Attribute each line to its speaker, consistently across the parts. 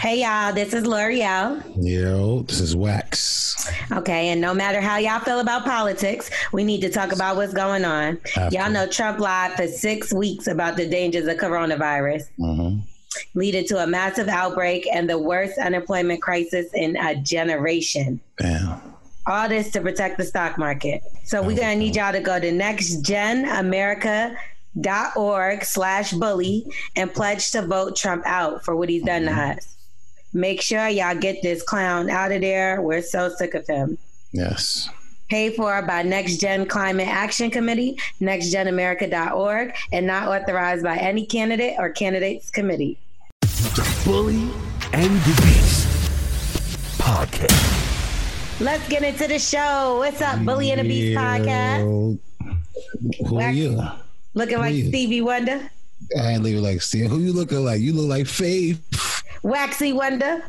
Speaker 1: Hey y'all, this is L'Oreal.
Speaker 2: Yo, this is Wax.
Speaker 1: Okay, and no matter how y'all feel about politics, we need to talk about what's going on.
Speaker 2: Absolutely.
Speaker 1: Y'all know Trump lied for six weeks about the dangers of coronavirus,
Speaker 2: Mm-hmm.
Speaker 1: leading to a massive outbreak and the worst unemployment crisis in a generation.
Speaker 2: Damn.
Speaker 1: All this to protect the stock market. So we're gonna need y'all to go to nextgenamerica.org slash bully and pledge to vote Trump out for what he's done to us. Make sure y'all get this clown out of there. We're so sick of him.
Speaker 2: Yes.
Speaker 1: Paid for by Next Gen Climate Action Committee, nextgenamerica.org, and not authorized by any candidate or candidates committee.
Speaker 3: Bully and the Beast podcast.
Speaker 1: Let's get into the show. What's up, Bully and the Beast podcast?
Speaker 2: Yo. Who are
Speaker 1: Wax.
Speaker 2: you?
Speaker 1: Looking like
Speaker 2: Yeah.
Speaker 1: Stevie Wonder,
Speaker 2: I ain't leaving like Steve. Who you looking like? You look like Faith.
Speaker 1: Waxy Wonder.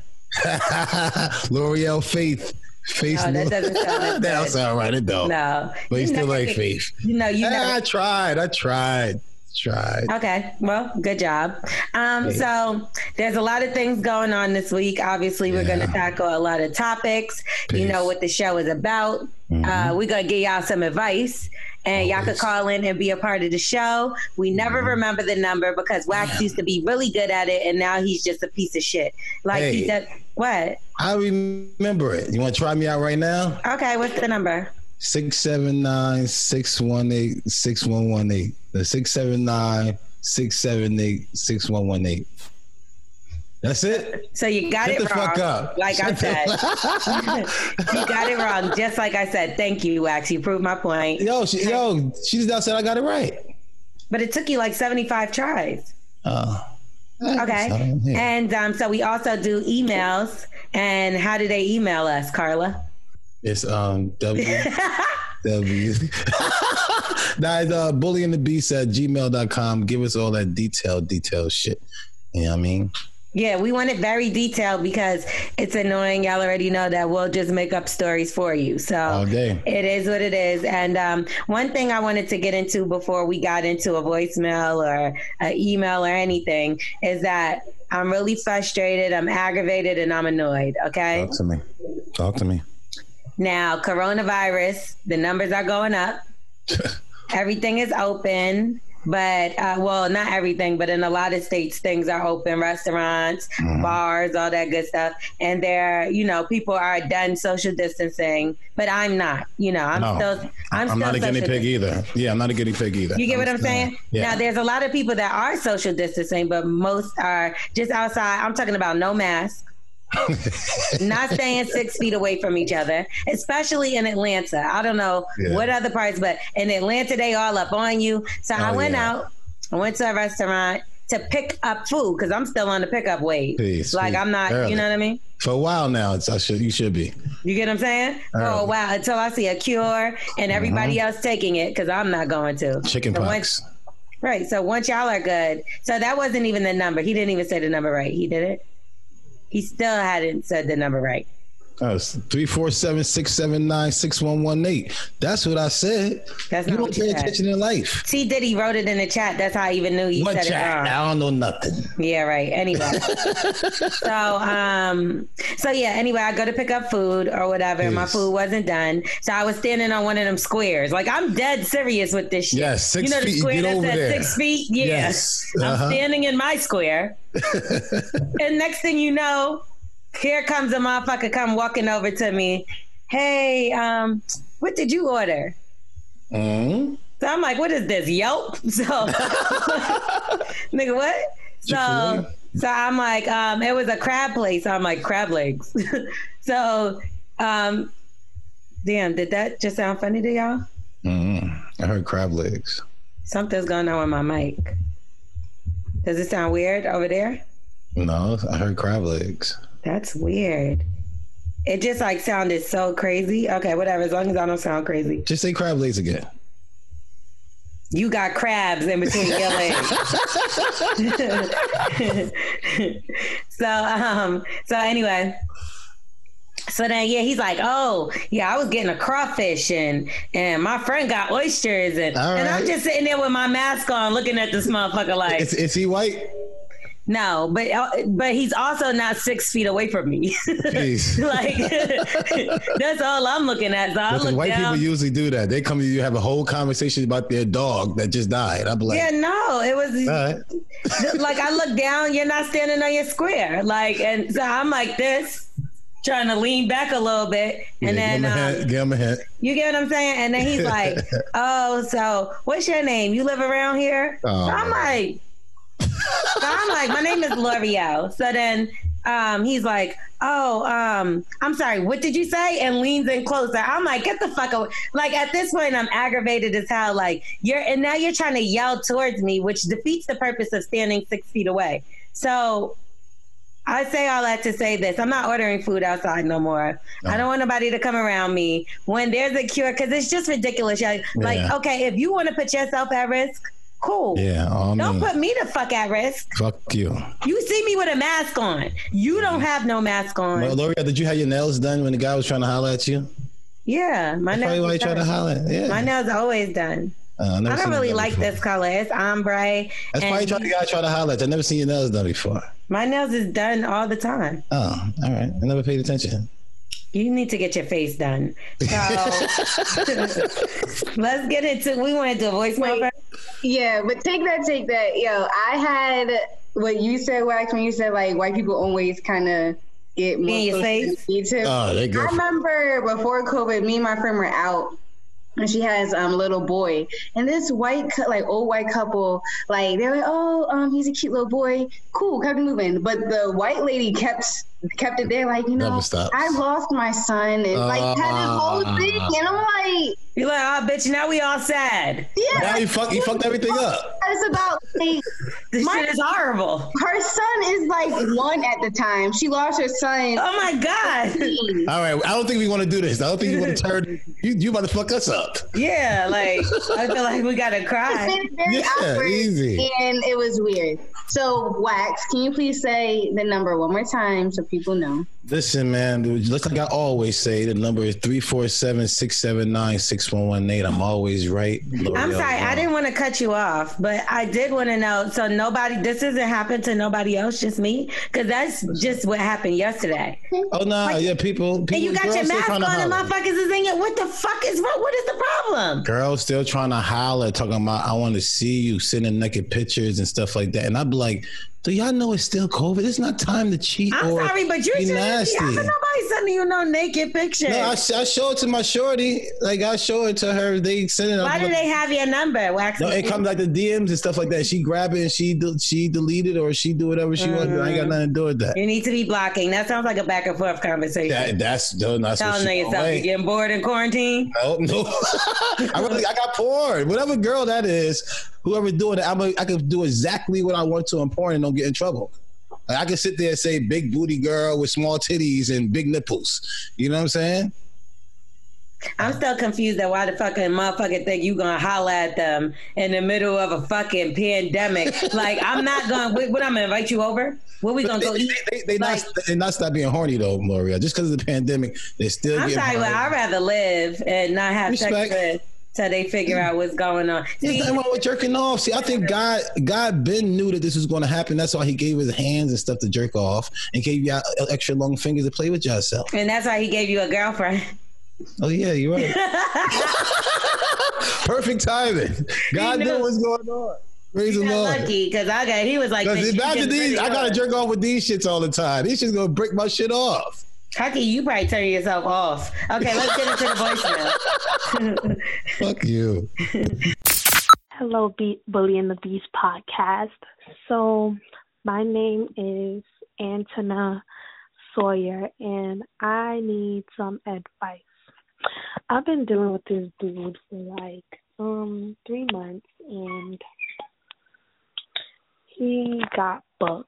Speaker 2: L'Oreal Faith. Faith.
Speaker 1: No, that doesn't sound like
Speaker 2: that
Speaker 1: that.
Speaker 2: sound right. It don't.
Speaker 1: No,
Speaker 2: But you still
Speaker 1: never
Speaker 2: like
Speaker 1: get-
Speaker 2: Faith.
Speaker 1: You know, you never
Speaker 2: Ah, I tried. I tried. Tried.
Speaker 1: Okay. Well, good job. Um, so there's a lot of things going on this week. Obviously, we're going to
Speaker 2: Yeah.
Speaker 1: tackle a lot of topics. You
Speaker 2: Peace. Mm-hmm.
Speaker 1: know what the show is about. Uh, we're going to give y'all some advice. And y'all could
Speaker 2: Always. Mm-hmm.
Speaker 1: call in and be a part of the show. We never remember the number because Wax used to be really good at it, and now he's just a piece of shit. Like he
Speaker 2: Hey.
Speaker 1: said, what?
Speaker 2: I remember it. You want to try me out right now?
Speaker 1: Okay, what's the number?
Speaker 2: 679 618 6118. The 679 678 6118. That's it?
Speaker 1: So you got
Speaker 2: Shut
Speaker 1: it
Speaker 2: the
Speaker 1: wrong.
Speaker 2: fuck up.
Speaker 1: Like I
Speaker 2: Shut
Speaker 1: said,
Speaker 2: the-
Speaker 1: you got it wrong. Just like I said. Thank you, Wax. You proved my point.
Speaker 2: yo, she, yo, she just now said I got it right.
Speaker 1: But it took you like 75 tries.
Speaker 2: Uh,
Speaker 1: Okay.
Speaker 2: Yeah.
Speaker 1: And um, so we also do emails. And how do they email us, Carla?
Speaker 2: It's um W W Nah, it's uh bullying the beast at gmail.com. Give us all that detailed, detailed shit. You know what I mean?
Speaker 1: yeah, we want it very detailed because it's annoying. Y'all already know that we'll just make up stories for you.
Speaker 2: All
Speaker 1: So
Speaker 2: day.
Speaker 1: it is what it is. And um, one thing I wanted to get into before we got into a voicemail or an email or anything is that I'm really frustrated, I'm aggravated, and I'm annoyed. Okay.
Speaker 2: Talk to me. Talk to me.
Speaker 1: Now, coronavirus, the numbers are going up. everything is open, but uh, well, not everything, but in a lot of states, things are open restaurants,
Speaker 2: Mm-hmm.
Speaker 1: bars, all that good stuff. And they're, you know, people are done social distancing, but I'm not. You know, I'm
Speaker 2: No.
Speaker 1: still, I'm,
Speaker 2: I'm
Speaker 1: still
Speaker 2: not a guinea
Speaker 1: social
Speaker 2: pig either. Yeah, I'm not a guinea pig either.
Speaker 1: you get what I'm saying?
Speaker 2: Yeah.
Speaker 1: Now, there's a lot of people that are social distancing, but most are just outside. I'm talking about no mask, not staying six feet away from each other, especially in Atlanta. I don't know
Speaker 2: Yeah.
Speaker 1: what other parts, but in Atlanta, they all up on you. So I
Speaker 2: Oh,
Speaker 1: went
Speaker 2: yeah.
Speaker 1: out, I went to a restaurant to pick up food because I'm still on the pickup wave.
Speaker 2: Jeez,
Speaker 1: like,
Speaker 2: sweet.
Speaker 1: I'm not,
Speaker 2: Early.
Speaker 1: you know what I mean?
Speaker 2: For a while now, it's I should you should be.
Speaker 1: You get what I'm saying?
Speaker 2: Early. Mm-hmm.
Speaker 1: Oh, wow. Until I see a cure and everybody else taking it because I'm not going to.
Speaker 2: Chicken
Speaker 1: So once-
Speaker 2: pox.
Speaker 1: Right. So once y'all are good, so that wasn't even the number. He didn't even say the number right. He did it. He still hadn't said the number right.
Speaker 2: Oh, it's three four seven six seven nine six one one eight. That's what I said.
Speaker 1: That's
Speaker 2: you
Speaker 1: not
Speaker 2: don't
Speaker 1: what you
Speaker 2: pay
Speaker 1: said.
Speaker 2: attention in life.
Speaker 1: See, did he wrote it in the chat? That's how I even knew you
Speaker 2: What
Speaker 1: said
Speaker 2: chat?
Speaker 1: it wrong.
Speaker 2: I don't know nothing.
Speaker 1: Yeah, right. Anyway, so um, so yeah. Anyway, I go to pick up food or whatever, and my
Speaker 2: Yes.
Speaker 1: food wasn't done, so I was standing on one of them squares. Like I'm dead serious with this shit.
Speaker 2: Yeah, six
Speaker 1: you know the
Speaker 2: feet,
Speaker 1: square
Speaker 2: get
Speaker 1: that
Speaker 2: over
Speaker 1: says
Speaker 2: there.
Speaker 1: six feet. Yeah.
Speaker 2: Yes.
Speaker 1: I'm
Speaker 2: Uh-huh.
Speaker 1: standing in my square. and next thing you know, here comes a motherfucker come walking over to me. Hey, um, what did you order?
Speaker 2: Mm-hmm.
Speaker 1: So I'm like, what is this? Yelp? So nigga, what? So
Speaker 2: Chick-fil-A?
Speaker 1: so I'm like, um, it was a crab place. So I'm like, crab legs. so um damn, did that just sound funny to y'all?
Speaker 2: Mm-hmm. I heard crab legs.
Speaker 1: Something's going on with my mic. Does it sound weird over there?
Speaker 2: No, I heard crab legs.
Speaker 1: That's weird. It just like sounded so crazy. Okay, whatever. As long as I don't sound crazy.
Speaker 2: Just say crab legs again.
Speaker 1: You got crabs in between your legs. so um so anyway. So then yeah, he's like, Oh, yeah, I was getting a crawfish and and my friend got oysters and,
Speaker 2: All
Speaker 1: and I'm
Speaker 2: right.
Speaker 1: just sitting there with my mask on looking at this motherfucker like
Speaker 2: Is, is he white?
Speaker 1: no, but uh, but he's also not six feet away from me.
Speaker 2: Jeez.
Speaker 1: like that's all I'm looking at. So I
Speaker 2: Listen,
Speaker 1: look
Speaker 2: white
Speaker 1: down.
Speaker 2: people usually do that. They come to you, have a whole conversation about their dog that just died. I'm like,
Speaker 1: yeah, no, it was
Speaker 2: all right.
Speaker 1: like I look down. You're not standing on your square. Like, and so I'm like this, trying to lean back a little bit, and
Speaker 2: Yeah,
Speaker 1: then
Speaker 2: give him
Speaker 1: um,
Speaker 2: a hint. Give him a hint.
Speaker 1: you get what I'm saying. And then he's like, "Oh, so what's your name? You live around here?"
Speaker 2: Oh,
Speaker 1: so I'm
Speaker 2: man.
Speaker 1: like, so I'm like, my name is L'Oreal. So then um, he's like, "Oh, um, I'm sorry. What did you say?" And leans in closer. I'm like, "Get the fuck away!" Like at this point, I'm aggravated as hell. Like you're, and now you're trying to yell towards me, which defeats the purpose of standing six feet away. So. I say all that to say this. I'm not ordering food outside no more. I don't want nobody to come around me when there's a cure because it's just ridiculous. Like, like,
Speaker 2: Yeah.
Speaker 1: okay, if you want to put yourself at risk, cool.
Speaker 2: Yeah, I
Speaker 1: Don't
Speaker 2: mean,
Speaker 1: put me the fuck at risk.
Speaker 2: fuck you.
Speaker 1: You see me with a mask on. You don't have no mask on.
Speaker 2: Mm. Well, L'Oreal, did you have your nails done when the guy was trying to holler at you?
Speaker 1: yeah, my
Speaker 2: That's probably
Speaker 1: nails.
Speaker 2: why
Speaker 1: are
Speaker 2: he tried to
Speaker 1: done.
Speaker 2: holler. Yeah.
Speaker 1: my nails are always done. I
Speaker 2: Uh, never seen
Speaker 1: don't
Speaker 2: it
Speaker 1: really
Speaker 2: done
Speaker 1: like
Speaker 2: before.
Speaker 1: this color. It's ombre.
Speaker 2: That's
Speaker 1: and
Speaker 2: probably trying the guy tried to holler at you. I've never seen your nails done before.
Speaker 1: my nails is done all the time.
Speaker 2: Oh, all right. I never paid attention.
Speaker 1: You need to get your face done. So let's get into. We want to do a voicemail
Speaker 4: Wait.
Speaker 1: first.
Speaker 4: Yeah, but take that, take that. Yo, I had what you said, Wax, when you said like white people always kind of get more
Speaker 1: in your
Speaker 4: close than
Speaker 1: face?
Speaker 4: they need to.
Speaker 2: Oh, they go.
Speaker 4: I remember before COVID, me and my friend were out. And she has um, a little boy, and this white, cou- like old white couple, like they're like, oh, um, he's a cute little boy, cool, kept it moving. But the white lady kept kept it there, like you know,
Speaker 2: Never stops.
Speaker 4: I lost my son, and like had this whole thing,
Speaker 2: Ah.
Speaker 4: and I'm like,
Speaker 1: You like, oh, bitch. Now we all sad.
Speaker 4: yeah,
Speaker 2: Now you fuck, you fucked everything up.
Speaker 4: it's about like
Speaker 1: This
Speaker 4: My-
Speaker 1: shit is horrible.
Speaker 4: her son is like one at the time. She lost her son.
Speaker 1: Oh my god.
Speaker 2: All right. I don't think we want to do this. I don't think you want to turn. You, you about to fuck us up.
Speaker 1: Yeah, like I feel like we gotta cry.
Speaker 4: It's very
Speaker 2: Yeah,
Speaker 4: awkward,
Speaker 2: easy.
Speaker 4: And it was weird. So, Wax, can you please say the number one more time so people know?
Speaker 2: Listen, man, dude, just like I always say, the number is 347 679 6118. I'm always right.
Speaker 1: I'm
Speaker 2: L'Oreal
Speaker 1: sorry, I
Speaker 2: wrong.
Speaker 1: didn't want to cut you off, but I did want to know. So nobody, this isn't happened to nobody else, just me, because that's just what happened yesterday.
Speaker 2: Oh, no. yeah, people. people
Speaker 1: And you got your
Speaker 2: girls still
Speaker 1: mask on,
Speaker 2: trying to
Speaker 1: and
Speaker 2: holler.
Speaker 1: motherfuckers is in it. What the fuck is wrong? What is the problem?
Speaker 2: Girls still trying to holler, talking about, I want to see you, sending naked pictures and stuff like that. And I'd be like, do y'all know it's still COVID? It's not time to cheat.
Speaker 1: I'm
Speaker 2: or
Speaker 1: sorry, but you
Speaker 2: be
Speaker 1: shouldn't
Speaker 2: nasty.
Speaker 1: be. How nobody sending you no naked pictures?
Speaker 2: No, I, sh- I show it to my shorty. Like I show it to her. They send it.
Speaker 1: Why
Speaker 2: I'm
Speaker 1: do
Speaker 2: like-
Speaker 1: they have your number, Wax?
Speaker 2: No, it comes like the DMs and stuff like that. She grab it and she del- she delete it or she do whatever she wants. I ain't
Speaker 1: Mm-hmm.
Speaker 2: got nothing to do with that.
Speaker 1: you need to be blocking. That sounds like a back and forth conversation.
Speaker 2: That that's no, that's what
Speaker 1: Telling
Speaker 2: she.
Speaker 1: niggas
Speaker 2: oh,
Speaker 1: something,
Speaker 2: wait.
Speaker 1: getting bored in quarantine.
Speaker 2: No, no. I, really, I got porn. Whatever girl that is, whoever doing it, I'm a, I can do exactly what I want to in porn and don't get in trouble. Like, I can sit there and say big booty girl with small titties and big nipples. You know what I'm saying? Oh.
Speaker 1: I'm still confused at why the fucking motherfucker think you gonna holler at them in the middle of a fucking pandemic. like I'm not gonna. What, what I'm gonna invite you over? What we gonna
Speaker 2: They,
Speaker 1: go
Speaker 2: they,
Speaker 1: eat?
Speaker 2: they, they
Speaker 1: Like-
Speaker 2: not they not stop being horny though, L'Oreal. Just because of the pandemic, they still.
Speaker 1: I'm
Speaker 2: getting
Speaker 1: sorry, but
Speaker 2: horny.
Speaker 1: I'd rather live and not have sex
Speaker 2: Respect.
Speaker 1: with till they figure out what's going on.
Speaker 2: There's
Speaker 1: See,
Speaker 2: nothing wrong with jerking off. See, I think God, God, Ben knew that this was going to happen. That's why he gave his hands and stuff to jerk off, and gave y'all extra long fingers to play with yourself.
Speaker 1: and that's why he gave you a girlfriend.
Speaker 2: Oh yeah, you're right. Perfect timing. God
Speaker 1: He
Speaker 2: knew,
Speaker 1: knew.
Speaker 2: what's going on. Praise
Speaker 1: You
Speaker 2: the
Speaker 1: got
Speaker 2: Lord.
Speaker 1: lucky because I got. He was like,
Speaker 2: Because
Speaker 1: "Bitch, you
Speaker 2: imagine
Speaker 1: just
Speaker 2: these,
Speaker 1: really
Speaker 2: I gotta
Speaker 1: are."
Speaker 2: jerk off with these shits all the time. These shits gonna break my shit off.
Speaker 1: Hucky, you probably turn yourself off. Okay, let's get into the voicemail.
Speaker 2: Fuck you.
Speaker 5: Hello, Be- Bully and the Beast podcast. So, my name is Antonia Sawyer, and I need some advice. I've been dealing with this dude for like um three months, and he got booked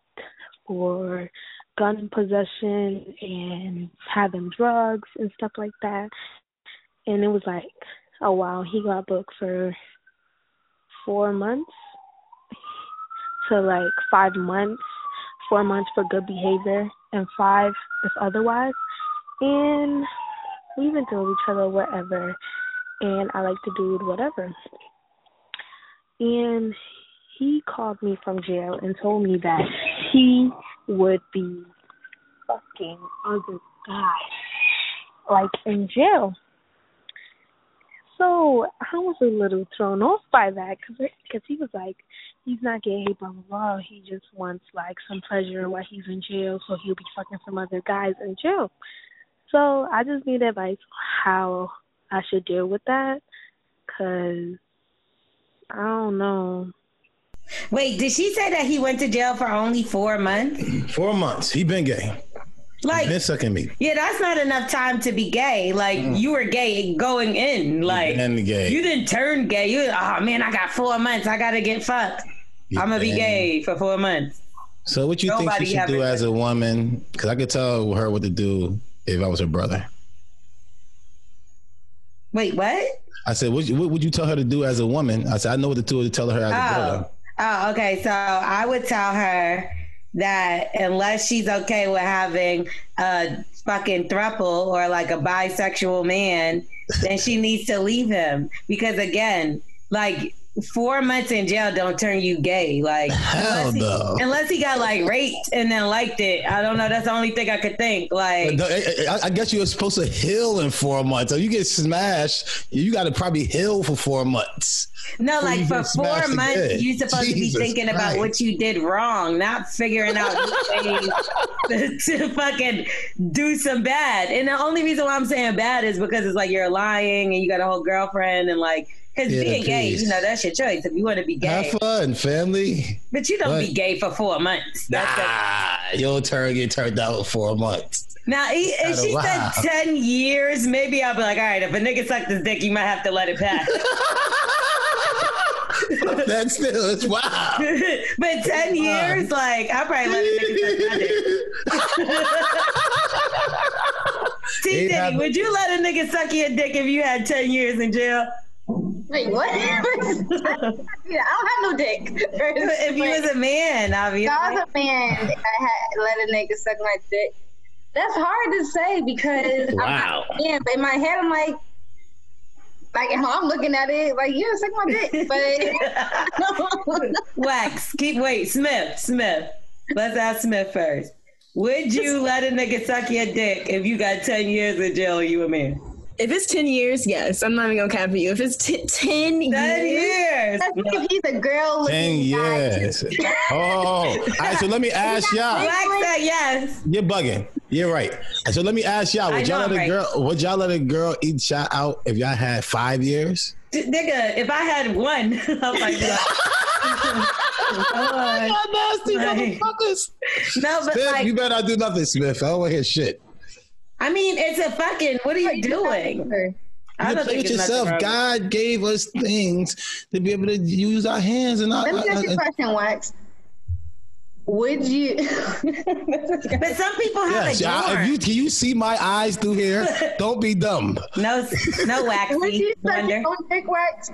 Speaker 5: or gun possession and having drugs and stuff like that. And it was like, oh wow, he got booked for four months to like five months, four months for good behavior, and five if otherwise. And we've been doing each other whatever, and I like to do whatever. And he called me from jail and told me that he would be fucking other guys, like in jail. So I was a little thrown off by that because he was like, he's not gay, blah blah blah. He just wants like some pleasure while he's in jail, so he'll be fucking some other guys in jail. So I just need advice how I should deal with that, cause I don't know.
Speaker 1: Wait, did she say that he went to jail for only four months?
Speaker 2: Four months. He been gay.
Speaker 1: Like,
Speaker 2: been sucking me.
Speaker 1: yeah, that's not enough time to be gay. Like, you were gay going in. Like,
Speaker 2: been gay.
Speaker 1: you didn't turn gay. You, oh man, I got four months. I gotta get fucked. I'm gonna be
Speaker 2: been-
Speaker 1: gay for four months.
Speaker 2: So what you think
Speaker 1: Nobody
Speaker 2: she should
Speaker 1: have
Speaker 2: do
Speaker 1: it.
Speaker 2: as a woman? Because I could tell her what to do if I was her brother.
Speaker 1: Wait, what?
Speaker 2: I said, what, what would you tell her to do as a woman? I said, I know what to do to tell her as a brother.
Speaker 1: Oh. Oh, okay. So I would tell her that unless she's okay with having a fucking thruple or like a bisexual man, then she needs to leave him. Because again, like four months in jail don't turn you gay. Like
Speaker 2: Hell
Speaker 1: unless he,
Speaker 2: no.
Speaker 1: unless he got like raped and then liked it. I don't know. That's the only thing I could think. Like
Speaker 2: No, I, I- I guess you're supposed to heal in four months. So you get smashed, you got to probably heal for four months.
Speaker 1: No, like
Speaker 2: you
Speaker 1: for
Speaker 2: get
Speaker 1: four
Speaker 2: smashed again.
Speaker 1: months, you're supposed to
Speaker 2: Jesus
Speaker 1: be thinking about what
Speaker 2: Christ.
Speaker 1: you did wrong, not figuring out things to, to fucking do some bad. And the only reason why I'm saying bad is because it's like you're lying and you got a whole girlfriend and like, because
Speaker 2: Yeah,
Speaker 1: being gay,
Speaker 2: peace.
Speaker 1: you know, that's your choice if you want to be gay.
Speaker 2: Have fun, family.
Speaker 1: But you don't be
Speaker 2: Right.
Speaker 1: gay for four months. That's the-
Speaker 2: Nah, you'll turn get turned out in four months.
Speaker 1: Now, he, if
Speaker 2: Kinda
Speaker 1: she
Speaker 2: wild.
Speaker 1: said 10 years, maybe I'll be like, all right, if a nigga sucked his dick, you might have to let it pass.
Speaker 2: That's still it's wow.
Speaker 1: but 10 years, like, I'll probably let a nigga suck my dick. T
Speaker 2: It
Speaker 1: Diddy,
Speaker 2: happened.
Speaker 1: would you let a nigga suck your dick if you had ten years in jail?
Speaker 4: Wait, what? yeah, I don't have no dick.
Speaker 1: If you was a man,
Speaker 4: If
Speaker 1: obviously.
Speaker 4: I was a man, I had let a nigga suck my dick. That's hard to say because
Speaker 2: Wow.
Speaker 4: I'm not, yeah, but in my head I'm like, like how I'm looking at it, like yeah, suck my dick, but
Speaker 1: Wax, keep wait, Smith, Smith. Let's ask Smith first. Would you let a nigga suck your dick if you got ten years in jail? and You a man?
Speaker 6: If it's 10 years, yes. I'm not even gonna cap for you. If it's t- 10
Speaker 1: Ten
Speaker 6: years,
Speaker 1: years.
Speaker 4: Especially if he's a girl
Speaker 2: Ten
Speaker 4: looking guy.
Speaker 2: years. Oh, all right. So let me ask y'all.
Speaker 1: Wax said yes.
Speaker 2: You're bugging. You're right. So let me ask y'all:
Speaker 1: I
Speaker 2: Would
Speaker 1: know
Speaker 2: y'all let
Speaker 1: I'm
Speaker 2: a
Speaker 1: right.
Speaker 2: girl? Would y'all let a girl eat shot out if y'all had five years?
Speaker 1: D- nigga, if I had one, I'm like, no,
Speaker 2: Y'all nasty
Speaker 1: Right.
Speaker 2: motherfuckers.
Speaker 1: No, but
Speaker 2: Smith,
Speaker 1: like-
Speaker 2: you better not do nothing, Smith. I don't want to hear shit.
Speaker 1: I mean, it's a fucking. What are you doing? I
Speaker 2: You
Speaker 1: don't
Speaker 2: play
Speaker 1: think
Speaker 2: with
Speaker 1: it's nothing
Speaker 2: yourself.
Speaker 1: wrong with it.
Speaker 2: God gave us things to be able to use our hands and our. uh,
Speaker 4: Let me ask you a
Speaker 2: and-
Speaker 4: question, Wax. Would you?
Speaker 1: But some people have
Speaker 2: Yes,
Speaker 1: a
Speaker 2: y'all,
Speaker 1: dorm.
Speaker 2: if you can you see my eyes through here? Don't be dumb.
Speaker 1: No, no waxy.
Speaker 4: would you suck
Speaker 1: Wonder.
Speaker 4: your own dick, Wax?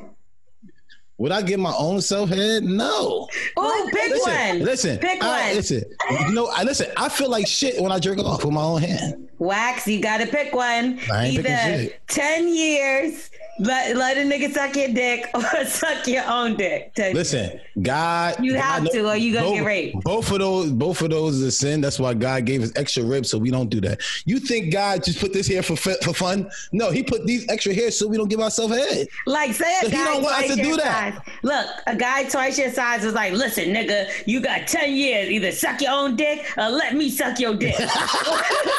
Speaker 2: Would I give my own self head? No.
Speaker 1: Oh, pick
Speaker 2: Listen,
Speaker 1: one.
Speaker 2: listen,
Speaker 1: Pick
Speaker 2: I-
Speaker 1: one.
Speaker 2: listen. You know, I listen. I feel like shit when I jerk off with my own hand.
Speaker 1: Wax, you gotta pick one.
Speaker 2: I ain't picking
Speaker 1: Either
Speaker 2: shit.
Speaker 1: ten years, let let a nigga suck your dick, or suck your own dick. Ten
Speaker 2: Listen, God.
Speaker 1: You
Speaker 2: God
Speaker 1: have
Speaker 2: know-
Speaker 1: to, or you gonna
Speaker 2: both,
Speaker 1: get raped.
Speaker 2: Both of those, both of those is a sin. That's why God gave us extra ribs, so we don't do that. You think God just put this here for fu- for fun? No, He put these extra here so we don't give ourselves head.
Speaker 1: Like say a
Speaker 2: But he
Speaker 1: guy
Speaker 2: don't want us
Speaker 1: twice
Speaker 2: to
Speaker 1: your
Speaker 2: do that.
Speaker 1: size. Look, a guy twice your size was like, "Listen, nigga, you got ten years. Either suck your own dick or let me suck your dick."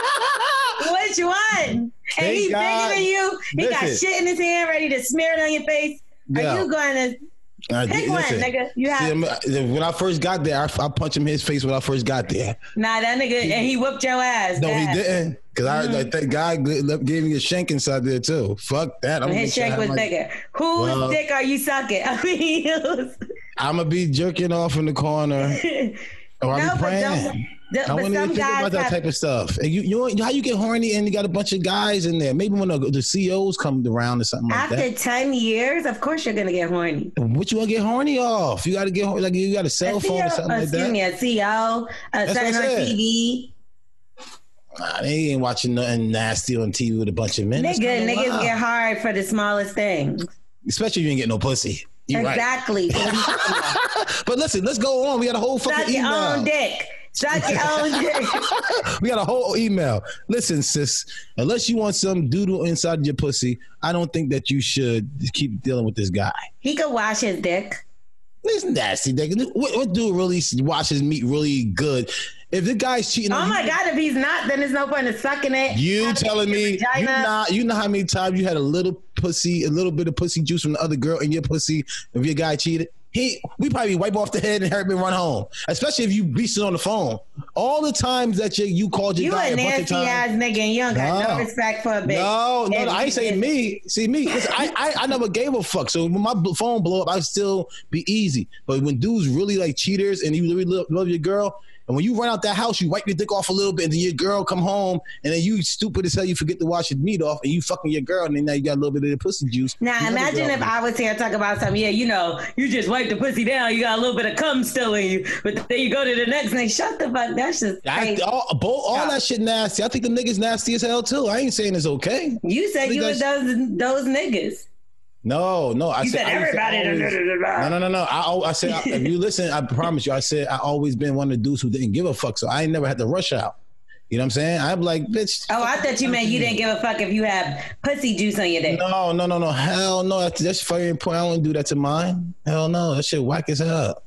Speaker 1: Which one? and
Speaker 2: Thank
Speaker 1: he's
Speaker 2: God.
Speaker 1: bigger than you. He got
Speaker 2: Listen.
Speaker 1: shit in his hand, ready to smear it on your face.
Speaker 2: Yeah.
Speaker 1: Are you going to
Speaker 2: I-
Speaker 1: pick one,
Speaker 2: listen.
Speaker 1: nigga? You have
Speaker 2: See, I'm- uh, when I first got there, I, I punched him in his face when I first got there.
Speaker 1: Nah, that nigga, and he whooped your ass.
Speaker 2: No,
Speaker 1: dad.
Speaker 2: he didn't. Cause I
Speaker 1: Mm.
Speaker 2: like that guy g- left- gave me a shank inside there too. Fuck that. I'm
Speaker 1: His shank was bigger. Whose
Speaker 2: Well-
Speaker 1: dick are you sucking? I mean, it was-
Speaker 2: I'm gonna be jerking off in the corner, or I'm
Speaker 1: No, but don't-
Speaker 2: praying.
Speaker 1: The-
Speaker 2: I
Speaker 1: but
Speaker 2: want to
Speaker 1: some
Speaker 2: think about
Speaker 1: guys
Speaker 2: that
Speaker 1: have
Speaker 2: type of stuff. And you, you, know how you get horny and you got a bunch of guys in there. Maybe when the, the CEOs come around or something like that.
Speaker 1: after 10 years, of course you're going to get horny.
Speaker 2: What you want to get horny off? You got to get horny, like you got a
Speaker 1: A
Speaker 2: cell phone
Speaker 1: CO
Speaker 2: or something
Speaker 1: uh,
Speaker 2: like
Speaker 1: excuse
Speaker 2: that.
Speaker 1: me, a CO, a
Speaker 2: what
Speaker 1: certain
Speaker 2: I
Speaker 1: on
Speaker 2: said.
Speaker 1: TV.
Speaker 2: Nah, they ain't watching nothing nasty on TV with a bunch of men. That's
Speaker 1: Nigga,
Speaker 2: kinda
Speaker 1: niggas
Speaker 2: wild.
Speaker 1: get hard for the smallest things.
Speaker 2: Especially if you ain't get no pussy. You right.
Speaker 1: exactly.
Speaker 2: But listen, let's go on. We got a whole
Speaker 1: Suck
Speaker 2: fucking
Speaker 1: your own
Speaker 2: email.
Speaker 1: dick. Suck your own dick.
Speaker 2: we got a whole email. Listen, sis, unless you want some doodle inside your pussy, I don't think that you should keep dealing with this guy.
Speaker 1: He could wash his dick.
Speaker 2: This nasty nigga. What, what dude really watches meat really good? If the guy's cheating
Speaker 1: Oh
Speaker 2: on
Speaker 1: my
Speaker 2: you,
Speaker 1: God, if he's not, then there's no point in sucking it.
Speaker 2: you telling me you
Speaker 1: vagina.
Speaker 2: not you know how many times you had a little pussy, a little bit of pussy juice from the other girl in your pussy if your guy cheated? He we probably wipe off the head and have him run home. Especially if you beasting on the phone. All the times that you you called your
Speaker 1: You
Speaker 2: guy
Speaker 1: a
Speaker 2: bunch of
Speaker 1: nasty
Speaker 2: times.
Speaker 1: ass nigga and you don't got
Speaker 2: No.
Speaker 1: no respect for a bitch.
Speaker 2: No, no,
Speaker 1: And
Speaker 2: no, I
Speaker 1: you
Speaker 2: ain't
Speaker 1: just-
Speaker 2: saying me. See me, listen, I, I I never gave a fuck. So when my bl- phone blow up, I still be easy. But when dudes really like cheaters and you really love, love your girl, and when you run out that house, you wipe your dick off a little bit, and then your girl come home, and then you stupid as hell, you forget to wash your meat off, and you fucking your girl, and then now you got a little bit of the pussy juice.
Speaker 1: Now imagine if I was here talking about something. Yeah, you know, you just wipe the pussy down. You got a little bit of cum still in you, but then you go to the next thing. Shut the fuck. That's just
Speaker 2: I,
Speaker 1: crazy.
Speaker 2: all, bo- all that shit nasty. I think the niggas nasty as hell too. I ain't saying it's okay.
Speaker 1: You said you were
Speaker 2: Because-
Speaker 1: those those niggas.
Speaker 2: No, no. I
Speaker 1: You said
Speaker 2: I didn't say
Speaker 1: everybody.
Speaker 2: always- No, no, no, no. I, al- I said, I- if you listen, I promise you, I said I always been one of the dudes who didn't give a fuck, so I ain't never had to rush out. You know what I'm saying? I'm like, bitch.
Speaker 1: Oh, I thought you meant you didn't give a fuck if you had pussy juice on your dick.
Speaker 2: No, no, no, no. Hell no. That's, that's fucking point. I wouldn't do that to mine. Hell no. That shit whack as hell.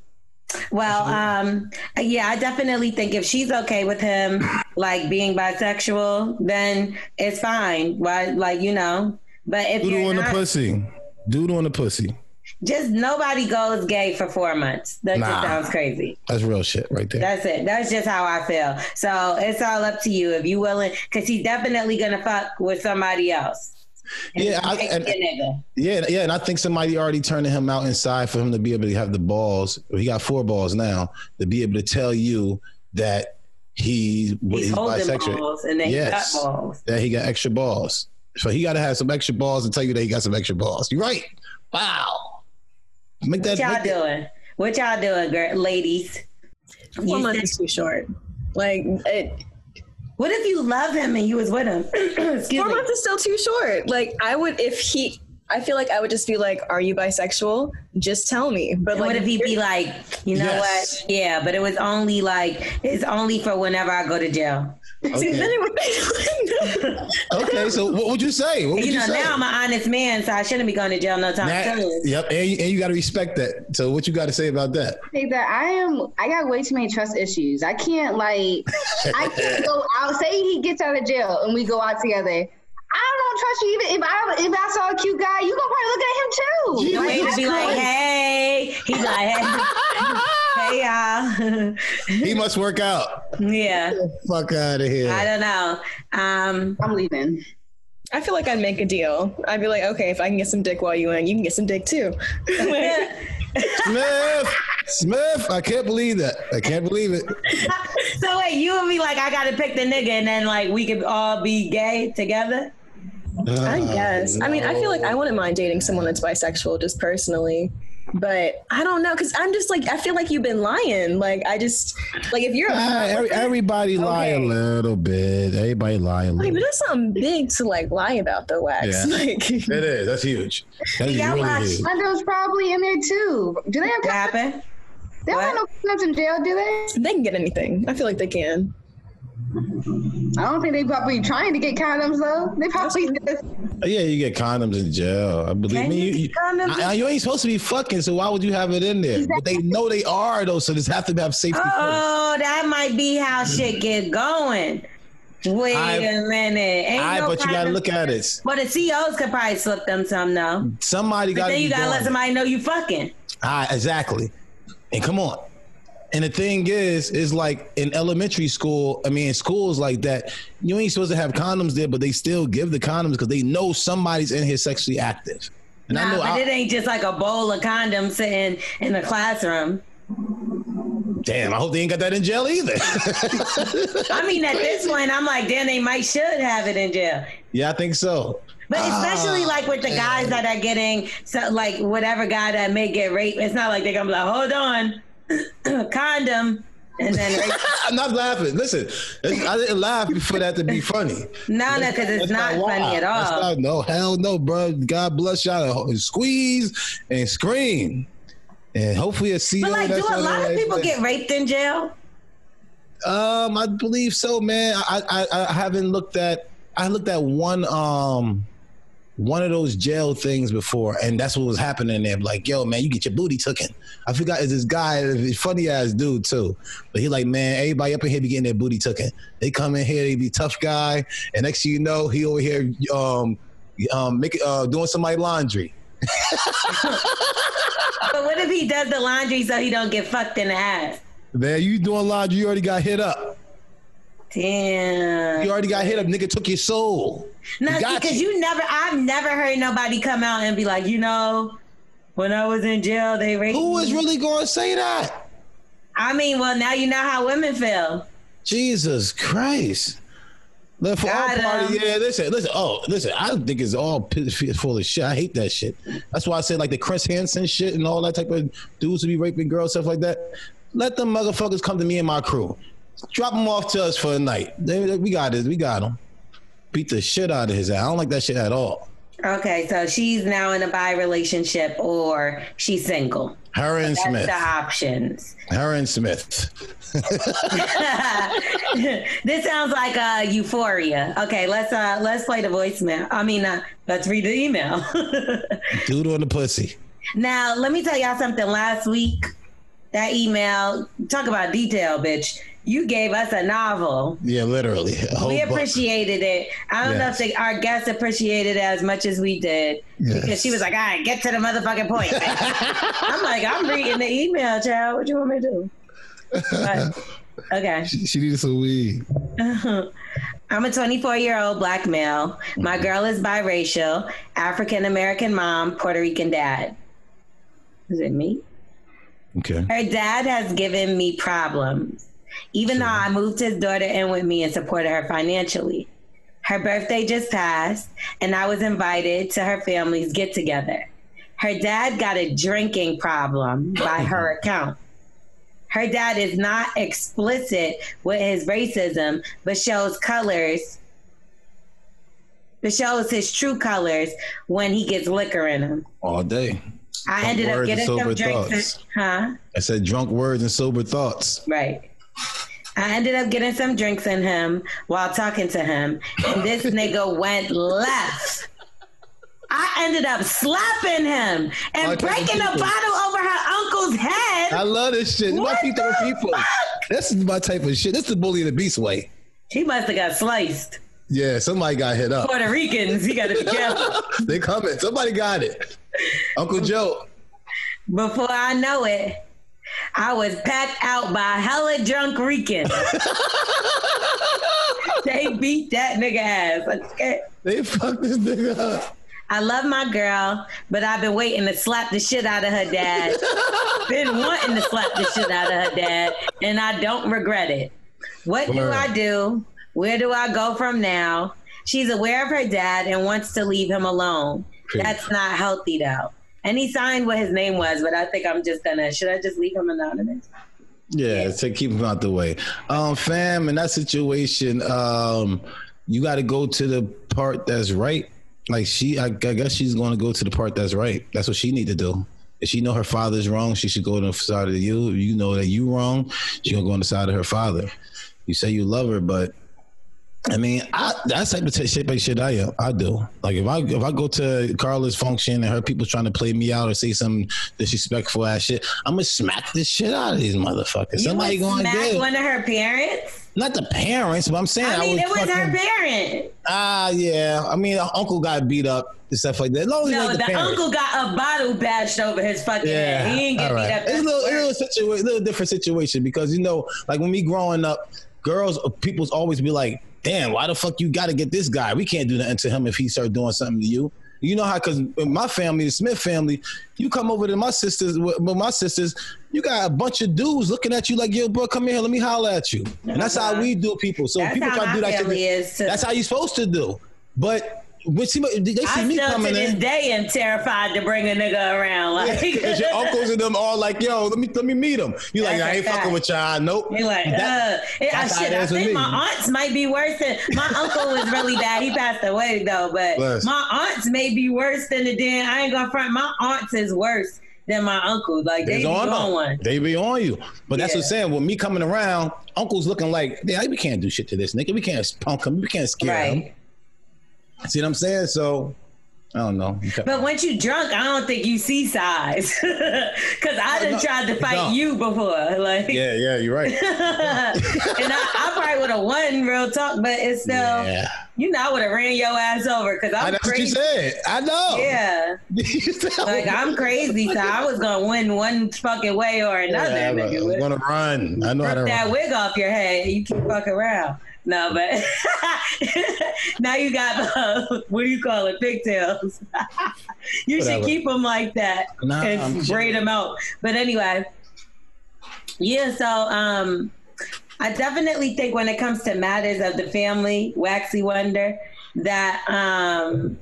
Speaker 1: Well, um, yeah, I definitely think if she's okay with him like being bisexual, then it's fine. Why, like you know. But if
Speaker 2: Doodle
Speaker 1: you're
Speaker 2: on the
Speaker 1: not,
Speaker 2: pussy. Doodle on the pussy.
Speaker 1: just nobody goes gay for four months. That
Speaker 2: Nah.
Speaker 1: just sounds crazy.
Speaker 2: That's real shit right there.
Speaker 1: That's it. That's just how I feel. So it's all up to you if you willing, because he's definitely gonna fuck with somebody else.
Speaker 2: yeah, I,
Speaker 1: Make
Speaker 2: and,
Speaker 1: your nigga.
Speaker 2: yeah, yeah, and I think somebody already turning him out inside for him to be able to have the balls. He got four balls now to be able to tell you that he
Speaker 1: he's
Speaker 2: he's
Speaker 1: holding
Speaker 2: bisexual.
Speaker 1: balls and then
Speaker 2: Yes.
Speaker 1: he got balls.
Speaker 2: that he got extra balls. So he got to have some extra balls to tell you that he got some extra balls. You're right. Wow. Make that.
Speaker 1: What y'all
Speaker 2: make that-
Speaker 1: doing? What y'all doing, girl, ladies?
Speaker 6: Four
Speaker 1: You
Speaker 6: months is too short. Like it,
Speaker 1: What if you love him and you was with him? Excuse
Speaker 6: four
Speaker 1: me.
Speaker 6: months is still too short. Like I would if he. I feel like I would just be like, "Are you bisexual? Just tell me." But
Speaker 1: And
Speaker 6: like,
Speaker 1: what if he be like, you know
Speaker 2: Yes.
Speaker 1: what? Yeah, but it was only like it's only for whenever I go to jail.
Speaker 6: See, then
Speaker 2: Okay.
Speaker 6: it would be-
Speaker 2: okay. So what would you say? What would
Speaker 1: You
Speaker 2: you,
Speaker 1: know,
Speaker 2: say?
Speaker 1: now I'm an honest man, so I shouldn't be going to jail no time
Speaker 2: Now-
Speaker 1: soon.
Speaker 2: yep. And you, and you got to respect that. So what you got to say about that?
Speaker 4: Say that I am. I got way too many trust issues. I can't like. I can't go out. Say he gets out of jail and we go out together. I don't trust you even if I if I saw a cute guy, you gonna probably look
Speaker 1: The
Speaker 4: at him too.
Speaker 1: way to be like, hey, he's like, hey, hey
Speaker 2: He must work out.
Speaker 1: y'all, yeah.
Speaker 2: Fuck out of here.
Speaker 1: Mm-hmm. I don't know. Um,
Speaker 4: I'm leaving.
Speaker 6: I feel like I'd make a deal. I'd be like, "Okay, if I can get some dick while you in, you can get some dick too." Like,
Speaker 2: Smith. Smith. I can't believe that. I can't believe it.
Speaker 1: so wait, you would be like, I gotta pick the nigga, and then like we could all be gay together.
Speaker 6: I
Speaker 2: Uh,
Speaker 6: guess. I mean, I feel like I wouldn't mind dating someone that's bisexual just personally. But I don't know, cause I'm just like I feel like you've been lying. Like I just like if you're
Speaker 2: ah, every- everybody lie a
Speaker 6: Okay.
Speaker 2: little bit. Everybody lie a little.
Speaker 6: Like, but
Speaker 2: bit.
Speaker 6: that's something big to like lie about though, Wax.
Speaker 2: Yeah.
Speaker 6: Like
Speaker 2: It is. That's huge. That's
Speaker 1: Yeah, I
Speaker 2: really
Speaker 1: watched-
Speaker 2: huge.
Speaker 4: Lando's probably in there too. Do they have?
Speaker 1: What happened?
Speaker 4: They don't have no cops in jail, do they?
Speaker 6: they can get anything. I feel like they can.
Speaker 4: I don't think they probably trying to get condoms though. They probably just
Speaker 2: Yeah, you get condoms in jail. I believe
Speaker 1: Can
Speaker 2: me.
Speaker 1: you
Speaker 2: You,
Speaker 1: get
Speaker 2: you,
Speaker 1: condoms in-
Speaker 2: I- you ain't supposed to be fucking, so why would you have it in there? But they know they are though, so just have to have safety. first.
Speaker 1: Oh, that might be how shit get going. Wait
Speaker 2: I-
Speaker 1: a minute. Ain't
Speaker 2: Aye,
Speaker 1: no
Speaker 2: but you gotta
Speaker 1: condom-
Speaker 2: look at it.
Speaker 1: Well, the COs could probably slip them some though.
Speaker 2: Somebody
Speaker 1: But
Speaker 2: gotta.
Speaker 1: then you
Speaker 2: be
Speaker 1: gotta
Speaker 2: doing
Speaker 1: let
Speaker 2: it.
Speaker 1: somebody know you fucking.
Speaker 2: Ah, exactly. And come on. And the thing is, is like in elementary school, I mean, in schools like that, you ain't supposed to have condoms there, but they still give the condoms because they know somebody's in here sexually active. And
Speaker 1: Nah,
Speaker 2: I know
Speaker 1: but
Speaker 2: I,
Speaker 1: it ain't just like a bowl of condoms sitting in the classroom.
Speaker 2: Damn, I hope they ain't got that in jail either.
Speaker 1: I mean, at this point, I'm like, damn, they might should have it in jail.
Speaker 2: yeah, I think so.
Speaker 1: But
Speaker 2: Ah,
Speaker 1: especially like with the guys that are getting so like whatever guy that may get raped, it's not like they're gonna be like, hold on, condom, and then rape.
Speaker 2: I'm not laughing. Listen, it's- I didn't laugh for that to be funny.
Speaker 1: no, no, because it's
Speaker 2: That's
Speaker 1: not
Speaker 2: why.
Speaker 1: funny at
Speaker 2: That's
Speaker 1: all.
Speaker 2: not- no, hell no, bro. God bless y'all. and Squeeze and scream. And hopefully a CEO.
Speaker 1: But like, do
Speaker 2: that's
Speaker 1: a
Speaker 2: on the
Speaker 1: lot of
Speaker 2: right
Speaker 1: people
Speaker 2: place.
Speaker 1: get raped in jail?
Speaker 2: Um, I believe so, man. I, I I haven't looked at I looked at one um one of those jail things before, and that's what was happening there. Like, yo, man, you get your booty taken. I forgot is this guy, this funny ass dude too. But he like, man, everybody up in here be getting their booty taken. They come in here, they be tough guy, and next thing you know, he over here um um make uh doing somebody laundry.
Speaker 1: But what if he does the laundry so he don't get fucked in the ass?
Speaker 2: Man, you doing laundry, you already got hit up.
Speaker 1: Damn.
Speaker 2: You already got hit up, nigga took your soul.
Speaker 1: No,
Speaker 2: got
Speaker 1: because you never, I've never heard nobody come out and be like, you know, when I was in jail, they raped
Speaker 2: Who is
Speaker 1: me.
Speaker 2: really gonna say that?
Speaker 1: I mean, well, now you know how women feel.
Speaker 2: Jesus Christ. Look, for
Speaker 1: Got
Speaker 2: all parties,
Speaker 1: him.
Speaker 2: yeah, listen, listen. Oh, listen, I think it's all p- f- full of shit. I hate that shit. That's why I say, like, the Chris Hansen shit and all that type of dudes who be raping girls, stuff like that. Let them motherfuckers come to me and my crew. Drop them off to us for a night. They- they- we got it. We got them. Beat the shit out of his ass. I don't like that shit at all.
Speaker 1: Okay, so she's now in a bi relationship or she's single.
Speaker 2: Her and
Speaker 1: That's
Speaker 2: Smith.
Speaker 1: the options.
Speaker 2: Her and Smith.
Speaker 1: this sounds like uh, euphoria. Okay, let's uh, let's play the voicemail. I mean, uh, let's read the email.
Speaker 2: Dude on the pussy.
Speaker 1: now, let me tell y'all something. Last week, that email talk about detail, bitch. You gave us a novel.
Speaker 2: Yeah, literally. A whole
Speaker 1: we
Speaker 2: book.
Speaker 1: appreciated it. I don't know if
Speaker 2: Yes.
Speaker 1: they, our guests appreciated it as much as we did because she was like, "All right, get to the motherfucking point." I'm like, "I'm reading the email, child. What you want me to do?" But, okay.
Speaker 2: She needed some weed.
Speaker 1: I'm a 24 year old black male. My
Speaker 2: Mm-hmm.
Speaker 1: girl is biracial, African American mom, Puerto Rican dad. Is it me?
Speaker 2: Okay.
Speaker 1: Her dad has given me problems, even though I moved his daughter in with me and supported her financially. Her birthday just passed, and I was invited to her family's get together. Her dad got a drinking problem by her account. Her dad is not explicit with his racism, but shows colors, but shows his true colors when he gets liquor in him.
Speaker 2: All day.
Speaker 1: I
Speaker 2: Drunk
Speaker 1: ended up
Speaker 2: words and
Speaker 1: getting some
Speaker 2: sober
Speaker 1: drinks.
Speaker 2: thoughts.
Speaker 1: Huh?
Speaker 2: I said drunk words and sober thoughts.
Speaker 1: Right. I ended up getting some drinks in him while talking to him, and this nigga went left. I ended up slapping him and
Speaker 2: Why can't
Speaker 1: breaking a
Speaker 2: people-
Speaker 1: bottle over her uncle's head.
Speaker 2: I love this shit.
Speaker 1: What
Speaker 2: my people
Speaker 1: the
Speaker 2: are people. This is my type of shit. This is the bully of the beast way.
Speaker 1: He must have got sliced.
Speaker 2: Yeah, somebody got hit up.
Speaker 1: Puerto Ricans, you gotta be careful.
Speaker 2: they coming. Somebody got it. Uncle
Speaker 1: Um,
Speaker 2: Joe.
Speaker 1: Before I know it, I was packed out by hella drunk Ricans. they beat that nigga ass. Okay.
Speaker 2: They fucked this nigga up.
Speaker 1: I love my girl, but I've been waiting to slap the shit out of her dad. been wanting to slap the shit out of her dad, and I don't regret it. What do
Speaker 2: Word.
Speaker 1: I do? Where do I go from now? She's aware of her dad and wants to leave him alone.
Speaker 2: True.
Speaker 1: That's not healthy though. And he signed what his name was, but I think I'm just gonna. Should I just leave him anonymous?
Speaker 2: Yeah, to keep him out the way. Um, fam, in that situation, um, you got to go to the part that's right. Like she, I, I guess she's going to go to the part that's right. That's what she need to do. If she know her father's wrong, she should go to the side of you. If you know that you wrong, she gonna go on the side of her father. You say you love her, but I mean, I that's type of t- shit like shit I am. I do. Like if I if I go to Carla's function and her people trying to play me out or say some disrespectful ass shit, I'm gonna smack this shit out of these motherfuckers. Somebody
Speaker 1: you would
Speaker 2: going to
Speaker 1: smack
Speaker 2: jail.
Speaker 1: one of her parents.
Speaker 2: Not the parents, but I'm saying
Speaker 1: I
Speaker 2: I,
Speaker 1: mean,
Speaker 2: would
Speaker 1: it was
Speaker 2: fucking,
Speaker 1: her parent.
Speaker 2: Ah, yeah. I mean, uncle got beat up and stuff like that. As long as
Speaker 1: No,
Speaker 2: like
Speaker 1: the,
Speaker 2: the, parents.
Speaker 1: uncle got a bottle bashed over his fucking
Speaker 2: Yeah,
Speaker 1: head. He didn't get
Speaker 2: all
Speaker 1: beat
Speaker 2: right.
Speaker 1: up.
Speaker 2: It's a
Speaker 1: That's
Speaker 2: little,
Speaker 1: worse.
Speaker 2: little, situa- little different situation because you know, like when me growing up, girls, people's always be like, "Damn, why the fuck you got to get this guy? We can't do nothing to him if he start doing something to you." You know how? Because my family, the Smith family, you come over to my sisters with with my sisters, you got a bunch of dudes looking at you like, "Yo, bro, come here, let me holler at you." And that's how we do people. So
Speaker 1: Uh-huh. That's
Speaker 2: people
Speaker 1: how
Speaker 2: try to
Speaker 1: my
Speaker 2: do that.
Speaker 1: family
Speaker 2: to me.
Speaker 1: is, too.
Speaker 2: That's how you're supposed to do. But when see, they see
Speaker 1: I
Speaker 2: me
Speaker 1: still to
Speaker 2: coming
Speaker 1: this
Speaker 2: in.
Speaker 1: day am terrified to bring a nigga around. Like,
Speaker 2: Because your uncles and them all like, yo, let me let me meet them. You like,
Speaker 1: That's
Speaker 2: I
Speaker 1: a
Speaker 2: ain't
Speaker 1: fact.
Speaker 2: fucking with y'all. Nope.
Speaker 1: You're like,
Speaker 2: That-
Speaker 1: uh, I,
Speaker 2: that's how
Speaker 1: shit,
Speaker 2: it
Speaker 1: I
Speaker 2: is with
Speaker 1: think
Speaker 2: me.
Speaker 1: my aunts might be worse than my uncle was really bad. He passed away though, but
Speaker 2: Bless.
Speaker 1: my aunts may be worse than the damn. I ain't gonna front. My aunts is worse than my uncle. Like they
Speaker 2: They
Speaker 1: be
Speaker 2: on,
Speaker 1: on
Speaker 2: them.
Speaker 1: one.
Speaker 2: They be on you. But that's what I'm
Speaker 1: Yeah.
Speaker 2: saying. With me coming around, uncle's looking like, yeah, we can't do shit to this nigga. We can't punk him. We can't scare
Speaker 1: Right.
Speaker 2: him. See what I'm saying? So I don't know. Okay.
Speaker 1: But once you drunk, I don't think you see size. Cause I
Speaker 2: Oh,
Speaker 1: done
Speaker 2: no,
Speaker 1: tried to
Speaker 2: you
Speaker 1: fight
Speaker 2: don't.
Speaker 1: you before. Like
Speaker 2: yeah, yeah, you're right.
Speaker 1: and I, I probably would have won real talk, but it's still
Speaker 2: yeah.
Speaker 1: you know, I would have ran your ass over because
Speaker 2: I,
Speaker 1: I'm
Speaker 2: that's
Speaker 1: crazy.
Speaker 2: what you said. I know.
Speaker 1: Yeah.
Speaker 2: You said-
Speaker 1: Like I'm crazy, so I was gonna win one fucking way or another.
Speaker 2: Yeah, I was- I
Speaker 1: nigga.
Speaker 2: was gonna run. I know how to
Speaker 1: Rip that
Speaker 2: run.
Speaker 1: wig off your head. You keep fucking around. No, but now you got uh, what do you call it? Pigtails. you
Speaker 2: Whatever.
Speaker 1: should keep them like that
Speaker 2: Nah,
Speaker 1: and
Speaker 2: I'm
Speaker 1: braid them out. But anyway, yeah. So um, I definitely think when it comes to matters of the family, Waxy Wonder, that um,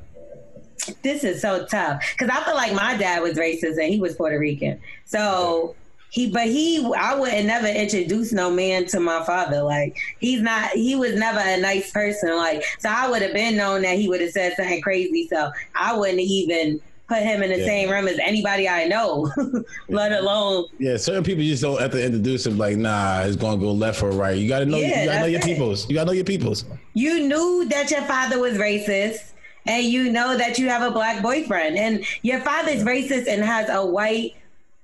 Speaker 1: this is so tough because I feel like my dad was racist and he was Puerto Rican. So he, but he, I would never introduce no man to my father. Like he's not, he was never a nice person. Like so, I would have been known that he would have said something crazy. So I wouldn't even put him in the
Speaker 2: Yeah.
Speaker 1: same room as anybody I know, let alone
Speaker 2: Yeah, certain people just don't have to introduce them. Like, nah, it's gonna go left or right. You gotta know.
Speaker 1: Yeah,
Speaker 2: you gotta know
Speaker 1: that's
Speaker 2: your
Speaker 1: it.
Speaker 2: peoples. You gotta know your peoples.
Speaker 1: you knew that your father was racist and you know that you have a black boyfriend and your father's racist and has a white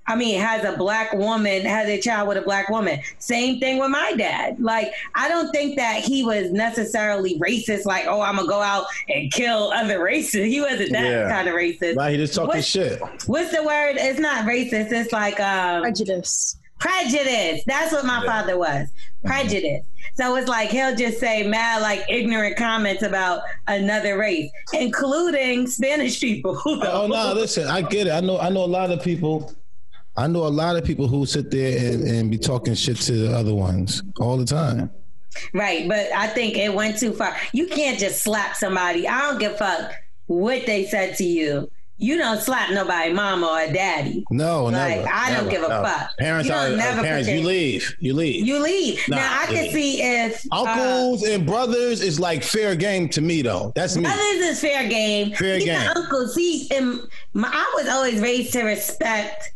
Speaker 1: I mean, has a black woman, has a child with a black woman. Same thing with my dad. Like, I don't think that he was necessarily racist, like, oh, I'm gonna go out and kill other races. He wasn't that
Speaker 2: Yeah.
Speaker 1: kind of racist.
Speaker 2: Right? He just talking
Speaker 1: What-
Speaker 2: shit.
Speaker 1: What's the word? It's not racist. It's like um,
Speaker 6: Prejudice.
Speaker 1: prejudice. That's what my father was. Prejudice. So it's like he'll just say mad, like ignorant comments about another race, including Spanish people.
Speaker 2: Oh no, listen, I get it. I know I know a lot of people. I know a lot of people who sit there and, and be talking shit to the other ones all the time.
Speaker 1: Right, but I think it went too far. You can't just slap somebody. I don't give a fuck what they said to you. You don't slap nobody, mama or daddy.
Speaker 2: No,
Speaker 1: Like,
Speaker 2: never.
Speaker 1: I don't
Speaker 2: never,
Speaker 1: give a
Speaker 2: no.
Speaker 1: fuck.
Speaker 2: Parents
Speaker 1: You
Speaker 2: are
Speaker 1: don't never
Speaker 2: parents. You
Speaker 1: protect-
Speaker 2: leave. You leave.
Speaker 1: You leave.
Speaker 2: Nah,
Speaker 1: now I can
Speaker 2: yeah.
Speaker 1: see if uh,
Speaker 2: Uncles and brothers is like fair game to me though. That's me.
Speaker 1: Others is fair game.
Speaker 2: Fair
Speaker 1: Even
Speaker 2: game.
Speaker 1: uncles, he and my, I was always raised to respect.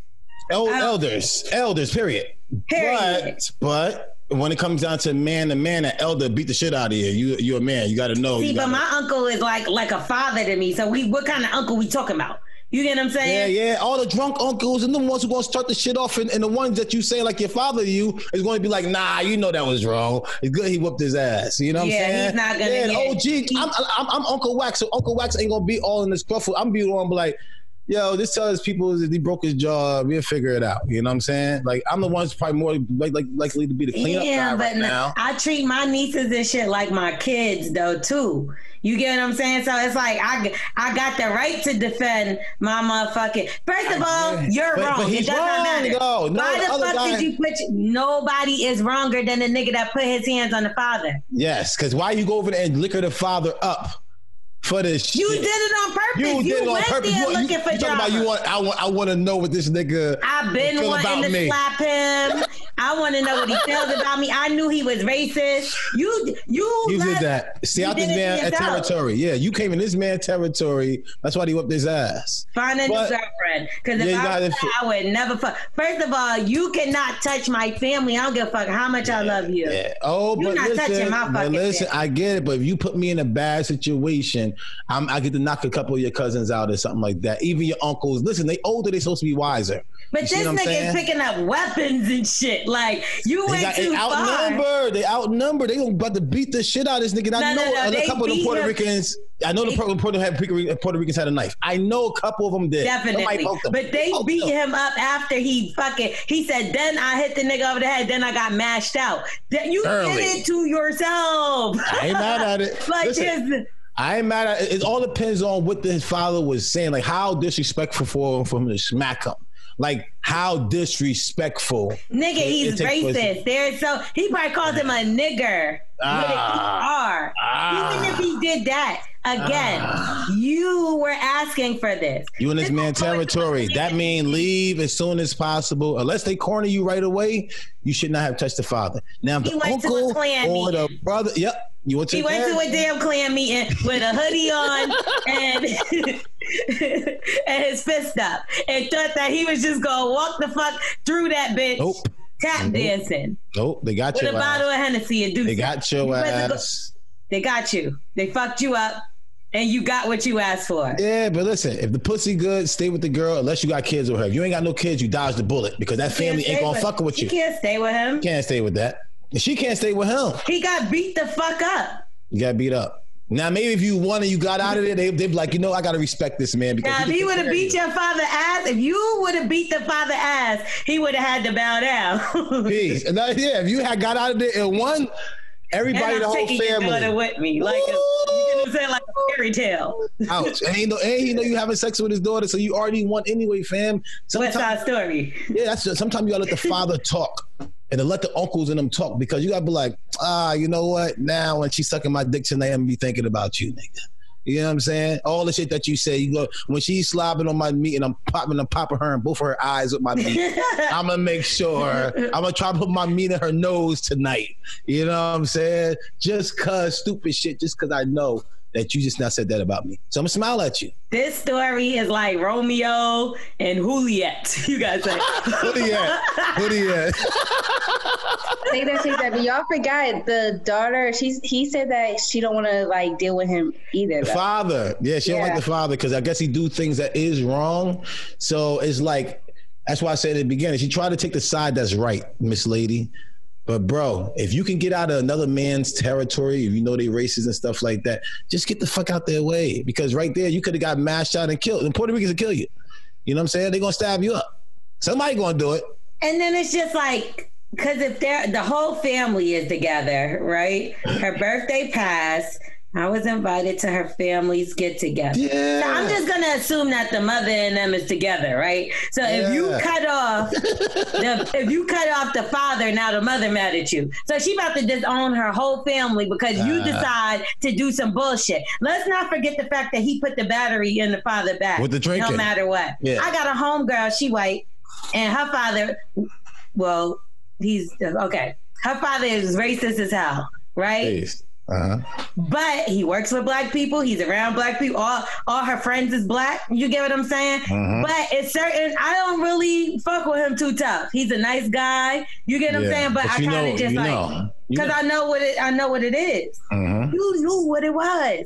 Speaker 2: El-
Speaker 1: I-
Speaker 2: elders, elders. Period.
Speaker 1: Period.
Speaker 2: But but when it comes down to man to man, an elder beat the shit out of you. You you're a man. You got to know.
Speaker 1: See,
Speaker 2: Oh, you
Speaker 1: but
Speaker 2: gotta-
Speaker 1: my uncle is like like a father to me. So we, what kind of uncle we talking about? You get what I'm
Speaker 2: Yeah,
Speaker 1: saying?
Speaker 2: yeah. All the drunk uncles and the ones who gonna start the shit off, and, and the ones that you say like your father to you is gonna be like, nah, you know that was wrong. It's good he whooped his ass. You know what
Speaker 1: Yeah,
Speaker 2: I'm saying?
Speaker 1: he's not gonna
Speaker 2: Yeah, and
Speaker 1: get-
Speaker 2: OG, I'm, I'm, I'm Uncle Wax, so Uncle Wax ain't gonna be all in this scuffle. I'm be on be like, yo, just tell his people that he broke his jaw. We'll figure it out. You know what I'm saying? Like I'm the ones probably more like, like likely to be the cleanup
Speaker 1: Yeah,
Speaker 2: guy
Speaker 1: but
Speaker 2: right
Speaker 1: no-
Speaker 2: now.
Speaker 1: I treat my nieces and shit like my kids though too. You get what I'm saying? So it's like I, g- I got the right to defend my motherfucking. First of all, you're
Speaker 2: But-
Speaker 1: wrong.
Speaker 2: but
Speaker 1: it
Speaker 2: he's
Speaker 1: does
Speaker 2: wrong,
Speaker 1: not matter.
Speaker 2: though. No,
Speaker 1: Why
Speaker 2: the
Speaker 1: the
Speaker 2: other
Speaker 1: fuck
Speaker 2: guy-
Speaker 1: did you put? Nobody is wronger than the nigga that put his hands on the father.
Speaker 2: Yes, because why you go over there and liquor the father up for this?
Speaker 1: You
Speaker 2: shit?
Speaker 1: did it on purpose. You, went there
Speaker 2: want-
Speaker 1: looking for
Speaker 2: you talking
Speaker 1: drama.
Speaker 2: about you want? I want. I want to know what this nigga.
Speaker 1: I've been
Speaker 2: feel
Speaker 1: wanting
Speaker 2: about
Speaker 1: to
Speaker 2: me.
Speaker 1: slap him. I want to know what he feels about me. I knew he was racist. You, you,
Speaker 2: You
Speaker 1: left-
Speaker 2: did that. Stay
Speaker 1: you
Speaker 2: out this
Speaker 1: did it to
Speaker 2: man at
Speaker 1: yourself.
Speaker 2: territory. Yeah, you came in this man territory. That's why he whipped his ass.
Speaker 1: Find a new
Speaker 2: But-
Speaker 1: girlfriend. Because if
Speaker 2: Yeah, you
Speaker 1: I,
Speaker 2: gotta
Speaker 1: was
Speaker 2: fi-
Speaker 1: her, I would never fuck. First of all, you cannot touch my family. I don't give a fuck how much I love you.
Speaker 2: Yeah. Oh,
Speaker 1: You're
Speaker 2: but
Speaker 1: not touching
Speaker 2: listen,
Speaker 1: my
Speaker 2: but
Speaker 1: fucking
Speaker 2: listen,
Speaker 1: family.
Speaker 2: I get it. But if you put me in a bad situation, I'm, I get to knock a couple of your cousins out or something like that. Even your uncles. Listen, they older. They supposed to be wiser.
Speaker 1: But
Speaker 2: You see
Speaker 1: this
Speaker 2: what I'm
Speaker 1: nigga
Speaker 2: saying?
Speaker 1: is picking up weapons and shit. Like you
Speaker 2: They,
Speaker 1: went
Speaker 2: got,
Speaker 1: too
Speaker 2: they
Speaker 1: far.
Speaker 2: outnumbered. They outnumbered. They gonna about to beat the shit out of this nigga. And I
Speaker 1: No, no,
Speaker 2: know
Speaker 1: no,
Speaker 2: a
Speaker 1: they
Speaker 2: couple of the
Speaker 1: beat
Speaker 2: Puerto
Speaker 1: him.
Speaker 2: Ricans. I know the Puerto, Puerto, had, Puerto Ricans had a knife. I know a couple of them did. Somebody Oh,
Speaker 1: Definitely.
Speaker 2: poked them.
Speaker 1: But they
Speaker 2: poked
Speaker 1: beat
Speaker 2: them.
Speaker 1: him up after he fucking he said, then I hit the nigga over the head, then I got mashed out. That you
Speaker 2: Early.
Speaker 1: did it to yourself.
Speaker 2: I ain't mad at it.
Speaker 1: like
Speaker 2: Listen,
Speaker 1: just
Speaker 2: I ain't mad at it. It all depends on what his father was saying. Like how disrespectful for, for him to smack him. Like how disrespectful.
Speaker 1: Nigga,
Speaker 2: It-
Speaker 1: he's
Speaker 2: it takes-
Speaker 1: racist. There's so he probably calls him a nigger.
Speaker 2: Ah.
Speaker 1: with an ER. Even if he did that again, you were asking for this.
Speaker 2: You in this man territory. That mean leave as soon as possible. Unless they corner you right away, you should not have touched the father. Now if
Speaker 1: He
Speaker 2: the
Speaker 1: went to a
Speaker 2: uncle
Speaker 1: clan
Speaker 2: or the brother, yep, you went to
Speaker 1: He
Speaker 2: the
Speaker 1: went
Speaker 2: clan.
Speaker 1: to a damn clan meeting with a hoodie on and and his fist up, and thought that he was just gonna walk the fuck through that bitch,
Speaker 2: Nope.
Speaker 1: tap
Speaker 2: Nope.
Speaker 1: dancing
Speaker 2: Nope, they got
Speaker 1: with
Speaker 2: your
Speaker 1: a bottle
Speaker 2: ass.
Speaker 1: of Hennessy and do.
Speaker 2: They
Speaker 1: something.
Speaker 2: got your
Speaker 1: went to go-
Speaker 2: ass.
Speaker 1: they got you. They fucked you up, and you got what you asked for.
Speaker 2: Yeah, but listen, if the pussy good, stay with the girl unless you got kids with her. If you ain't got no kids, you dodge the bullet because that family ain't gonna fuck with you.
Speaker 1: She can't stay with him.
Speaker 2: Can't stay with that. And she can't stay with him.
Speaker 1: He got beat the fuck up.
Speaker 2: You got beat up. Now maybe if you won and you got out of there, they they'd be like, you know, I gotta respect this man because
Speaker 1: Now, if
Speaker 2: he
Speaker 1: he
Speaker 2: took
Speaker 1: would have
Speaker 2: care of
Speaker 1: beat
Speaker 2: you.
Speaker 1: your father ass, if you would have beat the father ass, he would have had to bow down.
Speaker 2: Peace. And that, yeah, if you had got out of there and won,
Speaker 1: and
Speaker 2: everybody,
Speaker 1: I'm
Speaker 2: the whole
Speaker 1: taking your daughter
Speaker 2: family
Speaker 1: with me, like a, you know what I'm saying, like a fairy tale.
Speaker 2: out. And he know, and he know you having sex with his daughter, so you already won anyway, fam.
Speaker 1: What's
Speaker 2: Sometimes,
Speaker 1: our story?
Speaker 2: yeah, that's just, sometimes you gotta let the father talk. And to let the uncles and them talk because you gotta be like, ah, you know what? Now when she's sucking my dick tonight, I'm gonna be thinking about you, nigga. You know what I'm saying? All the shit that you say, you go when she's slobbing on my meat and I'm popping, I'm popping her in both of her eyes with my meat. I'm gonna make sure I'm gonna try to put my meat in her nose tonight. You know what I'm saying? Just cause stupid shit, just cause I know that you just not said that about me. So I'm gonna smile at you.
Speaker 1: This story is like Romeo and Juliet. You guys like
Speaker 2: Hoodie at, hoodie at.
Speaker 4: Take that, take that. But y'all forgot the daughter. She's he said that she don't want to like deal with him either.
Speaker 2: The
Speaker 4: though.
Speaker 2: father, yeah, she don't like
Speaker 4: Yeah.
Speaker 2: the father because I guess he do things that is wrong. So it's like that's why I said at the beginning, she tried to take the side that's right, Miss Lady. But bro, if you can get out of another man's territory, if you know they racist and stuff like that, just get the fuck out their way because right there you could have got mashed out and killed. And Puerto Ricans will kill you. You know what I'm saying? They're gonna stab you up. Somebody gonna do it.
Speaker 1: And then it's just like, because if they're the whole family is together, right? Her birthday passed. I was invited to her family's get together.
Speaker 2: Yeah.
Speaker 1: So I'm just gonna assume that the mother and them is together, right? So if you
Speaker 2: Yeah.
Speaker 1: cut off, the, if you cut off the father, now the mother mad at you. So she about to disown her whole family because you
Speaker 2: Ah.
Speaker 1: decide to do some bullshit. Let's not forget the fact that he put the battery in the father back
Speaker 2: With the drinking.
Speaker 1: no matter what.
Speaker 2: Yeah.
Speaker 1: I got a homegirl, she white, and her father, well, he's okay. Her father is racist as hell, right?
Speaker 2: Please. Uh-huh.
Speaker 1: But he works with black people. He's around black people. All all her friends is black. You get what I'm saying?
Speaker 2: Mhm.
Speaker 1: But it's certain. I don't really fuck with him too tough. He's a nice guy. You get what
Speaker 2: Yeah.
Speaker 1: I'm saying? But, I
Speaker 2: Mm-hmm. you
Speaker 1: kind
Speaker 2: know-
Speaker 1: of just
Speaker 2: you
Speaker 1: like
Speaker 2: know. You
Speaker 1: because I know what it. I know what it is.
Speaker 2: Mhm.
Speaker 1: You knew what it was.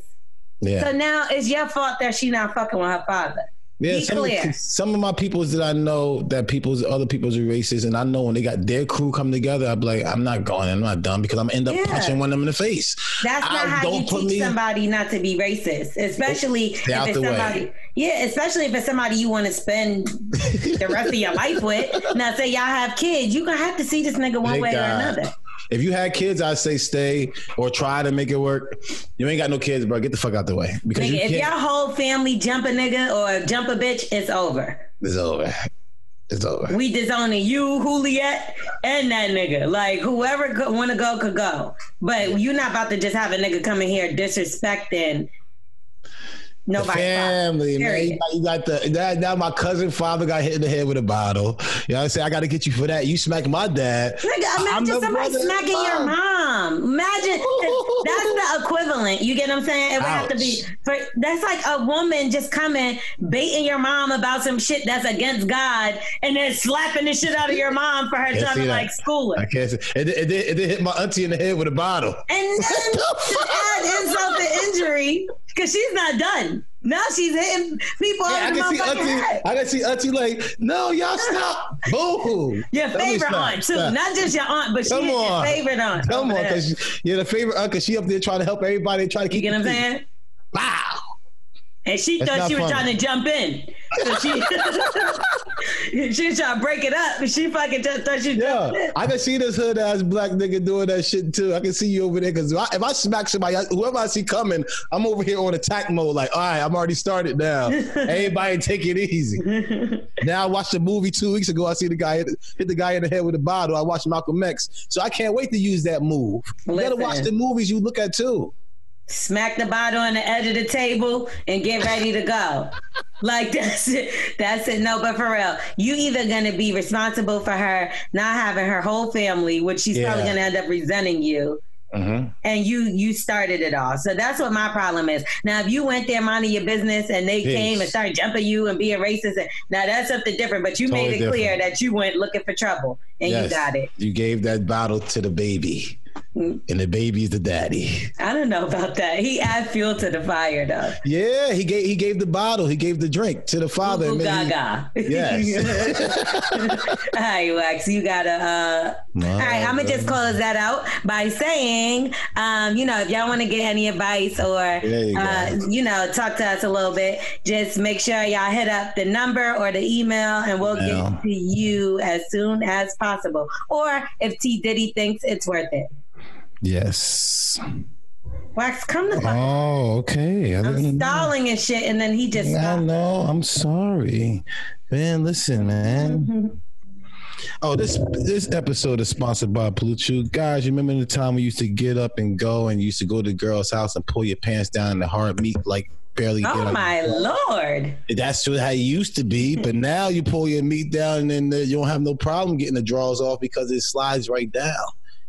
Speaker 2: Yeah.
Speaker 1: So now it's your fault that she not fucking with her father.
Speaker 2: Yeah,
Speaker 1: Be
Speaker 2: some
Speaker 1: clear.
Speaker 2: Of, some of my peoples that I know that people's other peoples are racist, and I know when they got their crew come together, I'm like, I'm not going, I'm not done because I'm gonna end up
Speaker 1: Yeah.
Speaker 2: punching one of them in the face.
Speaker 1: That's not
Speaker 2: I-
Speaker 1: how you
Speaker 2: don't put
Speaker 1: teach
Speaker 2: me-
Speaker 1: somebody not to be racist, especially if
Speaker 2: Stay out
Speaker 1: it's
Speaker 2: the way.
Speaker 1: somebody. Yeah, especially if it's somebody you want to spend the rest of your life with. Now, say y'all have kids, you gonna have to see this nigga one
Speaker 2: Thank
Speaker 1: way
Speaker 2: God.
Speaker 1: or another.
Speaker 2: If you had kids, I'd say stay or try to make it work. You ain't got no kids, bro. Get the fuck out the way because you
Speaker 1: Nigga, if
Speaker 2: can't.
Speaker 1: y'all whole family jump a nigga or jump a bitch, it's over.
Speaker 2: It's over. It's over.
Speaker 1: We disowning you, Juliet, and that nigga. Like whoever go, want to go could go, but you're not about to just have a nigga coming here disrespecting
Speaker 2: The
Speaker 1: nobody.
Speaker 2: family, man. You
Speaker 1: Period.
Speaker 2: got, you got the that, now. My cousin father got hit in the head with a bottle. You know what I'm saying? I got to get you for that. You smack my dad.
Speaker 1: Nigga,
Speaker 2: I'm
Speaker 1: imagine
Speaker 2: the
Speaker 1: somebody
Speaker 2: brother in
Speaker 1: smacking your
Speaker 2: love.
Speaker 1: mom. Imagine that's the equivalent. You get what I'm saying? It would have to be for that's like a woman just coming baiting your mom about some shit that's against God and then slapping the shit out of your mom for her
Speaker 2: Can't
Speaker 1: trying
Speaker 2: see
Speaker 1: to
Speaker 2: that.
Speaker 1: like school
Speaker 2: I
Speaker 1: her.
Speaker 2: can't say it. It, it, it hit my auntie in the head with a bottle.
Speaker 1: And then to add insult to injury, because she's not done. Now she's hitting people
Speaker 2: Yeah, I
Speaker 1: on the
Speaker 2: can see
Speaker 1: motherfucking head.
Speaker 2: Auntie. I can see Auntie like, no, y'all stop. Boo.
Speaker 1: Your
Speaker 2: Tell me
Speaker 1: favorite
Speaker 2: stop,
Speaker 1: aunt too,
Speaker 2: stop.
Speaker 1: not just your aunt, but she's
Speaker 2: Come
Speaker 1: your
Speaker 2: on.
Speaker 1: favorite aunt. Oh
Speaker 2: Come
Speaker 1: over
Speaker 2: on,
Speaker 1: there.
Speaker 2: because you're the favorite aunt, because she up there trying to help everybody, trying to
Speaker 1: you
Speaker 2: keep
Speaker 1: get what I'm
Speaker 2: the peace.
Speaker 1: saying?
Speaker 2: Wow.
Speaker 1: And she
Speaker 2: That's
Speaker 1: thought
Speaker 2: not
Speaker 1: she was trying
Speaker 2: funny.
Speaker 1: to jump in. So she, she was trying to break it up. but She fucking just thought she jumped in.
Speaker 2: Yeah, I can see this hood ass black nigga doing that shit too. I can see you over there because if I, if I smack somebody, I- whoever I see coming, I'm over here on attack mode. Like, all right, I'm already started now. Everybody take it easy. now I watched a movie two weeks ago. I see the guy hit, hit the guy in the head with a bottle. I watched Malcolm X, so I can't wait to use that move. You gotta
Speaker 1: Listen.
Speaker 2: watch the movies you look at too.
Speaker 1: smack the bottle on the edge of the table and get ready to go. like that's it. That's it. No, but for real, you either gonna be responsible for her not having her whole family, which she's probably
Speaker 2: Yeah. Mm-hmm.
Speaker 1: gonna end up resenting you. And you you started it all, so that's what my problem is. Now, if you went there minding your business and they
Speaker 2: Peace.
Speaker 1: came and started jumping you and being racist, and, now that's something different. But you
Speaker 2: Totally
Speaker 1: made it clear that you went looking for trouble and
Speaker 2: Yes.
Speaker 1: you got it. Mm.
Speaker 2: You gave that bottle to the baby, and the baby's the daddy.
Speaker 1: I don't know about that. He added fuel to the fire though.
Speaker 2: Yeah, he gave he gave the bottle. He gave the drink to the father.
Speaker 1: Ooh,
Speaker 2: and then he-
Speaker 1: Gaga.
Speaker 2: Yes.
Speaker 1: All right, Wax, you gotta. Uh, all right, I'm gonna just close that out by saying, um, you know, if y'all want to get any advice or,
Speaker 2: you go.
Speaker 1: uh, you know, talk to us a little bit, just make sure y'all hit up the number or the email, and we'll
Speaker 2: Email.
Speaker 1: get to you as soon as possible. Or if T Diddy thinks it's worth it,
Speaker 2: Yes.
Speaker 1: Wax, come to. fuck
Speaker 2: Oh, okay. I
Speaker 1: I'm
Speaker 2: didn't know.
Speaker 1: stalling and shit, and then he just.
Speaker 2: I
Speaker 1: stopped.
Speaker 2: know. I'm sorry, man.
Speaker 1: Mm-hmm.
Speaker 2: Listen, man. Oh, this this episode is sponsored by Pluchu. Guys, remember the time we used to get up and go, and used to go to girls' house and pull your pants down in the hard meat, like barely. get
Speaker 1: Oh
Speaker 2: on-
Speaker 1: my lord!
Speaker 2: That's what how it used to be, but now you pull your meat down and then you don't have no problem getting the drawers off because it slides right down.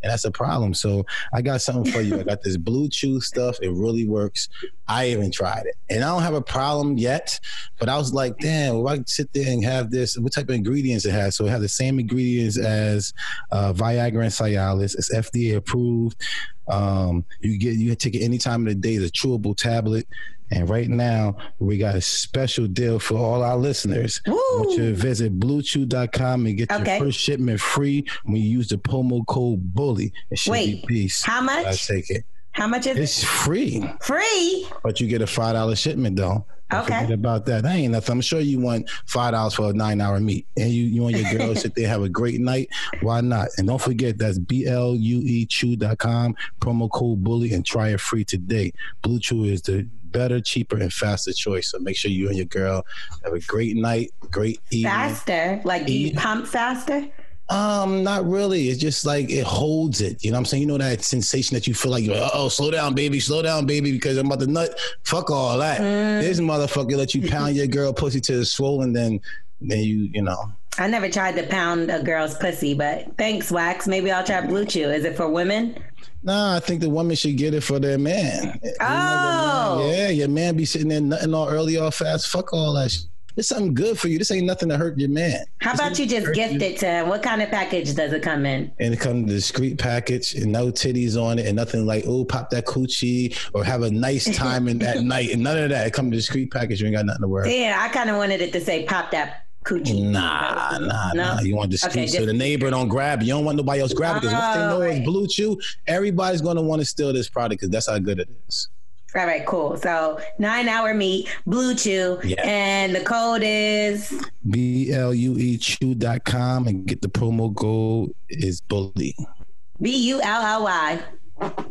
Speaker 2: And that's a problem. So I got something for you. I got this blue chew stuff. It really works. I even tried it. And I don't have a problem yet, but I was like, damn, if I sit there and have this, what type of ingredients it has? So it has the same ingredients as uh, Viagra and Cialis. It's FDA approved. Um, you get you can take it any time of the day. It's a chewable tablet. And right now, we got a special deal for all our listeners. I want you to visit bluechew.com and get
Speaker 1: Okay.
Speaker 2: your first shipment free when you use the promo code BULLY. It should
Speaker 1: Wait,
Speaker 2: be peace.
Speaker 1: how
Speaker 2: I
Speaker 1: much?
Speaker 2: take it.
Speaker 1: How much is it?
Speaker 2: It's free,
Speaker 1: Free?
Speaker 2: but you get a five dollar shipment though. Don't
Speaker 1: Okay.
Speaker 2: Forget about that. That ain't nothing. I'm sure you want five dollars for a nine hour meet, and you you and your girls sit there have a great night. Why not? And don't forget that's b l u e chew.com promo code bully and try it free today. Blue Chew is the better, cheaper, and faster choice. So make sure you and your girl have a great night, great evening.
Speaker 1: Faster? Like do you
Speaker 2: Yeah.
Speaker 1: pump faster?
Speaker 2: Um, not really. It's just like it holds it. You know what I'm saying? You know that sensation that you feel like, uh oh, slow down, baby, slow down, baby, because I'm about to nut. Fuck all that. This motherfucker let you pound your girl pussy to the swollen, then then you, you know.
Speaker 1: I never tried to pound a girl's pussy, but thanks, Wax. Maybe I'll try Blue Chew. Is it for women?
Speaker 2: Nah, I think the woman should get it for their man. You know, the
Speaker 1: Oh.
Speaker 2: man- yeah, your man be sitting there nutting all early, all fast. Fuck all that. Sh- this something good for you. This ain't nothing to hurt your man.
Speaker 1: How about you just gift it to him? What kind of package does it come in?
Speaker 2: and it comes in a discreet package and no titties on it and nothing like oh pop that coochie or have a nice time in that night and none of that. It comes in a discreet package. You ain't got nothing to worry.
Speaker 1: Yeah, I kind of wanted it to say pop that coochie.
Speaker 2: Nah, nah,
Speaker 1: No?
Speaker 2: nah. You want discreet
Speaker 1: Okay,
Speaker 2: so
Speaker 1: just-
Speaker 2: the neighbor don't grab. it. You don't want nobody else grab it because once they
Speaker 1: Oh,
Speaker 2: know
Speaker 1: right.
Speaker 2: it's blue chew, everybody's gonna want to steal this product because that's how good it is.
Speaker 1: All right, cool. So nine hour meet, Blue Chew,
Speaker 2: Yeah.
Speaker 1: and the code is
Speaker 2: B L U E chew.com and get the promo code is bully.
Speaker 1: B U L L Y.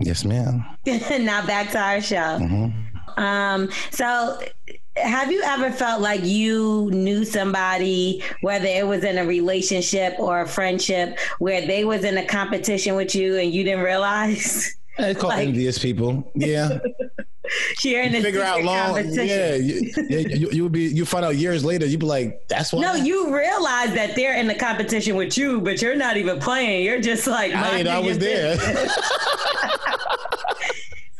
Speaker 2: Yes, ma'am. Mm-hmm.
Speaker 1: now back to our show. Um, so have you ever felt like you knew somebody, whether it was in a relationship or a friendship, where they was in a competition with you and you didn't realize?
Speaker 2: It's called
Speaker 1: Like-
Speaker 2: envious people. Yeah.
Speaker 1: You're in a
Speaker 2: figure out
Speaker 1: secret
Speaker 2: long.
Speaker 1: competition.
Speaker 2: Yeah, you, yeah, you, you would be. You find out years later. You'd be like, "That's why."
Speaker 1: No, you realize that they're in the competition with you, but you're not even playing. You're just like,
Speaker 2: I ain't.
Speaker 1: minding
Speaker 2: I
Speaker 1: your
Speaker 2: was there.
Speaker 1: business.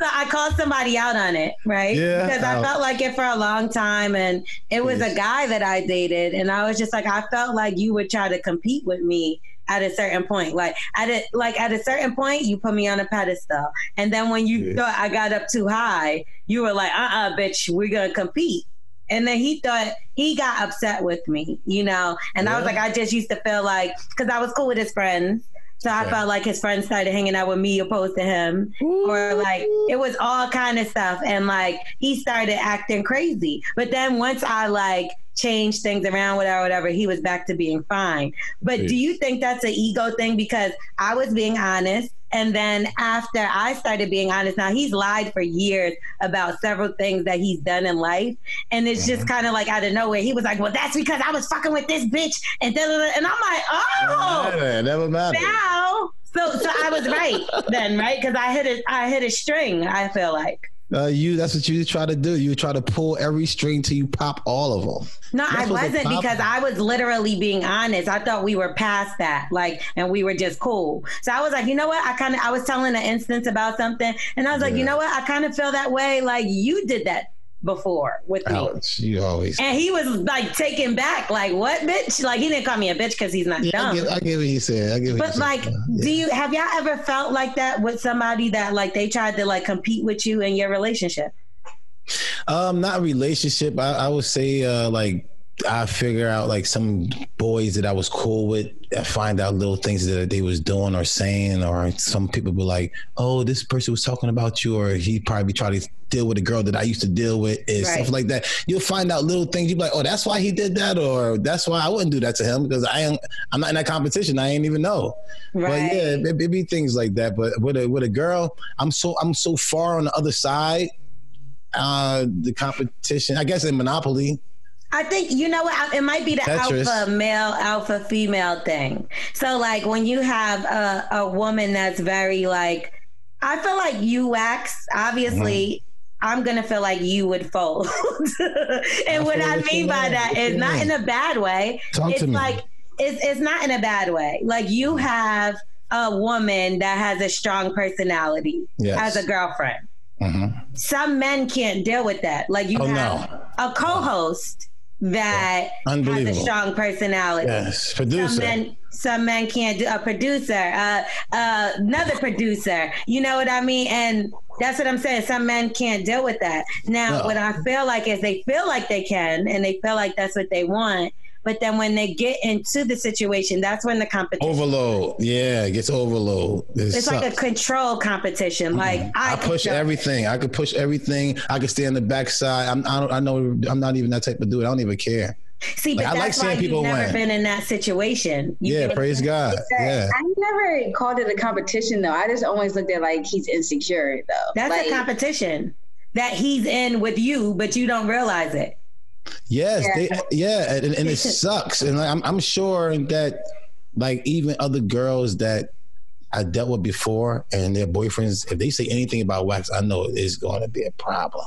Speaker 1: So I called somebody out on it, right?
Speaker 2: Yeah.
Speaker 1: Because I
Speaker 2: Oh.
Speaker 1: felt like it for a long time. And it was a
Speaker 2: Yes.
Speaker 1: guy that I dated. And I was just like, I felt like you would try to compete with me at a certain point. Like at a, like at a certain point, you put me on a pedestal. And then when you
Speaker 2: Yeah.
Speaker 1: thought I got up too high, you were like, uh uh, bitch, we're going to compete. And then he thought he got upset with me, you know? And I was
Speaker 2: Yeah.
Speaker 1: like, I just used to feel like, because I was cool with his friends. So I felt like his friends started hanging out with me opposed to him. Or like it was all kind of stuff. And like he started acting crazy. But then once I like changed things around, whatever, whatever, he was back to being fine. But do you think that's an ego thing? Because I was being honest. And then after I started being honest, now he's lied for years about several things that he's done in life. And it's just kind of like out of nowhere. He was like, Well, that's because I was fucking with this bitch. And, da, da, da. and I'm like, Oh,
Speaker 2: Man, never matter.
Speaker 1: now. So, so I was right then, right? Because I hit a, I hit a string. I feel like.
Speaker 2: Uh, you that's what you try to do. You try to pull every string till you pop all of them.
Speaker 1: No,
Speaker 2: That's
Speaker 1: I
Speaker 2: what's a
Speaker 1: wasn't
Speaker 2: problem.
Speaker 1: because I was literally being honest. I thought we were past that, like, and we were just cool. So I was like, you know what? I kind of I was telling an instance about something, and I was like, you know what? I kind of feel that way. Like you did that before with me.
Speaker 2: Ouch! You always.
Speaker 1: And he was like taken back, like what, bitch? Like he didn't call me a bitch because he's not
Speaker 2: Yeah, I
Speaker 1: dumb.
Speaker 2: get, I get what he said. I get what
Speaker 1: But
Speaker 2: he
Speaker 1: like,
Speaker 2: said.
Speaker 1: do you have y'all ever felt like that with somebody that like they tried to like compete with you in your relationship?
Speaker 2: Um, not relationship. I, I would say uh, like I figure out like some boys that I was cool with. I find out little things that they was doing or saying, or some people be like, "Oh, this person was talking about you," or he probably tried to deal with a girl that I used to deal with, and
Speaker 1: Right.
Speaker 2: stuff like that. You'll find out little things. You be like, "Oh, that's why he did that," or "That's why I wouldn't do that to him because I am I'm not in that competition. I ain't even know."
Speaker 1: Right.
Speaker 2: But yeah, it, it be things like that. But with a with a girl, I'm so I'm so far on the other side. Uh, the competition, I guess, in Monopoly.
Speaker 1: I think you know what I- it might be the
Speaker 2: Tetris.
Speaker 1: alpha male, alpha female thing. So like when you have a, a woman that's very like, I feel like you wax. Obviously,
Speaker 2: Mm-hmm.
Speaker 1: I'm gonna feel like you would fold. and what
Speaker 2: feel
Speaker 1: I
Speaker 2: what you
Speaker 1: mean by
Speaker 2: mean.
Speaker 1: that
Speaker 2: What
Speaker 1: is
Speaker 2: you
Speaker 1: not in
Speaker 2: mean.
Speaker 1: a bad way.
Speaker 2: Talk
Speaker 1: it's
Speaker 2: to me. Mm-hmm.
Speaker 1: like it's it's not in a bad way. Like you have a woman that has a strong personality
Speaker 2: Yes.
Speaker 1: as a girlfriend
Speaker 2: Mhm.
Speaker 1: some men can't deal with that. Like you
Speaker 2: Oh,
Speaker 1: have a co-host that has a
Speaker 2: Unbelievable.
Speaker 1: strong personality.
Speaker 2: Yes,
Speaker 1: Some
Speaker 2: producer.
Speaker 1: men, some men can't do a producer, uh, uh, another producer. You know what I mean? And that's what I'm saying. Some men can't deal with that. Now,
Speaker 2: No.
Speaker 1: what I feel like is they feel like they can, and they feel like that's what they want. But then when they get into the situation, that's when the competition.
Speaker 2: overload. Yeah, it gets overload. Oh, It
Speaker 1: it's like a
Speaker 2: sucks. Mm-hmm.
Speaker 1: control competition. Like I,
Speaker 2: I push
Speaker 1: control-
Speaker 2: everything. I could push everything. I could stay on the backside. I'm, I, don't, I know I'm not even that type of dude. I don't even care.
Speaker 1: See, but
Speaker 2: Like, I like
Speaker 1: that's
Speaker 2: seeing
Speaker 1: why
Speaker 2: people
Speaker 1: you've never
Speaker 2: win.
Speaker 1: been in that situation. You
Speaker 2: yeah,
Speaker 1: get-
Speaker 2: praise God. Yeah.
Speaker 4: I never called it a competition though. I just always looked at like he's insecure though.
Speaker 1: That's
Speaker 4: like,
Speaker 1: a competition that he's in with you, but you don't realize it.
Speaker 2: Yes, They, yeah, and, and it sucks. And like, I'm, I'm sure that like even other girls that I dealt with before and their boyfriends, if they say anything about wax, I know it is going to be a problem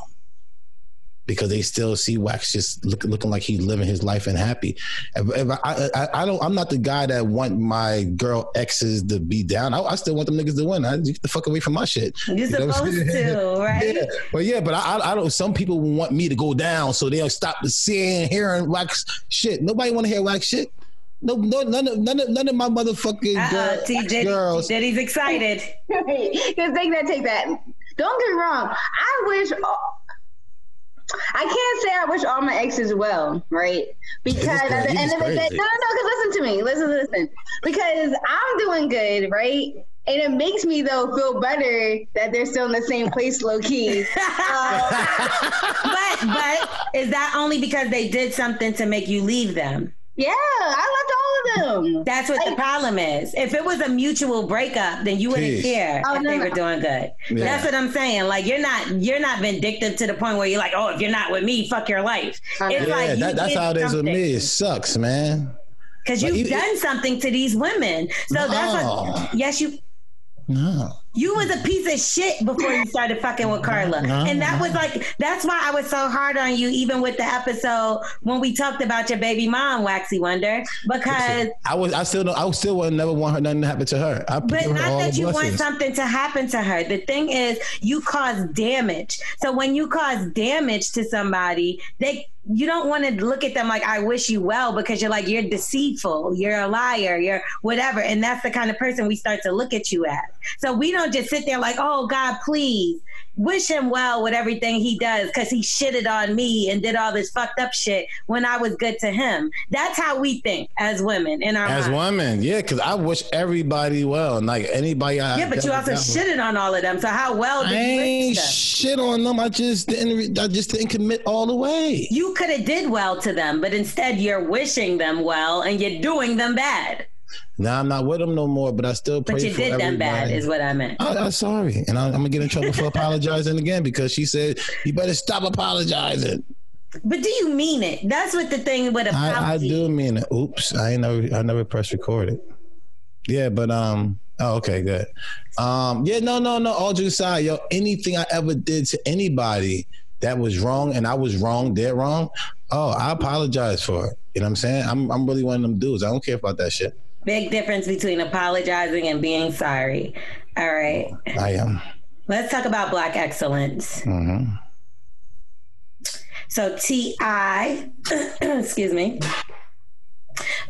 Speaker 2: because they still see wax just look, looking like he's living his life and happy. If, if I, I, I, I don't, I'm not the guy that want my girl exes to be down. I, I still want them niggas to win. I, you get the fuck away from my shit.
Speaker 1: You're
Speaker 2: You know what I'm
Speaker 1: supposed
Speaker 2: saying?
Speaker 1: to, right?
Speaker 2: Yeah, but yeah, but I, I, I don't. Some people want me to go down, so they'll stop seeing, hearing wax shit. Nobody want to hear wax shit. No, no, none of, none of, none of my motherfucking
Speaker 1: Uh-oh,
Speaker 2: girl,
Speaker 1: Uh-uh, T.
Speaker 2: wax
Speaker 1: Diddy,
Speaker 2: girls.
Speaker 1: Diddy's excited.
Speaker 4: Because take that, take that. Don't get me wrong. I wish. All, I can't say I wish all my exes well, right? Because
Speaker 2: This guy,
Speaker 4: at the
Speaker 2: he was
Speaker 4: end of the day,
Speaker 2: crazy.
Speaker 4: no, no, no. Because listen to me, listen, listen. Because I'm doing good, right? And it makes me though feel better that they're still in the same place, Uh, low key.
Speaker 1: But but is that only because they did something to make you leave them?
Speaker 4: Yeah, I loved all of them.
Speaker 1: That's what the problem is. If it was a mutual breakup, then you wouldn't
Speaker 2: Peace.
Speaker 1: care
Speaker 4: Oh,
Speaker 1: if
Speaker 4: no,
Speaker 1: they
Speaker 4: no.
Speaker 1: were doing good.
Speaker 2: Yeah.
Speaker 1: That's what I'm saying. Like you're not you're not vindictive to the point where you're like, oh, if you're not with me, fuck your life.
Speaker 4: I
Speaker 1: It's
Speaker 4: know.
Speaker 2: Yeah,
Speaker 1: like you
Speaker 2: that, that's
Speaker 1: did
Speaker 2: how it is with
Speaker 1: something.
Speaker 2: me. It sucks, man.
Speaker 1: Because
Speaker 2: Like,
Speaker 1: you've
Speaker 2: you-
Speaker 1: done something to these women. So that's
Speaker 2: No.
Speaker 1: what, yes, you
Speaker 2: No,
Speaker 1: you was a piece of shit before you started fucking with Carla.
Speaker 2: No,
Speaker 1: and that
Speaker 2: no.
Speaker 1: was like that's why I was so hard on you even with the episode when we talked about your baby mom, Waxy Wonder. Because
Speaker 2: I was, I still don't, I still would never want her nothing to happen to her. I
Speaker 1: But
Speaker 2: give her all
Speaker 1: not that
Speaker 2: the
Speaker 1: you want
Speaker 2: blessings.
Speaker 1: something to happen to her. The thing is, you cause damage. So when you cause damage to somebody, they you don't want to look at them like I wish you well because you're like you're deceitful, you're a liar, you're whatever, and that's the kind of person we start to look at you as. So we don't don't just sit there like, oh God, please wish him well with everything he does because he shitted on me and did all this fucked up shit when I was good to him. That's how we think as women in our
Speaker 2: As
Speaker 1: minds.
Speaker 2: women, yeah, because I wish everybody well, and like anybody. I
Speaker 1: Yeah, but you also shitted on all of them. So how well
Speaker 2: I
Speaker 1: did you
Speaker 2: ain't
Speaker 1: wish them?
Speaker 2: shit on them. I just didn't. I just didn't commit all the way.
Speaker 1: you could have did well to them, but instead you're wishing them well and you're doing them bad.
Speaker 2: Now I'm not with them no more, but I still pray
Speaker 1: But you
Speaker 2: for
Speaker 1: did them bad
Speaker 2: everybody.
Speaker 1: is what I meant.
Speaker 2: I, I'm sorry, and I, I'm gonna get in trouble for apologizing again because she said you better stop apologizing.
Speaker 1: But do you mean it? That's what the thing with apology.
Speaker 2: I, I do mean it. Oops, I ain't never I never press recorded. Yeah, but um oh okay, good. Um yeah, no, no, no, all due side, yo, anything I ever did to anybody that was wrong and I was wrong, they're wrong. Oh, I apologize for it. You know what I'm saying? I'm I'm really one of them dudes. I don't care about that shit.
Speaker 1: Big difference between apologizing and being sorry. All right.
Speaker 2: I am.
Speaker 1: Let's talk about black excellence.
Speaker 2: hmm
Speaker 1: So T.I., excuse me.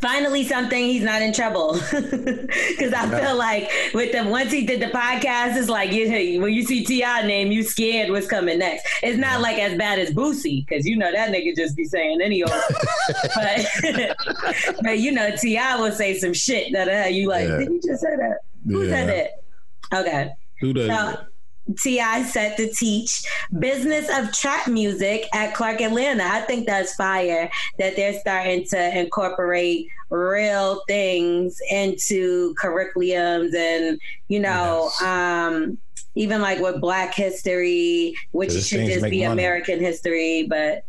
Speaker 1: Finally, something he's not in trouble because I feel like with the once he did the podcast, it's like you, when you see Ti name, you scared what's coming next. It's not like as bad as Boosie because you know that nigga just be saying any old, but but you know Ti will say some shit that uh, you like.
Speaker 2: Yeah.
Speaker 1: Did you just say that? Who said
Speaker 2: Yeah.
Speaker 1: it? Okay.
Speaker 2: Who does
Speaker 1: So, T.I. set to teach business of trap music at Clark Atlanta. I think that's fire that they're starting to incorporate real things into curriculums and, you know,
Speaker 2: Yes.
Speaker 1: um, even like with Black history, which
Speaker 2: Those
Speaker 1: should
Speaker 2: things
Speaker 1: just
Speaker 2: make
Speaker 1: be
Speaker 2: money.
Speaker 1: American history, but,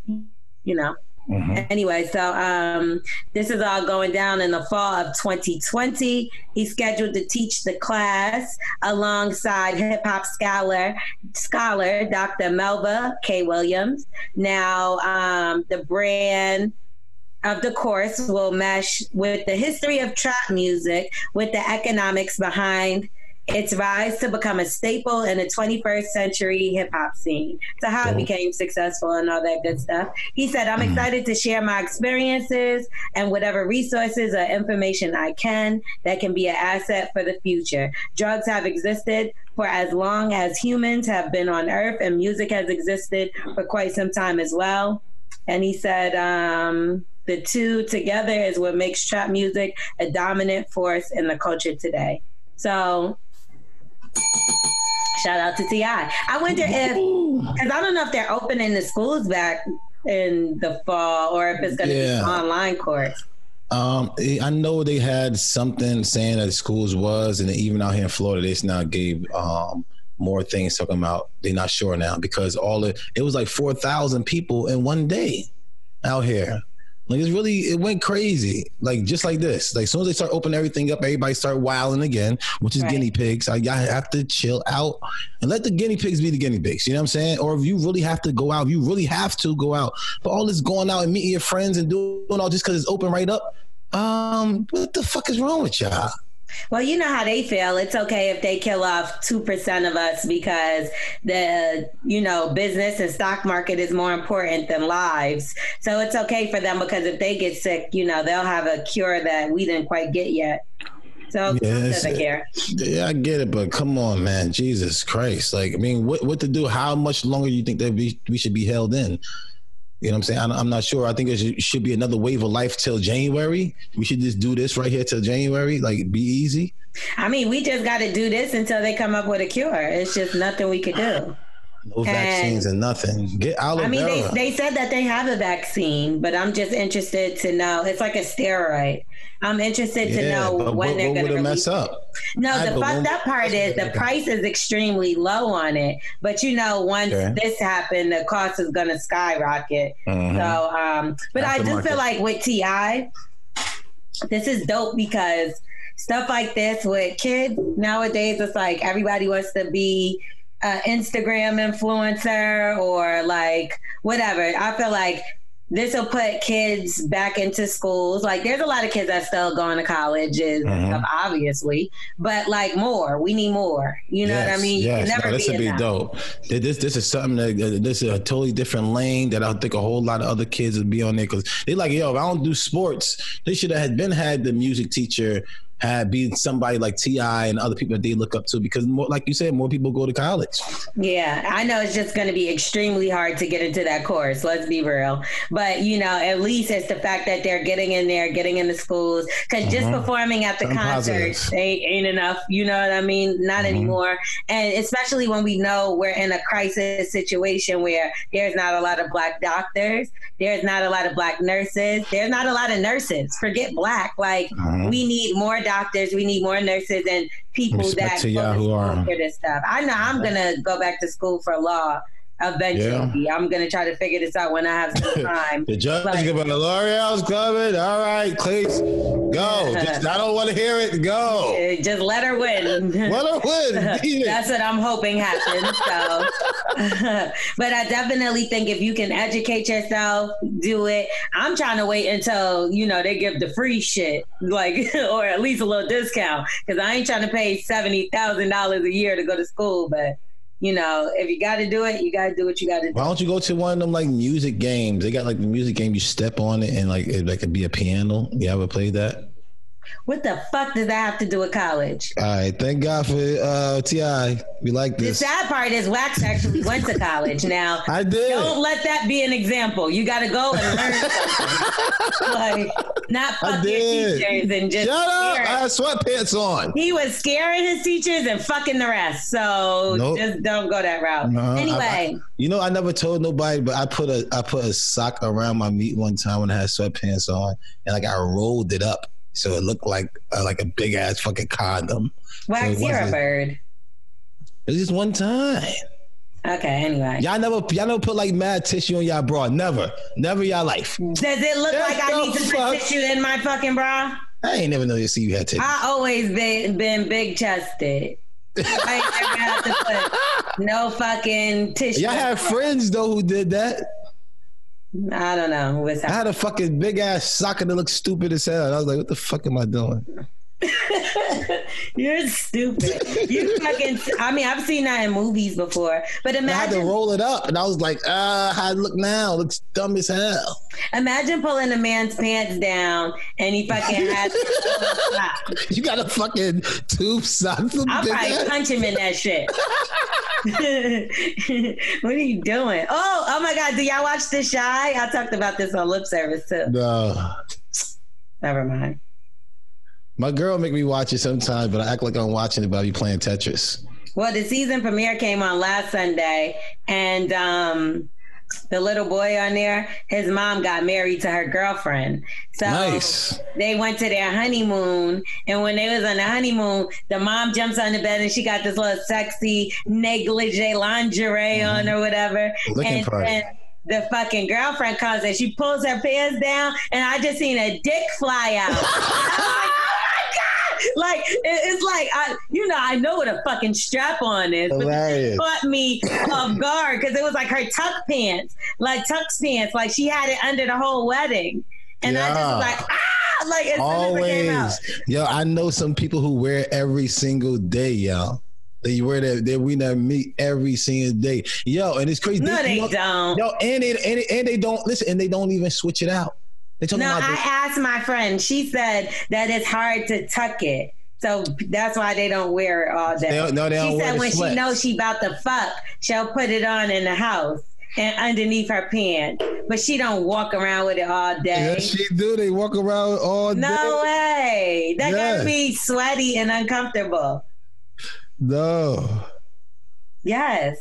Speaker 1: you know.
Speaker 2: Mhm.
Speaker 1: Anyway, so um, this is all going down in the fall of 2020. He's scheduled to teach the class alongside hip hop scholar scholar Dr. Melva K. Williams. Now, um, the brand of the course will mesh with the history of trap music with the economics behind its rise to become a staple in the 21st century hip hop scene. So, how it became successful and all that good stuff. He said, I'm excited to share my experiences and whatever resources or information I can that can be an asset for the future. Drugs have existed for as long as humans have been on earth, and music has existed for quite some time as well. And he said, um, the two together is what makes trap music a dominant force in the culture today. So, shout out to Ti. I wonder if, because I don't know if they're opening the schools back in the fall or if it's going to
Speaker 2: Yeah.
Speaker 1: be online course.
Speaker 2: Um, eh, I know they had something saying that schools was, and even out here in Florida, they just now gave um more things talking about they're not sure now because all the it was like four thousand people in one day out here. Like it's really it went crazy. Like just like this. Like as soon as they start opening everything up, everybody start wilding again, which is
Speaker 1: Right.
Speaker 2: guinea pigs. I y'all have to chill out and let the guinea pigs be the guinea pigs. You know what I'm saying? Or if you really have to go out, if you really have to go out. But all this going out and meeting your friends and doing all just because it's open right up. Um, what the fuck is wrong with y'all?
Speaker 1: Well, you know how they feel. It's okay if they kill off 2% of us because the, you know, business and stock market is more important than lives. So it's okay for them because if they get sick, you know, they'll have a cure that we didn't quite get yet. So
Speaker 2: Yeah,
Speaker 1: who
Speaker 2: it's-
Speaker 1: doesn't care.
Speaker 2: Yeah, I get it, but come on, man, Jesus Christ! Like, I mean, what what to do? How much longer do you think that we we should be held in? You know what I'm saying? I'm, I'm not sure. I think it should, should be another wave of life till January. We should just do this right here till January. Like, be easy.
Speaker 1: I mean, we just got to do this until they come up with a cure. It's just nothing we could do.
Speaker 2: No vaccines and nothing. Get aloe
Speaker 1: I mean, they,
Speaker 2: vera.
Speaker 1: they said that they have a vaccine, but I'm just interested to know. It's like a steroid. I'm interested to
Speaker 2: yeah,
Speaker 1: know
Speaker 2: but
Speaker 1: when
Speaker 2: what,
Speaker 1: they're
Speaker 2: what
Speaker 1: going
Speaker 2: would
Speaker 1: to
Speaker 2: it mess up?
Speaker 1: No,
Speaker 2: I-
Speaker 1: the
Speaker 2: but
Speaker 1: fucked
Speaker 2: when-
Speaker 1: up part is the price is extremely low on it. But you know, once
Speaker 2: Okay.
Speaker 1: this happened, the cost is gonna skyrocket. So, um, but I do
Speaker 2: Mm-hmm. Aftermarket.
Speaker 1: feel like with Ti, this is dope because stuff like this with kids nowadays, it's like everybody wants to be an Instagram influencer or like whatever. I feel like this will put kids back into schools. Like, there's a lot of kids that still going to colleges, and
Speaker 2: Mhm.
Speaker 1: stuff, obviously, but like more. We need more. You know what I mean? You can
Speaker 2: Yes, no, this would be
Speaker 1: enough.
Speaker 2: dope. Th- This this is something that uh, this is a totally different lane that I think a whole lot of other kids would be on there because they like yo, if I don't do sports, they should have been had the music teacher had be somebody like Ti and other people that they look up to because more, like you said, more people go to college.
Speaker 1: Yeah, I know it's just going to be extremely hard to get into that course. Let's be real, but you know, at least it's the fact that they're getting in there, getting into schools. Because just
Speaker 2: Mhm.
Speaker 1: performing at the
Speaker 2: Something positive. Mm-hmm.
Speaker 1: concerts they ain't enough. You know what I mean? Not anymore. And especially when we know we're in a crisis situation where there's not a lot of black doctors, there's not a lot of black nurses, there's not a lot of nurses. Forget black. Like
Speaker 2: Mhm.
Speaker 1: we need more doctors, we need more nurses, and people
Speaker 2: Respect
Speaker 1: that
Speaker 2: to
Speaker 1: go
Speaker 2: y'all
Speaker 1: to
Speaker 2: who
Speaker 1: school
Speaker 2: are-
Speaker 1: for this stuff. I know I'm gonna go back to school for law eventually. I'm gonna try to figure this out when I have some time.
Speaker 2: The judge
Speaker 1: Like-
Speaker 2: give the L'Oreal's coming. All right, Cleese, go. Just- I don't want to hear it. Go.
Speaker 1: Uh, Just let her win.
Speaker 2: Well, it would. Beat it.
Speaker 1: That's what I'm hoping happens. So, but I definitely think if you can educate yourself, do it. I'm trying to wait until you know they give the free shit, like or at least a little discount, because I ain't trying to pay seventy thousand dollars a year to go to school. But you know, if you got to do it, you got to do what you got to do.
Speaker 2: Why don't you go to one of them like music games? They got like the music game. You step on it and like it like could be a piano. You ever played that?
Speaker 1: What the fuck does that have to do with college?
Speaker 2: All right. Thank God for uh Ti. We like
Speaker 1: The
Speaker 2: this.
Speaker 1: sad part is Wax actually went to college. Now
Speaker 2: I did.
Speaker 1: Don't let that be an example. You got to go and learn something. like, not
Speaker 2: I
Speaker 1: fuck your
Speaker 2: did.
Speaker 1: teachers and just.
Speaker 2: Shut up!
Speaker 1: scare-
Speaker 2: I had sweatpants on.
Speaker 1: He was scaring his teachers and fucking the rest. So
Speaker 2: Nope.
Speaker 1: just don't go that route.
Speaker 2: No, I-
Speaker 1: anyway,
Speaker 2: I- You know, I never told nobody, but I put a I put a sock around my meat one time when I had sweatpants on, and like I rolled it up so it looked like uh, like a big ass fucking condom.
Speaker 1: wax,
Speaker 2: it
Speaker 1: you're a
Speaker 2: wasn't-
Speaker 1: bird.
Speaker 2: It was just one time.
Speaker 1: Okay, anyway.
Speaker 2: Y'all never y'all never put like mad tissue on y'all bra. Never, never in y'all life.
Speaker 1: Does it look
Speaker 2: Yes,
Speaker 1: like I
Speaker 2: no,
Speaker 1: need to
Speaker 2: fuck.
Speaker 1: put tissue in my fucking bra?
Speaker 2: I ain't never know you see you had tissue.
Speaker 1: I always been been big chested. I ain't never had to put no fucking tissue.
Speaker 2: Y'all had friends though who did that.
Speaker 1: I don't know what's
Speaker 2: I
Speaker 1: happening.
Speaker 2: had a fucking big ass sock and it looked stupid as hell. And I was like, what the fuck am I doing?
Speaker 1: You're stupid. You fucking. I mean, I've seen that in movies before, but
Speaker 2: And I had to
Speaker 1: imagine,
Speaker 2: roll it up and I was like, uh, how it look now? It looks dumb as hell.
Speaker 1: imagine pulling a man's pants down and he fucking has.
Speaker 2: You got a fucking tube sock. Some
Speaker 1: I'll
Speaker 2: big
Speaker 1: probably
Speaker 2: ass-
Speaker 1: punch him in that shit. what are you doing? Oh, oh my God! Do y'all watch The Shy? I talked about this on Lip Service too.
Speaker 2: No.
Speaker 1: Never mind.
Speaker 2: My girl make me watch it sometimes, but I act like I'm watching it, but I be playing Tetris.
Speaker 1: Well, the season premiere came on last Sunday, and um, the little boy on there, his mom got married to her girlfriend. So
Speaker 2: Nice.
Speaker 1: they went to their honeymoon, and when they was on the honeymoon, the mom jumps on the bed and she got this little sexy negligee lingerie on or whatever,
Speaker 2: Looking
Speaker 1: and
Speaker 2: for it.
Speaker 1: then the fucking girlfriend comes and she pulls her pants down, and I just seen a dick fly out. I was like, "Oh my God!" Like it- it's like I, you know, I know what a fucking strap on is, but
Speaker 2: Hilarious.
Speaker 1: caught me off guard because it was like her tuck pants, like tux pants, like she had it under the whole wedding, and I just was
Speaker 2: Yeah.
Speaker 1: like ah, like as soon as it came out.
Speaker 2: Always. Yo, I know some people who wear it every single day, yo. They wear that they we never meet every single day. Yo, and it's crazy.
Speaker 1: No, they
Speaker 2: yo,
Speaker 1: don't.
Speaker 2: Yo, and they, and they and they don't listen, and they don't even switch it out. They talking
Speaker 1: No,
Speaker 2: about
Speaker 1: I
Speaker 2: this-
Speaker 1: asked my friend. She said that it's hard to tuck it. So that's why they don't wear it all day.
Speaker 2: They don't- no, they
Speaker 1: she
Speaker 2: don't wear
Speaker 1: said
Speaker 2: the
Speaker 1: when she
Speaker 2: sweats.
Speaker 1: knows she about to fuck, she'll put it on in the house and underneath her pants. But she don't walk around with it all day.
Speaker 2: Yes, she do. They walk around all
Speaker 1: no uh,
Speaker 2: day.
Speaker 1: way. That
Speaker 2: Yes.
Speaker 1: gotta be sweaty and uncomfortable.
Speaker 2: No.
Speaker 1: Yes.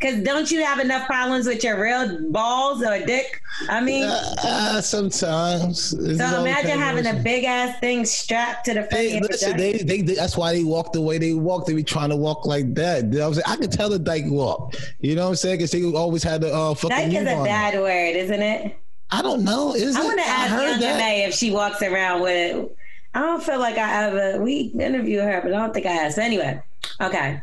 Speaker 1: Cause don't you have enough problems with your real balls or dick? I mean,
Speaker 2: Uh, uh, sometimes. It's
Speaker 1: so
Speaker 2: all
Speaker 1: imagine
Speaker 2: depending
Speaker 1: having
Speaker 2: on-
Speaker 1: a big ass thing strapped to the front.
Speaker 2: They,
Speaker 1: of your
Speaker 2: listen,
Speaker 1: vagina.
Speaker 2: they, they, they- that's why they walk the way they walk. They be trying to walk like that. I was like, I could tell the dyke walk. You know what I'm saying? Because they always had the uh, fucking.
Speaker 1: Dyke is
Speaker 2: mute
Speaker 1: a
Speaker 2: on.
Speaker 1: bad word, isn't it?
Speaker 2: I don't know. Is
Speaker 1: I
Speaker 2: it?
Speaker 1: want to ask
Speaker 2: heard
Speaker 1: Young
Speaker 2: that.
Speaker 1: May if she walks around with it. I don't feel like I ever we interviewed her, but I don't think I asked. Anyway, okay.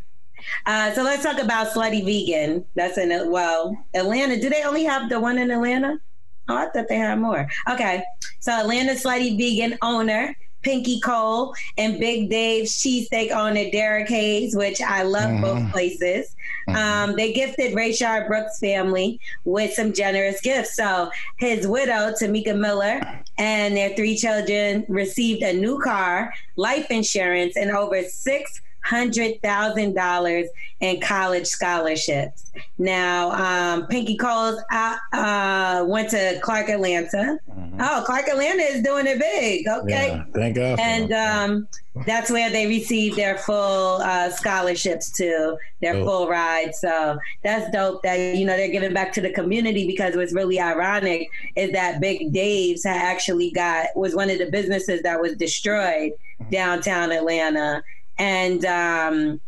Speaker 1: Uh, so let's talk about Slutty Vegan. That's in well Atlanta. Do they only have the one in Atlanta? Oh, I thought they had more. Okay, so Atlanta Slutty Vegan owner Pinky Cole and Big Dave's cheesesteak owner Derek Hayes, which I love
Speaker 2: Mhm.
Speaker 1: both places. Um, they gifted Rayshard Brooks' family with some generous gifts. So his widow, Tamika Miller, and their three children received a new car, life insurance, and over six hundred thousand dollars in college scholarships. Now, um, Pinky Coles uh, uh, went to Clark Atlanta. Oh, Clark Atlanta is doing it big. Okay.
Speaker 2: Yeah, thank God. for
Speaker 1: And
Speaker 2: that.
Speaker 1: um, that's where they received their full uh, scholarships to their
Speaker 2: Dope.
Speaker 1: full ride. So that's dope that, you know, they're giving back to the community because what's really ironic is that Big Dave's had actually got, was one of the businesses that was destroyed downtown Atlanta. And um,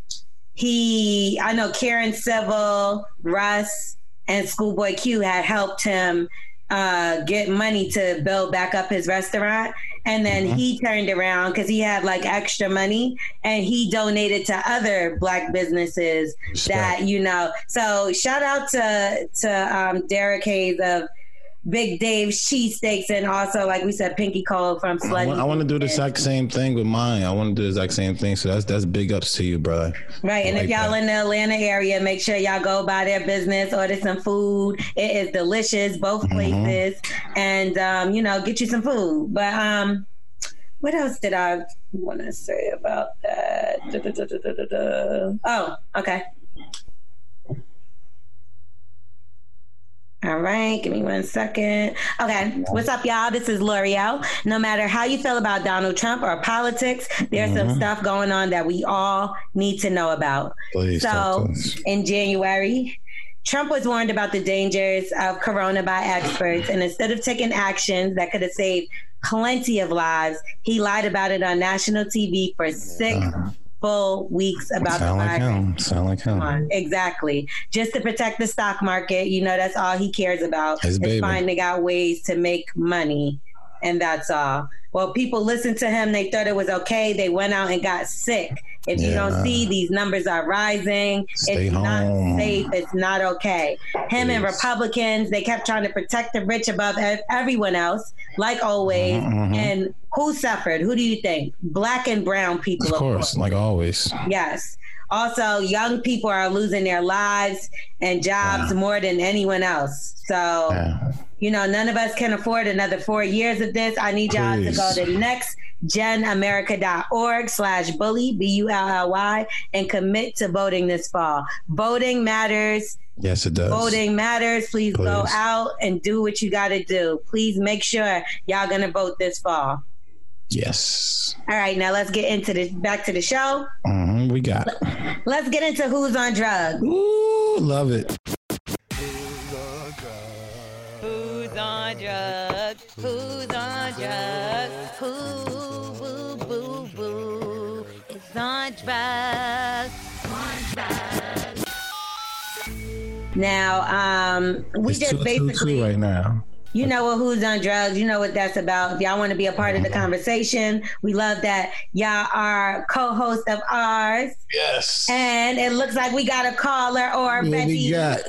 Speaker 1: he, I know Karen Seville, Russ, and Schoolboy Q had helped him uh, get money to build back up his restaurant. And then
Speaker 2: Mm-hmm.
Speaker 1: he turned around because he had like extra money and he donated to other black businesses that, you know. So shout out to to um, Derek Hayes of Big Dave's Cheesesteaks and also, like we said, Pinky Cole from
Speaker 2: I
Speaker 1: Slutty.
Speaker 2: want, I want to do the exact same thing with mine. I want to do the exact same thing. So that's that's big ups to you, brother.
Speaker 1: Right, and
Speaker 2: I
Speaker 1: if
Speaker 2: like
Speaker 1: y'all
Speaker 2: that.
Speaker 1: in the Atlanta area, make sure y'all go by their business, order some food. It is delicious, both
Speaker 2: Mm-hmm.
Speaker 1: places, and um, you know, get you some food. But um, what else did I want to say about that? Da, da, da, da, da, da, da. Oh, okay. All right, give me one second. Okay, what's up, y'all? This is L'Oreal. No matter how you feel about Donald Trump or politics, there's some stuff going on that we all need to know about.
Speaker 2: Please. talk
Speaker 1: So
Speaker 2: to us.
Speaker 1: in January, Trump was warned about the dangers of corona by experts, and instead of taking actions that could have saved plenty of lives, he lied about it on national TV for six full weeks about the
Speaker 2: Uh-huh. Uh, sound like
Speaker 1: virus.
Speaker 2: him. Sound like him.
Speaker 1: on. Exactly. Just to protect the stock market, you know, that's all he cares about
Speaker 2: His
Speaker 1: is
Speaker 2: baby.
Speaker 1: finding out ways to make money. And that's all. Well, people listened to him. They thought it was okay. They went out and got sick. If you
Speaker 2: Yeah.
Speaker 1: don't see these numbers are rising,
Speaker 2: Stay
Speaker 1: it's
Speaker 2: home.
Speaker 1: not safe. It's not okay. Him and
Speaker 2: Please.
Speaker 1: Republicans, they kept trying to protect the rich above ev- everyone else, like always.
Speaker 2: Mhm, mhm.
Speaker 1: And who suffered? Who do you think? Black and brown people,
Speaker 2: Of course, like always.
Speaker 1: Yes. Also, young people are losing their lives and jobs more than anyone else. So,
Speaker 2: Yeah.
Speaker 1: you know, none of us can afford another four years of this. I need y'all to go
Speaker 2: Please.
Speaker 1: to nextgenamerica.org slash bully, B U L L Y, and commit to voting this fall. Voting matters.
Speaker 2: Yes, it does.
Speaker 1: Voting matters. Please, go
Speaker 2: Please.
Speaker 1: out and do what you got to do. Please make sure y'all going to vote this fall.
Speaker 2: Yes.
Speaker 1: All right, now let's get into the back to the show.
Speaker 2: hmm We got. it.
Speaker 1: Let's get into who's on drugs.
Speaker 2: Ooh, love it.
Speaker 7: Who's on drugs? Who's on drugs? Who, boo, boo, boo, is on drugs?
Speaker 1: Now, um, we
Speaker 2: It's
Speaker 1: just
Speaker 2: two, two, two
Speaker 1: basically,
Speaker 2: right now.
Speaker 1: you know what who's on drugs, you know what that's about. If y'all want to be a part of the
Speaker 2: Mm-hmm.
Speaker 1: conversation, we love that y'all are co-hosts of ours,
Speaker 2: Yes.
Speaker 1: and it looks like we got a caller or
Speaker 2: Who we
Speaker 1: Betty.
Speaker 2: got?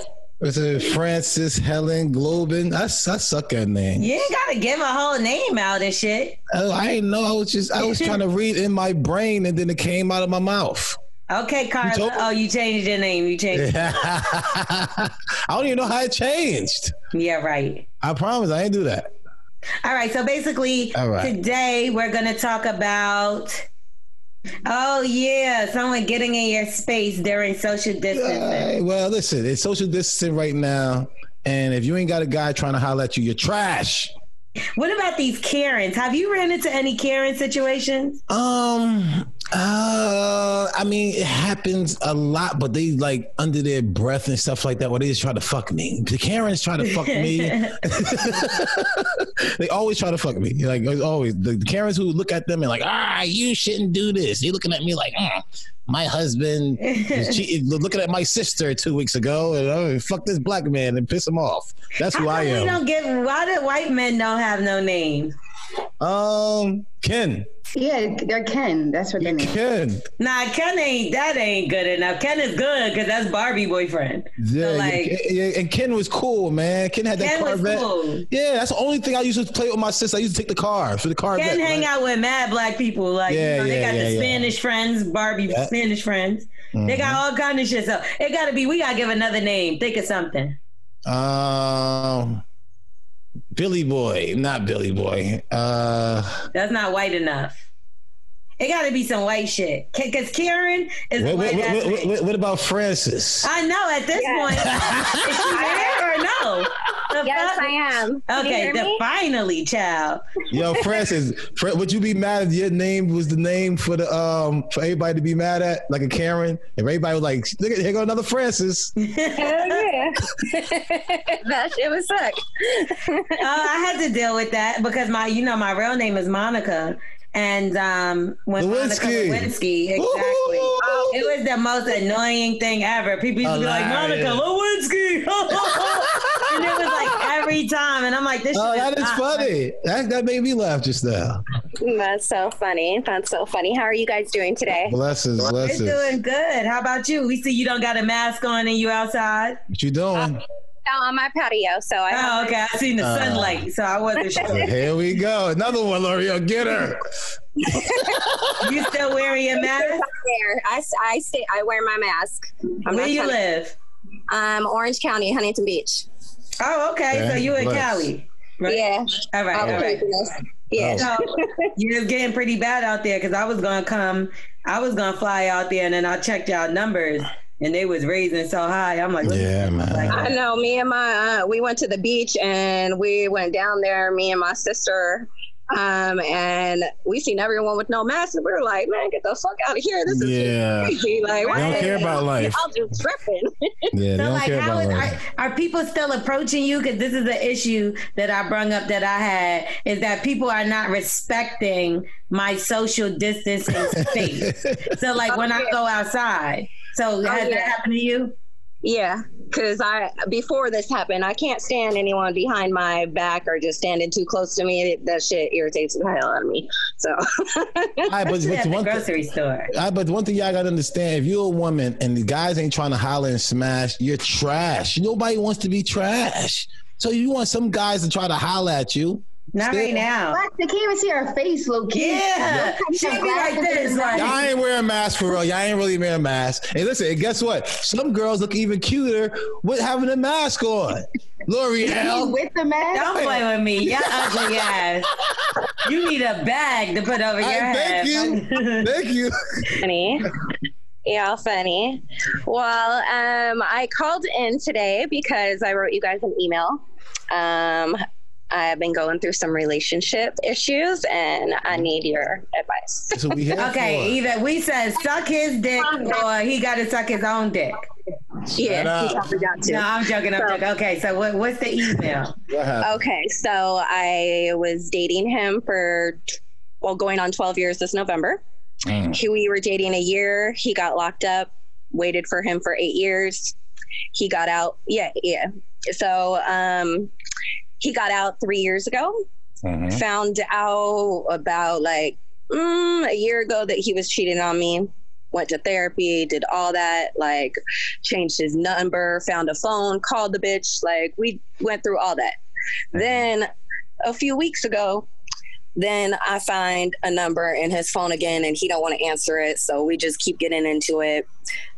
Speaker 2: Is it Francis Helen Globin? I, I suck at names.
Speaker 1: You ain't gotta give a whole name out and shit.
Speaker 2: Oh, I didn't know. I was just I was trying to read in my brain, and then it came out of my mouth.
Speaker 1: Okay, Carla.
Speaker 2: told-
Speaker 1: oh, you changed your name. You changed.
Speaker 2: I don't even know how it changed.
Speaker 1: yeah right.
Speaker 2: I promise I ain't do that.
Speaker 1: All right. So basically,
Speaker 2: All right.
Speaker 1: today we're going to talk about. Oh yeah, someone getting in your space during social distancing.
Speaker 2: Hey, well, listen, it's social distancing right now, and if you ain't got a guy trying to holler at you, you're trash.
Speaker 1: What about these Karens? Have you ran into any Karen situations?
Speaker 2: Um, uh, I mean, it happens a lot, but they like under their breath and stuff like that. Where they just try to fuck me. The Karens try to fuck me. they always try to fuck me. Like it's always the Karens who look at them and like, ah, you shouldn't do this. They looking at me like, mm, my husband was cheating, looking at my sister two weeks ago, and oh, fuck this black man and piss him off. That's who I
Speaker 1: We
Speaker 2: am.
Speaker 1: don't get why the white men don't have no name.
Speaker 2: Um, Ken.
Speaker 4: Yeah, they're Ken. That's what they mean.
Speaker 2: Ken.
Speaker 1: Nah, Ken ain't that ain't good enough. Ken is good because that's Barbie boyfriend.
Speaker 2: Yeah,
Speaker 1: so
Speaker 2: yeah,
Speaker 1: like
Speaker 2: Ken- yeah, and Ken was cool, man. Ken had that
Speaker 1: Ken was
Speaker 2: Corvette.
Speaker 1: cool.
Speaker 2: Yeah, that's the only thing I used to play with my sister. I used to take the car for the Corvette.
Speaker 1: Ken hang
Speaker 2: right?
Speaker 1: out with mad black people. Like
Speaker 2: Yeah,
Speaker 1: you know, they
Speaker 2: yeah,
Speaker 1: got
Speaker 2: yeah,
Speaker 1: the
Speaker 2: yeah.
Speaker 1: Spanish friends, Barbie Spanish friends. They got all kind of shit. So it gotta be. We gotta give another name. Think of something.
Speaker 2: Mm. Um, Billy Boy, not Billy Boy. Uh,
Speaker 1: That's not white enough. It gotta be some white shit. Ca- Cause Karen is
Speaker 2: what,
Speaker 1: the white.
Speaker 2: what,
Speaker 1: ass
Speaker 2: what,
Speaker 1: bitch.
Speaker 2: what, what, what about Francis?
Speaker 1: I know at this
Speaker 8: Yes.
Speaker 1: point. is she there or no? The
Speaker 8: Yes,
Speaker 1: fuck?
Speaker 8: I am. Can you
Speaker 1: Okay,
Speaker 8: hear
Speaker 1: the
Speaker 8: me?
Speaker 1: finally, child.
Speaker 2: Yo, Francis, Fran- would you be mad if your name was the name for the um for everybody to be mad at, like a Karen? If everybody was like, look at here go another Francis.
Speaker 8: Hell Oh, yeah. that shit was suck.
Speaker 1: Oh, I had to deal with that because my, you know, my real name is Monica, and um, when
Speaker 2: Lewinsky.
Speaker 1: Monica Lewinsky, exactly,
Speaker 2: Woo-hoo.
Speaker 1: it was the most annoying thing ever. People used to be like
Speaker 2: Hilarious.
Speaker 1: Monica Lewinsky, and it was like every time, and I'm like, this.
Speaker 2: Oh,
Speaker 1: shit
Speaker 2: that is
Speaker 1: not-
Speaker 2: funny. That that made me laugh just now.
Speaker 8: That's so funny. That's so funny. How are you guys doing today?
Speaker 2: Blessings,
Speaker 1: It's
Speaker 2: blessings.
Speaker 1: doing good. How about you? We see you don't got a mask on and you outside.
Speaker 2: What you
Speaker 1: Ah.
Speaker 2: doing?
Speaker 8: Now on my patio, so I
Speaker 1: Oh, okay. I seen the
Speaker 2: Uh.
Speaker 1: sunlight, so I wasn't sure.
Speaker 2: Here we go. Another one, L'Oreal. Get her.
Speaker 1: You still wearing your mask?
Speaker 8: there. I, I stay. I wear my mask. I'm
Speaker 1: Where
Speaker 8: not
Speaker 1: you
Speaker 8: trying-
Speaker 1: live?
Speaker 8: Um, Orange County, Huntington Beach.
Speaker 1: Oh, okay.
Speaker 2: Yeah,
Speaker 1: so you in
Speaker 2: bless.
Speaker 1: Cali, right?
Speaker 8: Yeah. Oh,
Speaker 1: All right. All right.
Speaker 8: Yeah.
Speaker 2: Oh.
Speaker 1: So you're getting pretty bad out there because I was gonna come, I was gonna fly out there, and then I checked y'all numbers, and they was raising so high. I'm like, what the
Speaker 2: Yeah,
Speaker 1: fuck?
Speaker 2: man.
Speaker 1: Like,
Speaker 8: I know. Me and my uh, we went to the beach and we went down there. Me and my sister, um, and we seen everyone with no masks. And we were like, "Man, get the fuck out of here! This is
Speaker 3: Yeah.
Speaker 8: crazy!" Like,
Speaker 3: They don't care about life.
Speaker 8: Y'all just tripping.
Speaker 1: so
Speaker 2: Yeah, they don't
Speaker 1: like,
Speaker 2: care
Speaker 1: how
Speaker 2: about
Speaker 1: is,
Speaker 2: that.
Speaker 1: are, are people still approaching you? Because this is an issue that I brung up that I had is that people are not respecting my social distancing space. So like when I go outside, so has
Speaker 8: yeah.
Speaker 1: that happened to you?
Speaker 8: Yeah, because I before this happened, I can't stand anyone behind my back or just standing too close to me. It- That shit irritates the hell out of me. So
Speaker 2: All right, but,
Speaker 1: At
Speaker 2: but
Speaker 1: the
Speaker 2: one thing-
Speaker 1: grocery store.
Speaker 2: I, but one thing y'all gotta understand: if you're a woman and the guys ain't trying to holler and smash, you're trash. Nobody wants to be trash. So you want some guys to try to holler at you.
Speaker 1: Not
Speaker 2: Still-
Speaker 1: right now.
Speaker 4: Black, they can't even see our face, low key.
Speaker 1: Yeah. She be like this, like-
Speaker 2: Y'all ain't wearing masks for real. Y'all ain't really wearing masks. And listen, and guess what? Some girls look even cuter with having a mask on.
Speaker 4: He's
Speaker 2: L'Oreal.
Speaker 4: with the mask.
Speaker 1: Don't play with me. Your ugly ass. You need a bag to put over your
Speaker 2: Hey,
Speaker 1: head.
Speaker 2: thank you. Thank you.
Speaker 8: funny. Yeah, funny. Well, um, I called in today because I wrote you guys an email. Um, I've been going through some relationship issues, and I need your advice.
Speaker 2: That's what we here
Speaker 1: Okay,
Speaker 2: for.
Speaker 1: either we said suck his dick or he got to suck his own dick.
Speaker 8: yeah,
Speaker 2: up.
Speaker 8: you probably got to.
Speaker 1: No, I'm joking. I'm joking. Okay, so what, what's the email?
Speaker 2: What happened?
Speaker 8: Okay, so I was dating him for t- well, going on 12 years this November.
Speaker 2: Mm.
Speaker 8: He- We were dating a year. He got locked up. Waited for him for eight years. He got out. Yeah, yeah. So um, he got out three years ago.
Speaker 2: Mhm.
Speaker 8: Found out about like mm, a year ago that he was cheating on me. Went to therapy, did all that, like changed his number, found a phone, called the bitch. Like we went through all that. Then a few weeks ago, then I find a number in his phone again and he don't want to answer it. So we just keep getting into it.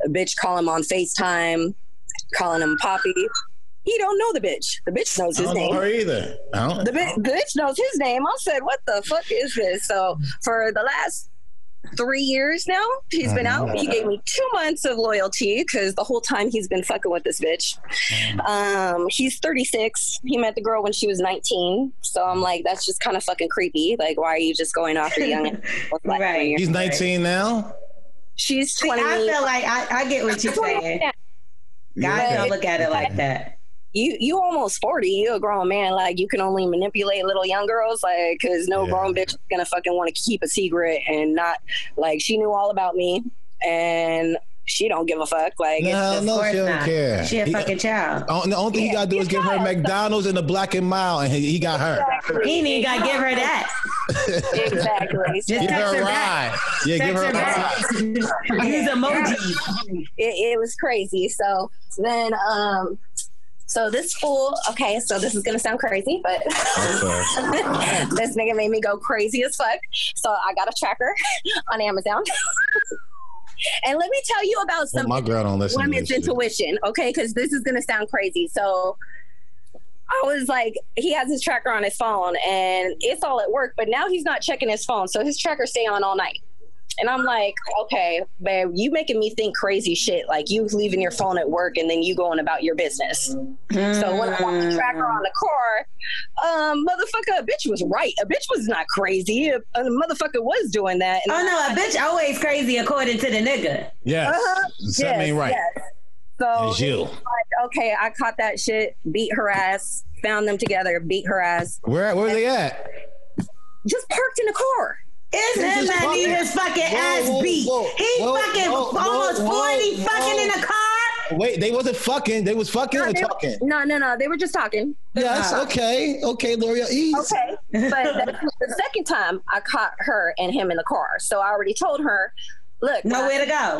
Speaker 8: A bitch call him on FaceTime, calling him Poppy. He don't know the bitch. The bitch knows
Speaker 2: I
Speaker 8: his
Speaker 2: don't know
Speaker 8: name
Speaker 2: her either. I don't-
Speaker 8: the, bi- the bitch knows his name. I said, what the fuck is this? So for the last three years now, he's been out. He gave me two months of loyalty because the whole time he's been fucking with this bitch. Um, he's 36. He met the girl when she was 19. So I'm like, that's just kind of fucking creepy. Like, why are you just going after young?
Speaker 1: Right.
Speaker 2: He's 19 now.
Speaker 8: She's
Speaker 1: See,
Speaker 8: 20.
Speaker 1: I feel like I, I get what you're saying. Guys don't look at it like that.
Speaker 8: you you almost 40 you a grown man like you can only manipulate little young girls like because no
Speaker 2: Yeah.
Speaker 8: grown bitch is gonna fucking want to keep a secret and not like she knew all about me and she don't give a fuck. Like, it's
Speaker 2: No,
Speaker 8: just,
Speaker 2: no,
Speaker 1: course
Speaker 2: she don't
Speaker 1: not.
Speaker 2: care.
Speaker 1: She a
Speaker 2: He-
Speaker 1: fucking child.
Speaker 2: Oh, The only thing he
Speaker 8: Yeah,
Speaker 2: got to do
Speaker 8: you
Speaker 2: is give her
Speaker 8: guys.
Speaker 2: McDonald's and a black and mild, and he, he got her.
Speaker 8: exactly.
Speaker 1: He ain't gotta give her that.
Speaker 8: exactly. So
Speaker 1: Just
Speaker 2: Give
Speaker 1: Text
Speaker 2: her a
Speaker 1: her
Speaker 2: ride. Yeah, give
Speaker 1: Text
Speaker 2: her a
Speaker 1: her back.
Speaker 2: ride.
Speaker 1: Use emojis.
Speaker 8: it, it was crazy. So then, um, so this fool, okay, so this is gonna sound crazy, but
Speaker 2: Okay.
Speaker 8: this nigga made me go crazy as fuck. So I got a tracker on Amazon. and let me tell you about
Speaker 2: Well,
Speaker 8: some
Speaker 2: my girl don't listen. To this
Speaker 8: women's
Speaker 2: shit.
Speaker 8: intuition, okay? Because this is gonna sound crazy. So I was like, he has his tracker on his phone, and it's all at work. But now he's not checking his phone, so his tracker stay on all night. And I'm like, okay, babe, you making me think crazy shit. Like you leaving your phone at work and then you going about your business. So when I walked the tracker
Speaker 1: Mm.
Speaker 8: on the car, um, motherfucker, a bitch was right. A bitch was not crazy. A, a motherfucker was doing that. And
Speaker 1: Oh no, a bitch always crazy according to the nigga.
Speaker 2: Yes. Something ain't right.
Speaker 8: Uh-huh. yes. Oh, So
Speaker 2: It's you.
Speaker 8: like, okay, I caught that shit, beat her ass, found them together, beat her ass,
Speaker 2: Where where they at?
Speaker 8: just parked in the car.
Speaker 1: Isn't
Speaker 2: He just
Speaker 1: that
Speaker 2: fucking-
Speaker 1: need his fucking
Speaker 2: Whoa,
Speaker 1: ass
Speaker 2: whoa,
Speaker 1: beat?
Speaker 2: whoa,
Speaker 1: he
Speaker 2: whoa,
Speaker 1: fucking
Speaker 2: whoa,
Speaker 1: almost
Speaker 2: whoa,
Speaker 1: 40
Speaker 2: whoa.
Speaker 1: fucking in a car.
Speaker 2: Wait, they wasn't fucking. They was fucking or
Speaker 8: they-
Speaker 2: talking.
Speaker 8: No, no, no, they were just talking.
Speaker 2: Yes. Okay. Okay, L'Oreal. Ease.
Speaker 8: Okay, but that was the second time I caught her and him in the car, so I already told her, look,
Speaker 1: Nowhere to go.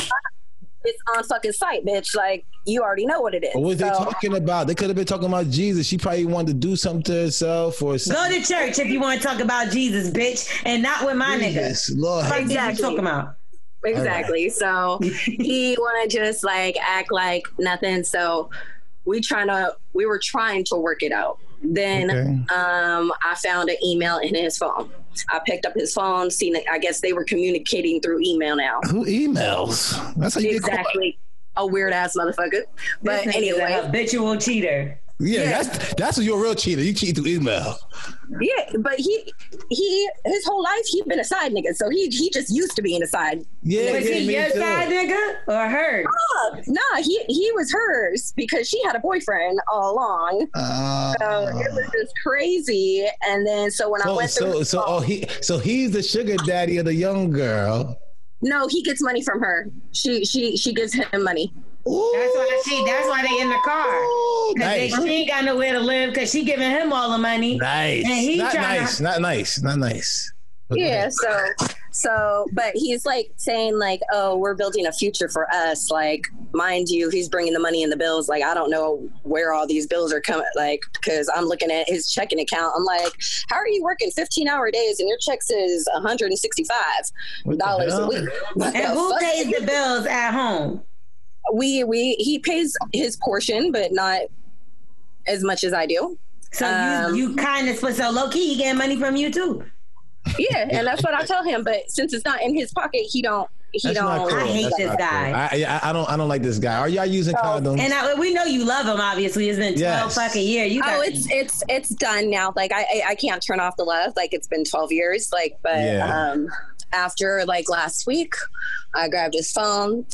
Speaker 8: it's on fucking site, bitch. Like you already know what it is.
Speaker 2: What was they
Speaker 8: So-
Speaker 2: talking about? They could have been talking about Jesus. She probably wanted to do something to herself or
Speaker 1: Go
Speaker 2: something.
Speaker 1: to church if you want to talk about Jesus, bitch, and not with my nigga.
Speaker 2: Jesus, Lord.
Speaker 1: Fuck did you
Speaker 8: Exactly.
Speaker 1: talking about?
Speaker 8: Exactly. So he want to just like act like nothing. So we trying to we were trying to work it out. Then
Speaker 2: Okay.
Speaker 8: um, I found an email in his phone. I picked up his phone. Seen it. I guess they were communicating through email now.
Speaker 2: Who emails? That's how you get caught.
Speaker 8: Exactly. A weird ass motherfucker. But
Speaker 1: This nigga's a
Speaker 8: anyway,
Speaker 1: habitual cheater.
Speaker 2: Yeah, that's that's when you're a real cheater. You cheat through email.
Speaker 8: yeah. But he he his whole life he been a side nigga. So he he just used to being a side.
Speaker 2: Yeah,
Speaker 1: Was
Speaker 2: yeah,
Speaker 1: he
Speaker 2: me
Speaker 1: your
Speaker 2: too.
Speaker 1: side nigga or her?
Speaker 8: Fuck, Nah, he he was hers because she had a boyfriend all along.
Speaker 2: Uh,
Speaker 8: So it was just crazy. And then so when I
Speaker 2: Oh, so
Speaker 8: went through,
Speaker 2: so so oh, he so he's the sugar daddy of the young girl.
Speaker 8: no, he gets money from her. She she she gives him money.
Speaker 2: Ooh,
Speaker 1: That's why she. That's why they in the car. Cause they,
Speaker 2: nice,
Speaker 1: she ain't got nowhere to live because she giving him all the money.
Speaker 2: nice,
Speaker 1: And he
Speaker 2: not
Speaker 1: tryna-
Speaker 2: nice, not nice, not nice.
Speaker 8: Yeah. So so, but he's like saying like, oh, we're building a future for us. Like, mind you, he's bringing the money and the bills. Like, I don't know where all these bills are coming. Like, because I'm looking at his checking account. I'm like, how are you working 15 hour days and your check says 165
Speaker 2: What the
Speaker 8: dollars a
Speaker 2: hell?
Speaker 8: week? What
Speaker 1: And
Speaker 8: the
Speaker 1: who
Speaker 8: fuck?
Speaker 1: pays the bills at home?
Speaker 8: we we he pays his portion but not as much as i do
Speaker 1: So
Speaker 8: Um,
Speaker 1: you you kind of split. So low key, he getting money from you too.
Speaker 8: yeah and that's what i tell him but since it's not in his pocket he don't he
Speaker 2: That's
Speaker 8: don't
Speaker 2: not cool.
Speaker 1: I hate
Speaker 2: That's
Speaker 1: this
Speaker 2: not cool.
Speaker 1: guy.
Speaker 2: I, I I don't I don't like this guy. Are y'all using
Speaker 8: Oh,
Speaker 2: condoms?
Speaker 1: And I, we know you love him. Obviously, it's been twelve
Speaker 2: Yes.
Speaker 1: fucking year. You got
Speaker 8: oh it's it's it's done now like I, I i can't turn off the love like it's been 12 years like but
Speaker 2: Yeah.
Speaker 8: um after like last week i grabbed his phone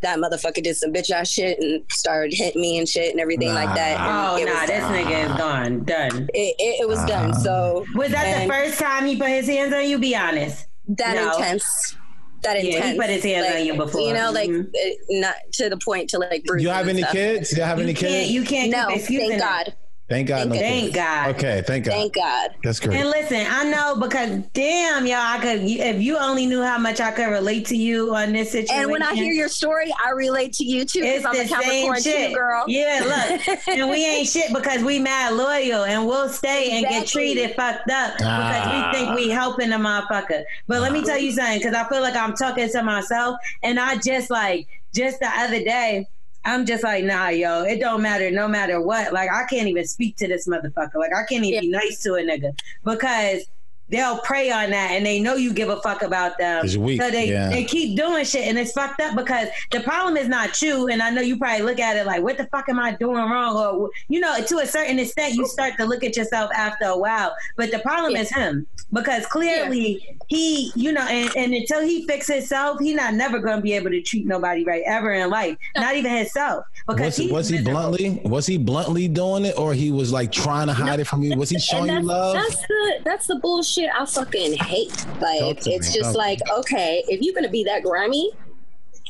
Speaker 8: that motherfucker did some bitch ass shit and started hitting me and shit and everything like that.
Speaker 1: Oh
Speaker 8: and it
Speaker 1: nah,
Speaker 8: was,
Speaker 1: this nigga is gone. Done.
Speaker 8: it, it, it was done. So
Speaker 1: Was that
Speaker 8: and
Speaker 1: the first time he put his hands on you? Be honest.
Speaker 8: that
Speaker 1: No.
Speaker 8: intense. That
Speaker 1: he
Speaker 8: intense.
Speaker 1: put his hands
Speaker 8: like,
Speaker 1: on you before.
Speaker 8: know, like
Speaker 1: Mhm.
Speaker 8: it, not to the point to like. bruise
Speaker 2: you have
Speaker 8: and
Speaker 2: any
Speaker 8: stuff.
Speaker 2: kids? You have
Speaker 1: You
Speaker 2: any
Speaker 1: can't.
Speaker 2: kids?
Speaker 1: You can't.
Speaker 8: No,
Speaker 1: keep excusing
Speaker 8: thank
Speaker 1: it.
Speaker 8: God.
Speaker 2: thank God. no
Speaker 1: Thank
Speaker 2: kids.
Speaker 1: God.
Speaker 2: Okay, thank God.
Speaker 8: Thank God.
Speaker 2: That's great.
Speaker 1: And listen, I know because damn y'all, I could if you only knew how much I could relate to you on this situation.
Speaker 8: And when I hear your story, I relate to you too. 'cause
Speaker 1: it's
Speaker 8: I'm a
Speaker 1: the same
Speaker 8: Capricorn
Speaker 1: shit,
Speaker 8: too, girl.
Speaker 1: Yeah, look, and we ain't shit because we mad loyal and we'll stay and get
Speaker 8: Exactly.
Speaker 1: treated fucked up
Speaker 2: Ah.
Speaker 1: because we think we helping the motherfucker. But let me tell you something, because I feel like I'm talking to myself, and I just like just the other day. I'm just like, nah, yo, it don't matter no matter what. Like, I can't even speak to this motherfucker. Like, I can't even be nice to a nigga because they'll prey on that and they know you give a fuck about them.
Speaker 2: It's weak,
Speaker 1: So they,
Speaker 2: yeah.
Speaker 1: they keep doing shit and it's fucked up because the problem is not you. And I know you probably look at it like, what the fuck am I doing wrong? Or, you know, to a certain extent, you start to look at yourself after a while. But the problem
Speaker 8: Yeah.
Speaker 1: is him because clearly he, you know, and, and until he fix himself, he not never going to be able to treat nobody right ever in life, not even himself. Because
Speaker 2: was,
Speaker 1: he's
Speaker 2: was he
Speaker 1: miserable.
Speaker 2: bluntly? Was he bluntly doing it, or he was like trying to hide it from you? Was he showing you
Speaker 8: that's,
Speaker 2: love?
Speaker 8: that's the that's the bullshit I fucking hate. Like
Speaker 2: Talk to
Speaker 8: it's
Speaker 2: me,
Speaker 8: just
Speaker 2: talk.
Speaker 8: like okay, if you're gonna be that grimy,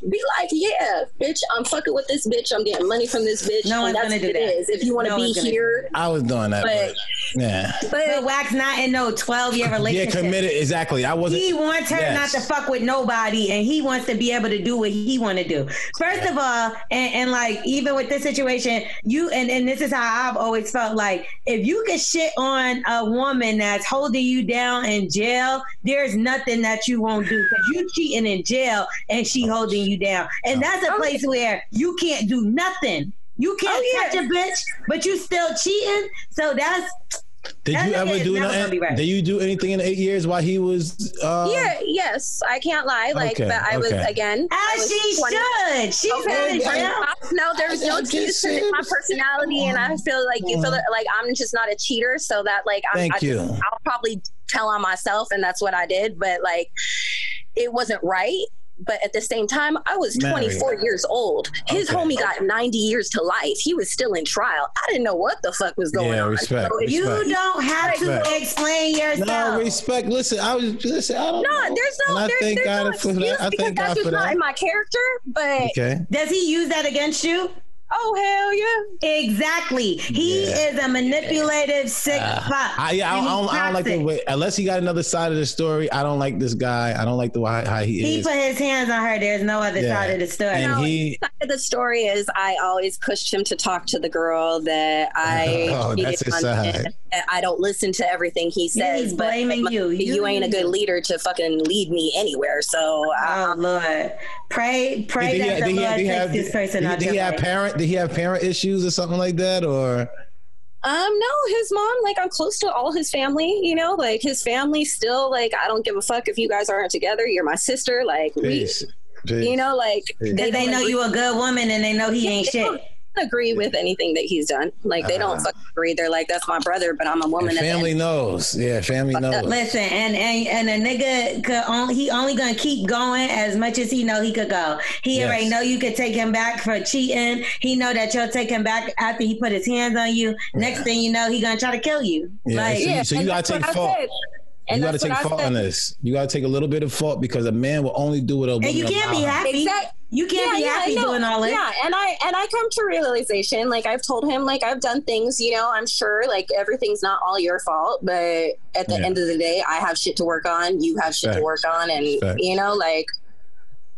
Speaker 8: be like, yeah, bitch, I'm fucking with this bitch. I'm getting money from this bitch.
Speaker 1: No one's
Speaker 8: and that's
Speaker 1: gonna
Speaker 8: what
Speaker 1: do
Speaker 8: it
Speaker 1: that.
Speaker 8: is. If you want to
Speaker 1: No
Speaker 8: be
Speaker 1: one's gonna do
Speaker 8: here,
Speaker 2: I was doing that.
Speaker 8: But-
Speaker 2: but yeah.
Speaker 8: but
Speaker 1: But Wax not in no 12 year
Speaker 2: Yeah,
Speaker 1: relationship.
Speaker 2: committed. Exactly. I wasn't.
Speaker 1: He wants her
Speaker 2: Yes.
Speaker 1: not to fuck with nobody, and he wants to be able to do what he want to do. First of all, and, and like even with this situation, you and and this is how I've always felt like if you could shit on a woman that's holding you down in jail, there's nothing that you won't do because you cheating in jail and she holding you down, and that's a place where you can't do nothing. You can't
Speaker 6: Oh, yeah.
Speaker 1: touch a bitch, but you still cheating. So that's
Speaker 2: Did
Speaker 1: That
Speaker 2: you
Speaker 1: nigga
Speaker 2: ever
Speaker 1: is
Speaker 2: do
Speaker 1: never gonna
Speaker 2: nothing?
Speaker 1: be right.
Speaker 2: Did you do anything in the eight years while he was? Uh,
Speaker 8: yeah, yes, I can't lie. Like,
Speaker 2: Okay,
Speaker 8: but I was
Speaker 2: okay.
Speaker 8: again. I
Speaker 1: as
Speaker 8: was
Speaker 1: she
Speaker 8: 20.
Speaker 1: should. She's
Speaker 8: Okay,
Speaker 1: holding
Speaker 8: like,
Speaker 1: down.
Speaker 8: I- no, there's no
Speaker 2: I
Speaker 8: excuse.
Speaker 2: just
Speaker 8: It's my
Speaker 2: said-
Speaker 8: personality, and I feel like you feel that- like I'm just not a cheater. So that like I'm,
Speaker 2: Thank
Speaker 8: I just-
Speaker 2: you.
Speaker 8: I'll probably tell on myself, and that's what I did. But like, it wasn't right. But at the same time, I was
Speaker 2: Married.
Speaker 8: 24 years old. His
Speaker 2: Okay.
Speaker 8: homie got 90 years to life. He was still in trial. I didn't know what the fuck was going
Speaker 2: Yeah,
Speaker 8: on.
Speaker 2: respect,
Speaker 8: So if
Speaker 1: You
Speaker 8: you-
Speaker 2: Respect.
Speaker 1: don't have to
Speaker 2: Respect.
Speaker 1: explain yourself.
Speaker 2: No respect. Listen, I was listen. I don't. know.
Speaker 8: no, there's no,
Speaker 2: And I
Speaker 8: there's,
Speaker 2: thank
Speaker 8: there's
Speaker 2: God
Speaker 8: no
Speaker 2: for
Speaker 8: excuse
Speaker 2: that. I
Speaker 8: because
Speaker 2: thank
Speaker 8: that's
Speaker 2: God for
Speaker 8: just not
Speaker 2: that.
Speaker 8: in my character. But
Speaker 2: Okay.
Speaker 1: Does he use that against you?
Speaker 8: oh hell yeah,
Speaker 1: Exactly. He
Speaker 2: Yeah. Uh,
Speaker 1: is a manipulative sick fuck.
Speaker 2: I, yeah, I,
Speaker 1: And
Speaker 2: don't- I
Speaker 1: he's
Speaker 2: don't, I don't like the
Speaker 1: toxic.
Speaker 2: way, unless he got another side of the story. I don't like this guy. I don't like the way how he,
Speaker 1: He
Speaker 2: is.
Speaker 1: put his hands on her. There's no other
Speaker 2: Yeah.
Speaker 1: side of the story.
Speaker 2: and he,
Speaker 8: side of the story is I always pushed him to talk to the girl that I
Speaker 2: Oh, that's his
Speaker 8: cheated on
Speaker 2: side.
Speaker 8: with. I don't listen to everything he says.
Speaker 1: He's
Speaker 8: but
Speaker 1: blaming you.
Speaker 8: You,
Speaker 1: You-
Speaker 8: ain't a good leader to fucking lead me anywhere. So
Speaker 1: Oh
Speaker 8: I,
Speaker 1: Lord, pray, pray
Speaker 2: did he,
Speaker 1: that
Speaker 2: did
Speaker 1: the
Speaker 2: he-
Speaker 1: Lord
Speaker 2: did he
Speaker 1: takes
Speaker 2: have,
Speaker 1: this person
Speaker 2: did,
Speaker 1: out
Speaker 2: did
Speaker 1: your
Speaker 2: he have
Speaker 1: life.
Speaker 2: parent? Did he have parent issues or something like that? Or
Speaker 8: um, no, his mom. Like I'm close to all his family. You know, like his family still. Like I don't give a fuck if you guys aren't together. You're my sister. Like we,
Speaker 2: peace,
Speaker 8: you know, like
Speaker 2: Peace.
Speaker 1: Cause they
Speaker 8: don't
Speaker 1: know
Speaker 8: agree-
Speaker 1: you a good woman and they know he
Speaker 8: Yeah,
Speaker 1: ain't
Speaker 8: they
Speaker 1: shit.
Speaker 8: don't agree with anything that he's done. Like they don't
Speaker 2: Ah.
Speaker 8: fucking agree. They're like, that's my brother, but I'm a woman.
Speaker 2: And
Speaker 8: at the end
Speaker 2: family knows. Yeah, family knows.
Speaker 1: uh, Listen, and, and and a nigga could only he only gonna keep going as much as he know he could go. He
Speaker 2: Yes.
Speaker 1: already know you could take him back for cheating. He know that you'll take him back after he put his hands on you. Next thing you know, he gonna try to kill you.
Speaker 2: Yeah,
Speaker 1: like
Speaker 2: so, so you
Speaker 8: and
Speaker 2: gotta
Speaker 8: that's
Speaker 2: take
Speaker 8: what I
Speaker 2: fault.
Speaker 8: said.
Speaker 2: You
Speaker 8: And
Speaker 2: gotta
Speaker 8: that's
Speaker 2: take
Speaker 8: what I
Speaker 2: fault
Speaker 8: said.
Speaker 2: on this. You gotta take a little bit of fault because a man will only do what a woman.
Speaker 1: and you can't be
Speaker 2: allows.
Speaker 1: happy.
Speaker 8: Exact-
Speaker 1: You can't be
Speaker 8: I
Speaker 1: happy
Speaker 8: know.
Speaker 1: doing all this.
Speaker 8: Yeah, and I and I come to realization. Like I've told him, like I've done things. You know, I'm sure like everything's not all your fault, but at the
Speaker 2: Yeah.
Speaker 8: end of the day, I have shit to work on. You have shit to
Speaker 2: Facts.
Speaker 8: work on, and
Speaker 2: Facts.
Speaker 8: you know, like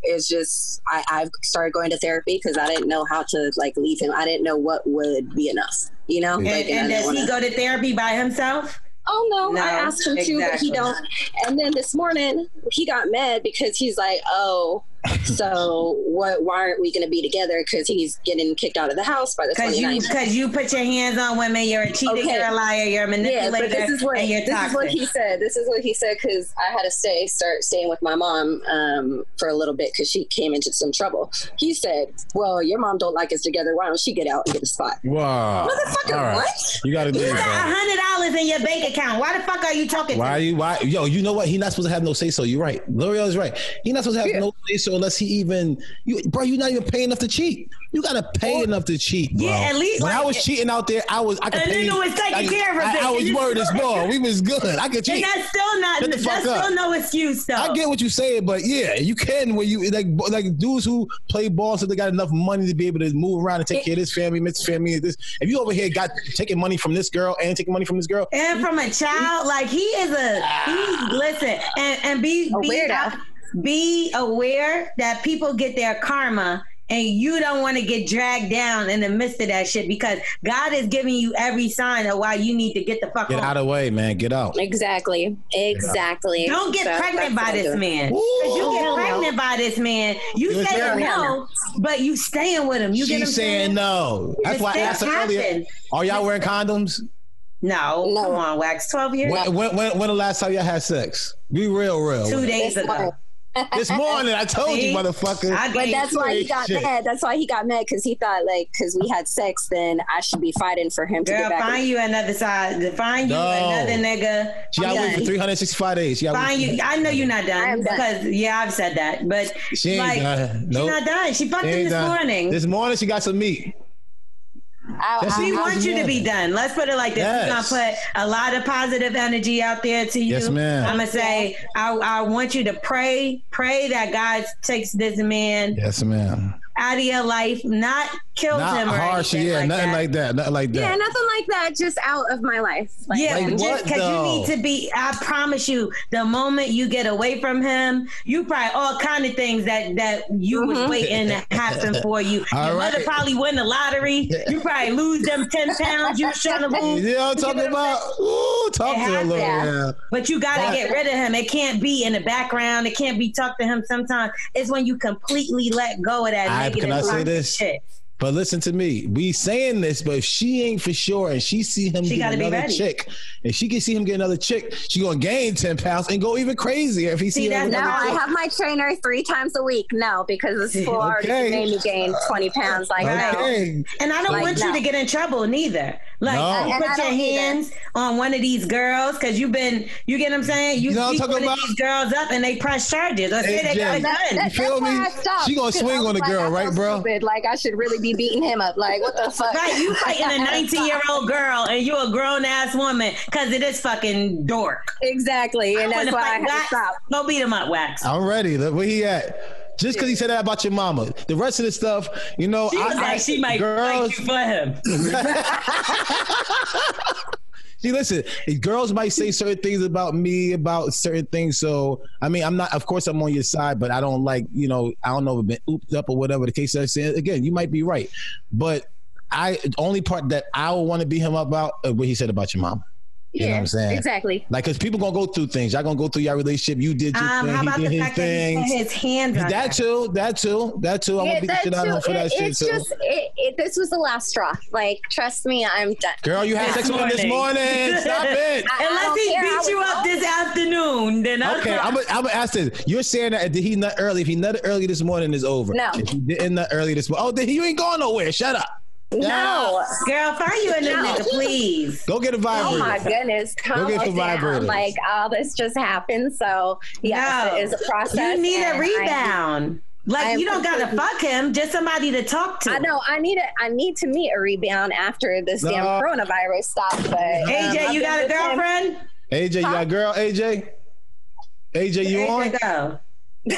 Speaker 8: it's just I, I've started going to therapy because I didn't know how to like leave him. I didn't know what would be enough. You know,
Speaker 1: And,
Speaker 8: Like, I
Speaker 1: and
Speaker 8: didn't
Speaker 1: does
Speaker 8: wanna-
Speaker 1: he go to therapy by himself?
Speaker 8: Oh no,
Speaker 1: No,
Speaker 8: I asked him to, but
Speaker 1: exactly.
Speaker 8: he don't. And then this morning he got mad because he's like, "Oh, so what? Why aren't we going to be together?" Because he's getting kicked out of the house by the
Speaker 1: Cause you
Speaker 8: 29th.
Speaker 1: cause you put your hands on women, you're a cheater,
Speaker 8: Okay.
Speaker 1: you're a liar, you're a
Speaker 8: Yeah,
Speaker 1: manipulator,
Speaker 8: but this is what
Speaker 1: and you're
Speaker 8: this is what
Speaker 1: toxic.
Speaker 8: he said. This is what he said because I had to stay, start staying with my mom um, for a little bit because she came into some trouble. He said, "Well, your mom don't like us together. Why don't she get out and get a spot?"
Speaker 2: Wow.
Speaker 8: Motherfucker,
Speaker 2: All right.
Speaker 8: what?
Speaker 2: You gotta do
Speaker 1: You
Speaker 2: it,
Speaker 1: got
Speaker 2: bro.
Speaker 1: hundred dollars in your bank account. Why the fuck are you talking?
Speaker 2: Why
Speaker 1: to
Speaker 2: are
Speaker 1: me?
Speaker 2: you? Why? Yo, you know what? He not supposed to have no say so. You're right. L'Oreal is right. He not supposed to have no say so unless he even. You, bro, you not even paying enough to cheat. You gotta pay enough to cheat, bro.
Speaker 1: Yeah, at least,
Speaker 2: when I
Speaker 1: like,
Speaker 2: was cheating out there, I was. I could
Speaker 1: A
Speaker 2: pay,
Speaker 1: nigga was taking
Speaker 2: I, could-
Speaker 1: care of
Speaker 2: I,
Speaker 1: it.
Speaker 2: I was word as ball. We was good. I could
Speaker 1: And
Speaker 2: cheat.
Speaker 1: that's still not.
Speaker 2: Shut the
Speaker 1: That's
Speaker 2: fuck
Speaker 1: still
Speaker 2: up.
Speaker 1: no excuse though.
Speaker 2: I get what you're saying, but yeah, you can when you like bo- like dudes who play ball so they got enough money to be able to move around and take care of this family, miss family, this. If you over here got taking money from this girl and taking money from this girl,
Speaker 1: and from a child, like he is a
Speaker 2: Ah.
Speaker 1: he. Listen and and be
Speaker 8: A
Speaker 1: be,
Speaker 8: weirdo.
Speaker 1: be aware that people get their karma. And you don't want to get dragged down in the midst of that shit because God is giving you every sign of why you need to get the fuck
Speaker 2: get
Speaker 1: home.
Speaker 2: out of the way, man. Get out.
Speaker 8: Exactly, exactly.
Speaker 1: Don't get
Speaker 8: So
Speaker 1: pregnant
Speaker 8: that's
Speaker 1: by
Speaker 8: what I'm
Speaker 1: this
Speaker 8: doing.
Speaker 1: man. 'Cause you get
Speaker 8: Ooh.
Speaker 1: pregnant by this man. You
Speaker 2: You're
Speaker 1: say
Speaker 2: saying
Speaker 1: no, but you staying with him. You get him
Speaker 2: She's saying no. That's
Speaker 1: Just
Speaker 2: why I
Speaker 1: things
Speaker 2: asked her earlier.
Speaker 1: happen.
Speaker 2: Are y'all wearing condoms?
Speaker 1: No,
Speaker 8: No.
Speaker 1: come on, Wax. 12 years?
Speaker 2: When, when, when, when the last time y'all had sex? Be real, real.
Speaker 1: Two days ago.
Speaker 2: This morning, I told you,
Speaker 1: See?
Speaker 2: motherfucker.
Speaker 1: I
Speaker 8: But
Speaker 1: gave
Speaker 8: that's
Speaker 1: you
Speaker 8: why he
Speaker 2: Shit.
Speaker 8: got mad. That's why he got mad because he thought like because we had sex, then I should be fighting for him to
Speaker 1: Girl,
Speaker 8: get back.
Speaker 1: find you another side. Find you
Speaker 2: No.
Speaker 1: another nigga.
Speaker 2: she got
Speaker 8: I'm
Speaker 2: wait for
Speaker 8: done.
Speaker 2: 365 days. She got
Speaker 1: Find you. I know you're not
Speaker 8: I
Speaker 1: done
Speaker 8: am done.
Speaker 1: because yeah, I've said that, but
Speaker 2: She ain't
Speaker 1: like
Speaker 2: done.
Speaker 1: she's
Speaker 2: Nope.
Speaker 1: not done. She fucked
Speaker 2: She
Speaker 1: him
Speaker 2: ain't
Speaker 1: this
Speaker 2: done.
Speaker 1: morning.
Speaker 2: This morning, she got some meat.
Speaker 1: I,
Speaker 2: That's
Speaker 1: we
Speaker 2: it.
Speaker 1: want you to be done. Let's put it like this.
Speaker 2: Yes.
Speaker 1: We're gonna put a lot of positive energy out there to you.
Speaker 2: Yes, ma'am.
Speaker 1: I'm gonna say I, I want you to pray, pray that God takes this man
Speaker 2: Yes, ma'am.
Speaker 1: out of your life, not kills
Speaker 2: Not
Speaker 1: him or
Speaker 2: harsh,
Speaker 1: anything
Speaker 2: yeah,
Speaker 1: like
Speaker 2: nothing
Speaker 1: that.
Speaker 2: like that, nothing like that.
Speaker 8: Yeah, nothing like that. Just out of my life. Like,
Speaker 1: yeah,
Speaker 2: Like what,
Speaker 1: just because you need
Speaker 2: though?
Speaker 1: to be. I promise you, the moment you get away from him, you probably all kind of things that that you was waiting to happen for you.
Speaker 2: Mm-hmm. All
Speaker 1: Your mother
Speaker 2: right.
Speaker 1: probably win the lottery. You probably lose them ten pounds you shouldn't have
Speaker 2: You
Speaker 1: lose.
Speaker 2: know what I'm talking about? Ooh,
Speaker 1: It
Speaker 2: talk to her a little. Yeah.
Speaker 1: happens. But you gotta get rid of him. It can't be in the background. It can't be talked to him. Sometimes it's when you completely let go of that
Speaker 2: I-
Speaker 1: negative
Speaker 2: can I say
Speaker 1: toxic
Speaker 2: this?
Speaker 1: shit.
Speaker 2: But listen to me. We saying this, but if she ain't for sure and she see him
Speaker 1: She
Speaker 2: get
Speaker 1: gotta be
Speaker 2: another
Speaker 1: ready.
Speaker 2: chick, and she can see him get another chick, she gonna gain ten pounds and go even crazier if he see,
Speaker 1: See,
Speaker 2: her.
Speaker 1: that's
Speaker 2: with
Speaker 8: No,
Speaker 2: another
Speaker 8: I
Speaker 2: chick.
Speaker 8: have my trainer three times a week. No, because this school already
Speaker 2: Okay.
Speaker 8: made me gain 20 pounds. Like, no.
Speaker 2: Okay.
Speaker 1: And I don't
Speaker 8: Like,
Speaker 1: want you
Speaker 8: no.
Speaker 1: to get in trouble neither. Like
Speaker 2: No.
Speaker 1: you
Speaker 8: And I
Speaker 1: put your
Speaker 8: don't either.
Speaker 1: hands on one of these girls because you've been, you get what I'm saying? You,
Speaker 2: You know what I'm
Speaker 1: beat
Speaker 2: talking
Speaker 1: one
Speaker 2: about?
Speaker 1: of these girls up and they press charges or say
Speaker 2: Hey,
Speaker 1: they
Speaker 2: Jen.
Speaker 1: got a gun.
Speaker 2: You feel
Speaker 8: why
Speaker 2: me?
Speaker 8: I stopped,
Speaker 2: She gonna
Speaker 8: 'cause
Speaker 2: swing
Speaker 8: I was
Speaker 2: on the
Speaker 8: like,
Speaker 2: girl,
Speaker 8: I
Speaker 2: right,
Speaker 8: feel
Speaker 2: bro?
Speaker 8: stupid. Like I should really be beating him up. Like what the fuck?
Speaker 1: Right, you fighting a 19 year old girl and you a grown ass woman because of this fucking dork.
Speaker 8: Exactly, and
Speaker 1: I wanna
Speaker 8: that's why I
Speaker 1: fight
Speaker 8: had to
Speaker 1: Wax.
Speaker 8: stop.
Speaker 1: Go beat him up, Wax.
Speaker 2: I'm ready. Look where he at. Just because he said that about your mama, the rest of the stuff, you know,
Speaker 1: She
Speaker 2: I,
Speaker 1: was
Speaker 2: I-
Speaker 1: like, she might
Speaker 2: girls.
Speaker 1: fight you for him.
Speaker 2: See, listen, girls might say certain things about me, about certain things. So, I mean, I'm not, of course, I'm on your side, but I don't like, you know, I don't know if I've been ooped up or whatever the case is. Again, you might be right. But I, only part that I would want to beat him up about uh, what he said about your mom. You know what I'm saying?
Speaker 8: Exactly.
Speaker 2: Like, cause people gonna go through things. Y'all gonna go through your relationship. You did your
Speaker 1: Um, how
Speaker 2: thing.
Speaker 1: about
Speaker 2: He did
Speaker 1: the
Speaker 2: his
Speaker 1: fact that he
Speaker 2: things.
Speaker 1: put his hands on
Speaker 2: That
Speaker 1: her?
Speaker 2: too. That too. That too. I'm
Speaker 8: Yeah,
Speaker 2: gonna beat the
Speaker 8: that
Speaker 2: shit out of
Speaker 8: too.
Speaker 2: him for that
Speaker 8: It-
Speaker 2: shit
Speaker 8: it's
Speaker 2: too.
Speaker 8: just it, it, this was the last straw. Like, trust me, I'm done.
Speaker 2: Girl, you had
Speaker 1: This
Speaker 2: sex with him this
Speaker 1: morning.
Speaker 2: morning. Stop it.
Speaker 8: I- I
Speaker 1: Unless
Speaker 8: don't
Speaker 1: he
Speaker 8: care. I
Speaker 1: beat
Speaker 8: was
Speaker 1: you up
Speaker 8: old.
Speaker 1: this afternoon, then I'm
Speaker 2: Okay, I'm gonna I'm gonna ask this. You're saying that did he nut early? If he nutted early this morning, is over.
Speaker 8: No.
Speaker 2: If he didn't nut early this morning, oh, then you ain't going nowhere. Shut up.
Speaker 8: No.
Speaker 1: Girl, find you a new nigga, please.
Speaker 2: Go get a
Speaker 8: Oh
Speaker 2: vibrator.
Speaker 8: my goodness, calm
Speaker 2: get the vibrators.
Speaker 8: down. Like all this just happened. So yes,
Speaker 1: No.
Speaker 8: it is a process.
Speaker 1: You need
Speaker 8: and
Speaker 1: a
Speaker 8: I-
Speaker 1: rebound. like
Speaker 8: I'm
Speaker 1: you don't gotta
Speaker 8: completely-
Speaker 1: fuck him, just somebody to talk to.
Speaker 8: I know I need a I need to meet a rebound after this damn
Speaker 2: No.
Speaker 8: coronavirus stops. But um,
Speaker 1: AJ,
Speaker 8: I've
Speaker 1: you
Speaker 8: been
Speaker 1: got a
Speaker 8: with him-
Speaker 1: girlfriend?
Speaker 2: AJ, you got a girl, AJ? AJ, you on?
Speaker 1: AJ, go.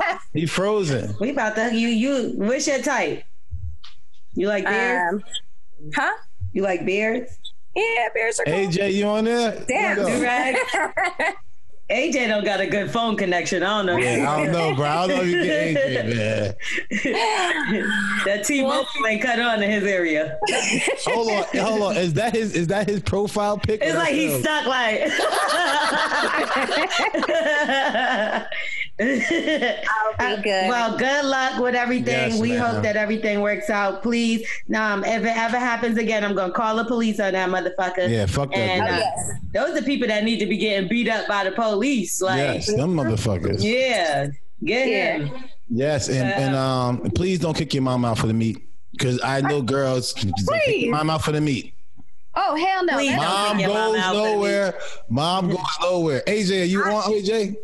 Speaker 2: He frozen.
Speaker 1: We about to you you what's your type? You like beards?
Speaker 8: Um, huh?
Speaker 1: you like beards?
Speaker 8: Yeah, bears are cool.
Speaker 2: AJ, you on there?
Speaker 8: Damn,
Speaker 2: Yo.
Speaker 8: dude.
Speaker 1: Right? AJ don't got a good phone connection. I don't know.
Speaker 2: Yeah, I don't know, bro. I don't know if you get AJ, man.
Speaker 1: That T Mobile ain't cut on in his area.
Speaker 2: Hold on, hold on. Is that his is that his profile pic?
Speaker 1: It's
Speaker 2: Or
Speaker 1: like he's
Speaker 2: that's
Speaker 1: stuck like
Speaker 8: I'll be good.
Speaker 1: Uh, Well, good luck with everything.
Speaker 2: Yes,
Speaker 1: we
Speaker 2: ma'am.
Speaker 1: hope that everything works out. Please, um, if it ever happens again, I'm gonna call the police on that motherfucker.
Speaker 2: Yeah, fuck that
Speaker 1: And,
Speaker 2: dude.
Speaker 1: uh,
Speaker 8: Oh, Yes.
Speaker 1: Those are people that need to be getting beat up by the police. Like,
Speaker 2: Yes, them motherfuckers.
Speaker 1: yeah, get him.
Speaker 2: Yes, and, and um, please don't kick your mom out for the meat because I know girls. Kick your mom out for the meat.
Speaker 8: Oh hell no!
Speaker 1: Please.
Speaker 8: That's-
Speaker 2: Mom
Speaker 1: kick your mom
Speaker 2: goes
Speaker 1: out for the meat.
Speaker 2: nowhere. Mom goes nowhere. AJ, are you on AJ?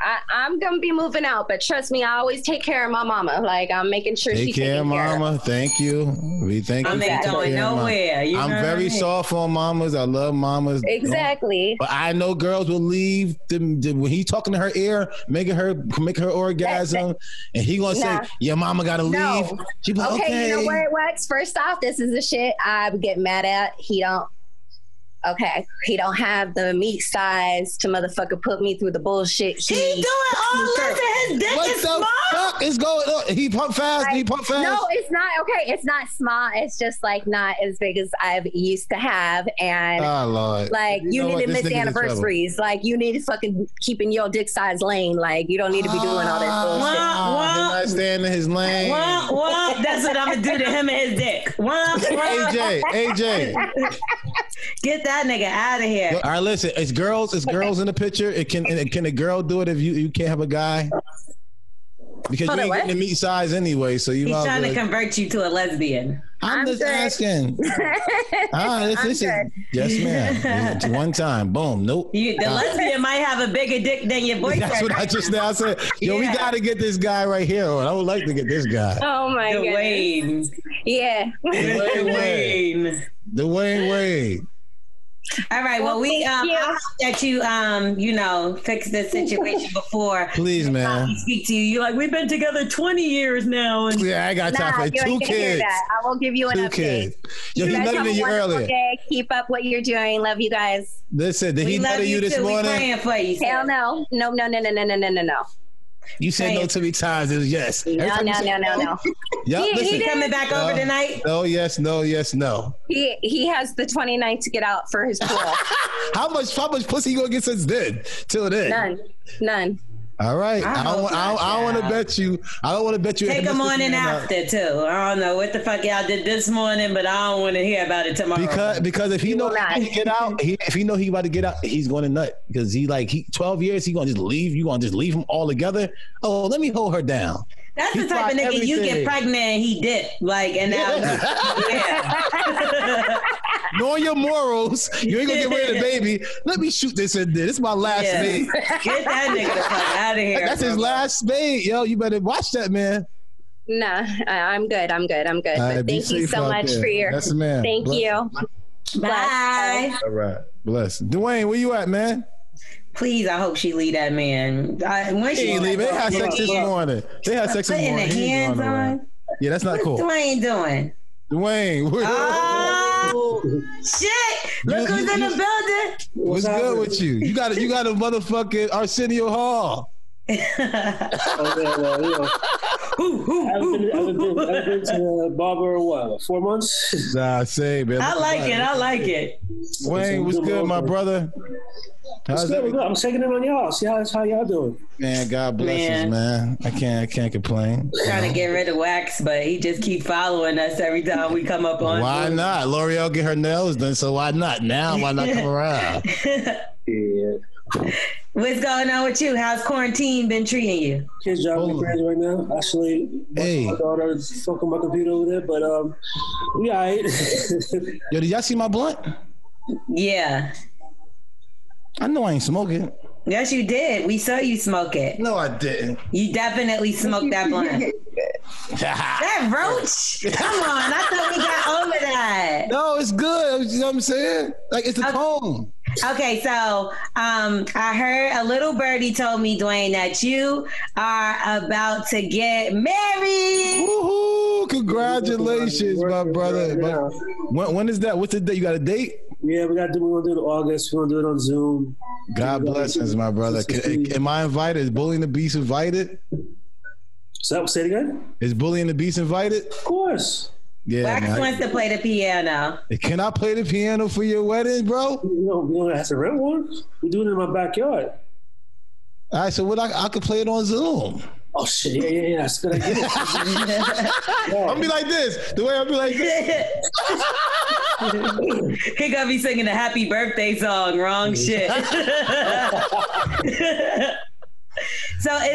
Speaker 8: I, I'm gonna be moving out, but trust me, I always take care of my mama. Like I'm making sure
Speaker 2: Take
Speaker 8: she's
Speaker 2: care,
Speaker 8: taken care of.
Speaker 2: mama. Thank you. We thank
Speaker 1: I'm
Speaker 2: you.
Speaker 1: ain't
Speaker 2: for
Speaker 1: going
Speaker 2: taking care of mom.
Speaker 1: nowhere. You
Speaker 2: I'm
Speaker 1: know
Speaker 2: very
Speaker 1: what I mean?
Speaker 2: soft on mamas. I love mamas. Don't-
Speaker 8: Exactly.
Speaker 2: But I know girls will leave the, the when he talking to her ear, making her make her orgasm, and he gonna
Speaker 8: Nah.
Speaker 2: say, "Your mama gotta leave."
Speaker 8: No.
Speaker 2: She be like,
Speaker 8: Okay,
Speaker 2: okay,
Speaker 8: you know what, Wax? First off, this is the shit I get mad at. He don't. Okay, he don't have the meat size to motherfucker put me through the bullshit.
Speaker 1: He doing all this and his dick
Speaker 2: What
Speaker 1: is
Speaker 2: the
Speaker 1: small.
Speaker 2: fuck is going on? He pump fast. he pump fast.
Speaker 8: No, it's not okay. It's not small. It's just like not as big as I've used to have, and
Speaker 2: Oh Lord.
Speaker 8: like you,
Speaker 2: know what?
Speaker 8: need to
Speaker 2: This
Speaker 8: miss
Speaker 2: nigga's in
Speaker 8: anniversaries. Like you need to fucking keeping your dick size lane. Like you don't need to be doing all this
Speaker 2: Ah,
Speaker 8: bullshit.
Speaker 2: trouble.
Speaker 1: Wah,
Speaker 2: He not staying in his lane.
Speaker 1: wah, wah, wah. That's what I'm gonna do to him and his dick. Wah, wah.
Speaker 2: AJ, AJ.
Speaker 1: Get that nigga out of here.
Speaker 2: All right, listen. It's girls. It's girls in the picture. It can. and Can a girl do it if you you can't have a guy? Because
Speaker 9: Hold
Speaker 2: you
Speaker 9: on,
Speaker 2: ain't
Speaker 9: what?
Speaker 2: getting the meat size anyway, so you
Speaker 1: He's
Speaker 2: might
Speaker 1: trying
Speaker 2: as
Speaker 1: to
Speaker 2: well-
Speaker 1: convert you to a lesbian.
Speaker 2: I'm,
Speaker 4: I'm
Speaker 2: just
Speaker 4: good.
Speaker 2: asking. Ah, this, this is,
Speaker 4: good.
Speaker 2: yes, ma'am. Yeah, One time, boom, nope.
Speaker 1: You, the lesbian might have a bigger dick than your boyfriend.
Speaker 2: Uh. That's what I just now said. Yo, we
Speaker 1: Yeah.
Speaker 2: gotta get this guy right here. on. I would like to get this guy.
Speaker 4: Oh my
Speaker 1: The
Speaker 4: god.
Speaker 1: Wayne.
Speaker 4: Yeah.
Speaker 2: Dwayne Wade.
Speaker 1: Wayne.
Speaker 2: Dwayne Wade.
Speaker 1: All right. Well, we
Speaker 4: Well,
Speaker 1: um,
Speaker 4: thank you.
Speaker 1: I hope that you um, you know, fix this situation before
Speaker 2: Please, man.
Speaker 1: we speak to you. You're like, we've been together 20 years now, and
Speaker 2: Yeah, I got time
Speaker 4: Nah,
Speaker 2: for
Speaker 4: you
Speaker 2: it. two
Speaker 4: ain't gonna hear
Speaker 2: kids.
Speaker 4: that. I will give you an
Speaker 2: Two
Speaker 4: update.
Speaker 2: kids. Yo,
Speaker 4: You
Speaker 2: he
Speaker 4: guys
Speaker 2: better
Speaker 4: have
Speaker 2: than
Speaker 4: a
Speaker 2: you
Speaker 4: wonderful
Speaker 2: earlier.
Speaker 4: Day. Keep up what you're doing. Love you guys.
Speaker 2: Listen, did
Speaker 1: we
Speaker 2: he
Speaker 1: love
Speaker 2: nutter
Speaker 1: you,
Speaker 2: you, this
Speaker 1: too. We
Speaker 2: morning?
Speaker 1: praying for you. sis.
Speaker 4: Hell no. No, no, no, no, no, no, no, no, no.
Speaker 2: You said no too many times. It was yes. Every
Speaker 4: No,
Speaker 2: time you
Speaker 4: no,
Speaker 2: said-
Speaker 4: no, no, no.
Speaker 2: Yup,
Speaker 4: He- he
Speaker 2: listen.
Speaker 1: He coming back over
Speaker 2: No.
Speaker 1: tonight.
Speaker 2: No, yes, no, yes, no.
Speaker 4: He he has the 29th to get out for his pool.
Speaker 2: How much? How much pussy you gonna get since then? Till then.
Speaker 4: None. None.
Speaker 2: All right.
Speaker 1: I
Speaker 2: I, don't.
Speaker 1: hope
Speaker 2: Want, I, don't- I don't want to
Speaker 1: not,
Speaker 2: bet you. I don't want to bet you.
Speaker 1: Take them on and
Speaker 2: uh,
Speaker 1: after too. I don't know what the fuck y'all did this morning, but I don't want to hear about it tomorrow.
Speaker 2: Because because if he, know
Speaker 4: Uh, will
Speaker 2: he about to
Speaker 4: not.
Speaker 2: get out, he, if he know he about to get out, he's going to nut because he like he twelve years. He gonna just leave. You gonna just leave him all together? Oh, let me hold her down.
Speaker 1: that's
Speaker 2: he
Speaker 1: the type of
Speaker 2: tried
Speaker 1: nigga you get
Speaker 2: everything.
Speaker 1: pregnant and he dip like, and now yeah.
Speaker 2: Knowing your morals, you ain't gonna get rid of the baby. Let me shoot this in there. This is my last
Speaker 1: Yeah.
Speaker 2: spade.
Speaker 1: Get that nigga the fuck out of here.
Speaker 2: That's his
Speaker 1: bro.
Speaker 2: last spade, yo. You better watch that man.
Speaker 4: Nah, I, I'm good. I'm good. I'm good.
Speaker 2: All right,
Speaker 4: but
Speaker 2: be
Speaker 4: thank you
Speaker 2: safe
Speaker 4: so
Speaker 2: out
Speaker 4: much
Speaker 2: there.
Speaker 4: for your.
Speaker 2: That's the man.
Speaker 4: Thank
Speaker 2: Bless-
Speaker 4: you.
Speaker 1: Bye.
Speaker 2: All right, bless. Dwayne, where you at, man?
Speaker 1: Please, I hope she leave that man. I, when
Speaker 2: He
Speaker 1: she
Speaker 2: ain't leave. They had sex this
Speaker 1: Yeah.
Speaker 2: morning. They had sex this
Speaker 1: Putting the
Speaker 2: morning. He ain't
Speaker 1: hands
Speaker 2: going nowhere.
Speaker 1: on.
Speaker 2: Yeah, that's not
Speaker 1: What's
Speaker 2: cool.
Speaker 1: Dwayne doing?
Speaker 2: Dwayne, where-
Speaker 4: Ah.
Speaker 1: Oh shit! Look
Speaker 2: You-
Speaker 1: who's
Speaker 2: you-
Speaker 1: in the
Speaker 2: you-
Speaker 1: building.
Speaker 2: What's good with you? You got a, you got a motherfucking Arsenio Hall.
Speaker 10: Oh, yeah, well, you know,
Speaker 1: Who, who,
Speaker 10: I haven't
Speaker 1: who,
Speaker 10: been, I haven't been, I
Speaker 1: who?
Speaker 10: haven't been to a barber in what, four months?
Speaker 2: Nah, say man.
Speaker 1: I like it. I like it.
Speaker 2: Wayne, what's good, my brother? How's
Speaker 10: It's good,
Speaker 2: it?
Speaker 10: we're good. I'm checking in on y'all. See how, how y'all doing?
Speaker 2: Man, God bless
Speaker 1: Man.
Speaker 2: us, man. I can't I can't complain.
Speaker 1: Trying to get rid of Wax, but he just keep following us every time we come up on.
Speaker 2: Why not? L'Oreal get her nails done, so why not? Now why not come around?
Speaker 10: Yeah.
Speaker 1: What's going on with you? How's quarantine been treating you?
Speaker 10: Kids driving me crazy right now. Actually,
Speaker 2: Hey.
Speaker 10: my daughter's fucking my computer over there, but um, we all right.
Speaker 2: Yo, did y'all see my blunt?
Speaker 1: Yeah.
Speaker 2: I know I ain't smoking.
Speaker 1: Yes, you did. We saw you smoke it.
Speaker 2: No, I didn't.
Speaker 1: You definitely smoked that blunt. that roach? Come on. I thought we got over that.
Speaker 2: no, it's good. You know what I'm saying? Like it's a cone.
Speaker 1: Okay, so um, I heard a little birdie told me, Dwayne, that you are about to get married.
Speaker 2: Woohoo! Congratulations, my brother. My- when, when is that? What's the date? You got a date?
Speaker 10: yeah, we gotta do. We're gonna do it in August. We're gonna do it on Zoom.
Speaker 2: God bless us, my brother. C- Am I invited? Is Bully and the Beast invited?
Speaker 10: So say it again.
Speaker 2: Is Bully and the Beast invited?
Speaker 10: Of course.
Speaker 2: Yeah.
Speaker 1: Wax
Speaker 2: Man.
Speaker 1: wants to play the piano.
Speaker 2: Can I play the piano for your wedding, bro?
Speaker 10: You know, we don't have to rent one. We do it in my backyard.
Speaker 2: All right, so what I, I could play it on Zoom.
Speaker 10: Oh shit! Yeah, yeah, yeah. That's a good idea.
Speaker 2: I'm gonna be like this. The way I'll be like this.
Speaker 1: he gonna be singing a happy birthday song. Wrong shit. so is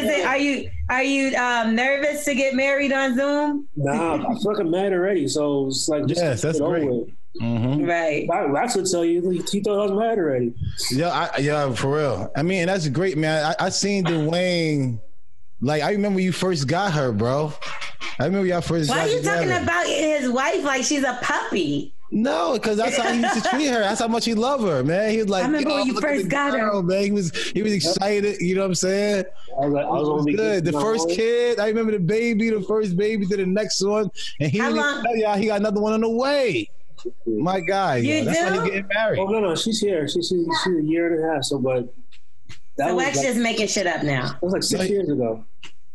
Speaker 1: it? Are you are you um, nervous to get married on Zoom?
Speaker 10: Nah, I'm fucking mad already. So it's like just
Speaker 2: Yes, that's
Speaker 10: get it over
Speaker 2: great.
Speaker 10: with.
Speaker 2: Mm-hmm.
Speaker 1: Right.
Speaker 10: I, I should tell you, he- he thought I was mad already.
Speaker 2: Yeah, I, yeah, for real. I mean, and that's great, man. I, I seen Dwayne. Like I remember you first got her, bro. I remember y'all first.
Speaker 1: Why are
Speaker 2: got
Speaker 1: you
Speaker 2: together.
Speaker 1: talking about his wife like she's a puppy?
Speaker 2: No, because that's how he used to treat her. That's how much he loved her, man. He was like,
Speaker 1: I remember
Speaker 2: "Yo,
Speaker 1: when you
Speaker 2: look at
Speaker 1: first
Speaker 2: the
Speaker 1: got her."
Speaker 2: girl," man. He was he was excited. You know what I'm saying?
Speaker 10: I was like, I was
Speaker 2: It was
Speaker 10: gonna be
Speaker 2: good. The
Speaker 10: my
Speaker 2: first
Speaker 10: own.
Speaker 2: kid. I remember the baby. The first baby to the next one, and he
Speaker 1: How
Speaker 2: didn't
Speaker 1: long-
Speaker 2: even tell y'all he got another one on the way. My guy,
Speaker 1: You
Speaker 2: yo, that's why
Speaker 1: do?
Speaker 2: he getting married.
Speaker 10: Oh no, no, she's here. She's she's, she's a year and a half. So, but that
Speaker 1: So
Speaker 10: was,
Speaker 1: Wax
Speaker 10: like,
Speaker 1: just making shit up now.
Speaker 10: that was like six
Speaker 2: Like-
Speaker 10: years ago.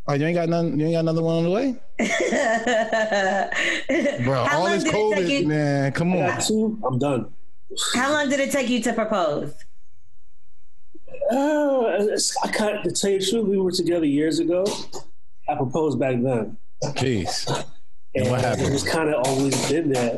Speaker 2: Oh, you ain't got none. You ain't got another one on the way, bro.
Speaker 1: how
Speaker 2: all
Speaker 1: long
Speaker 2: this
Speaker 1: did it take
Speaker 2: COVID,
Speaker 1: you?
Speaker 2: man. Come
Speaker 10: I
Speaker 2: on.
Speaker 10: got two. I'm done.
Speaker 1: How long did it take you to propose?
Speaker 10: Uh, it's, I can't to tell you the truth. We were together years ago. I proposed back then,
Speaker 2: Jeez. And what happened?
Speaker 10: It's kind of always been there.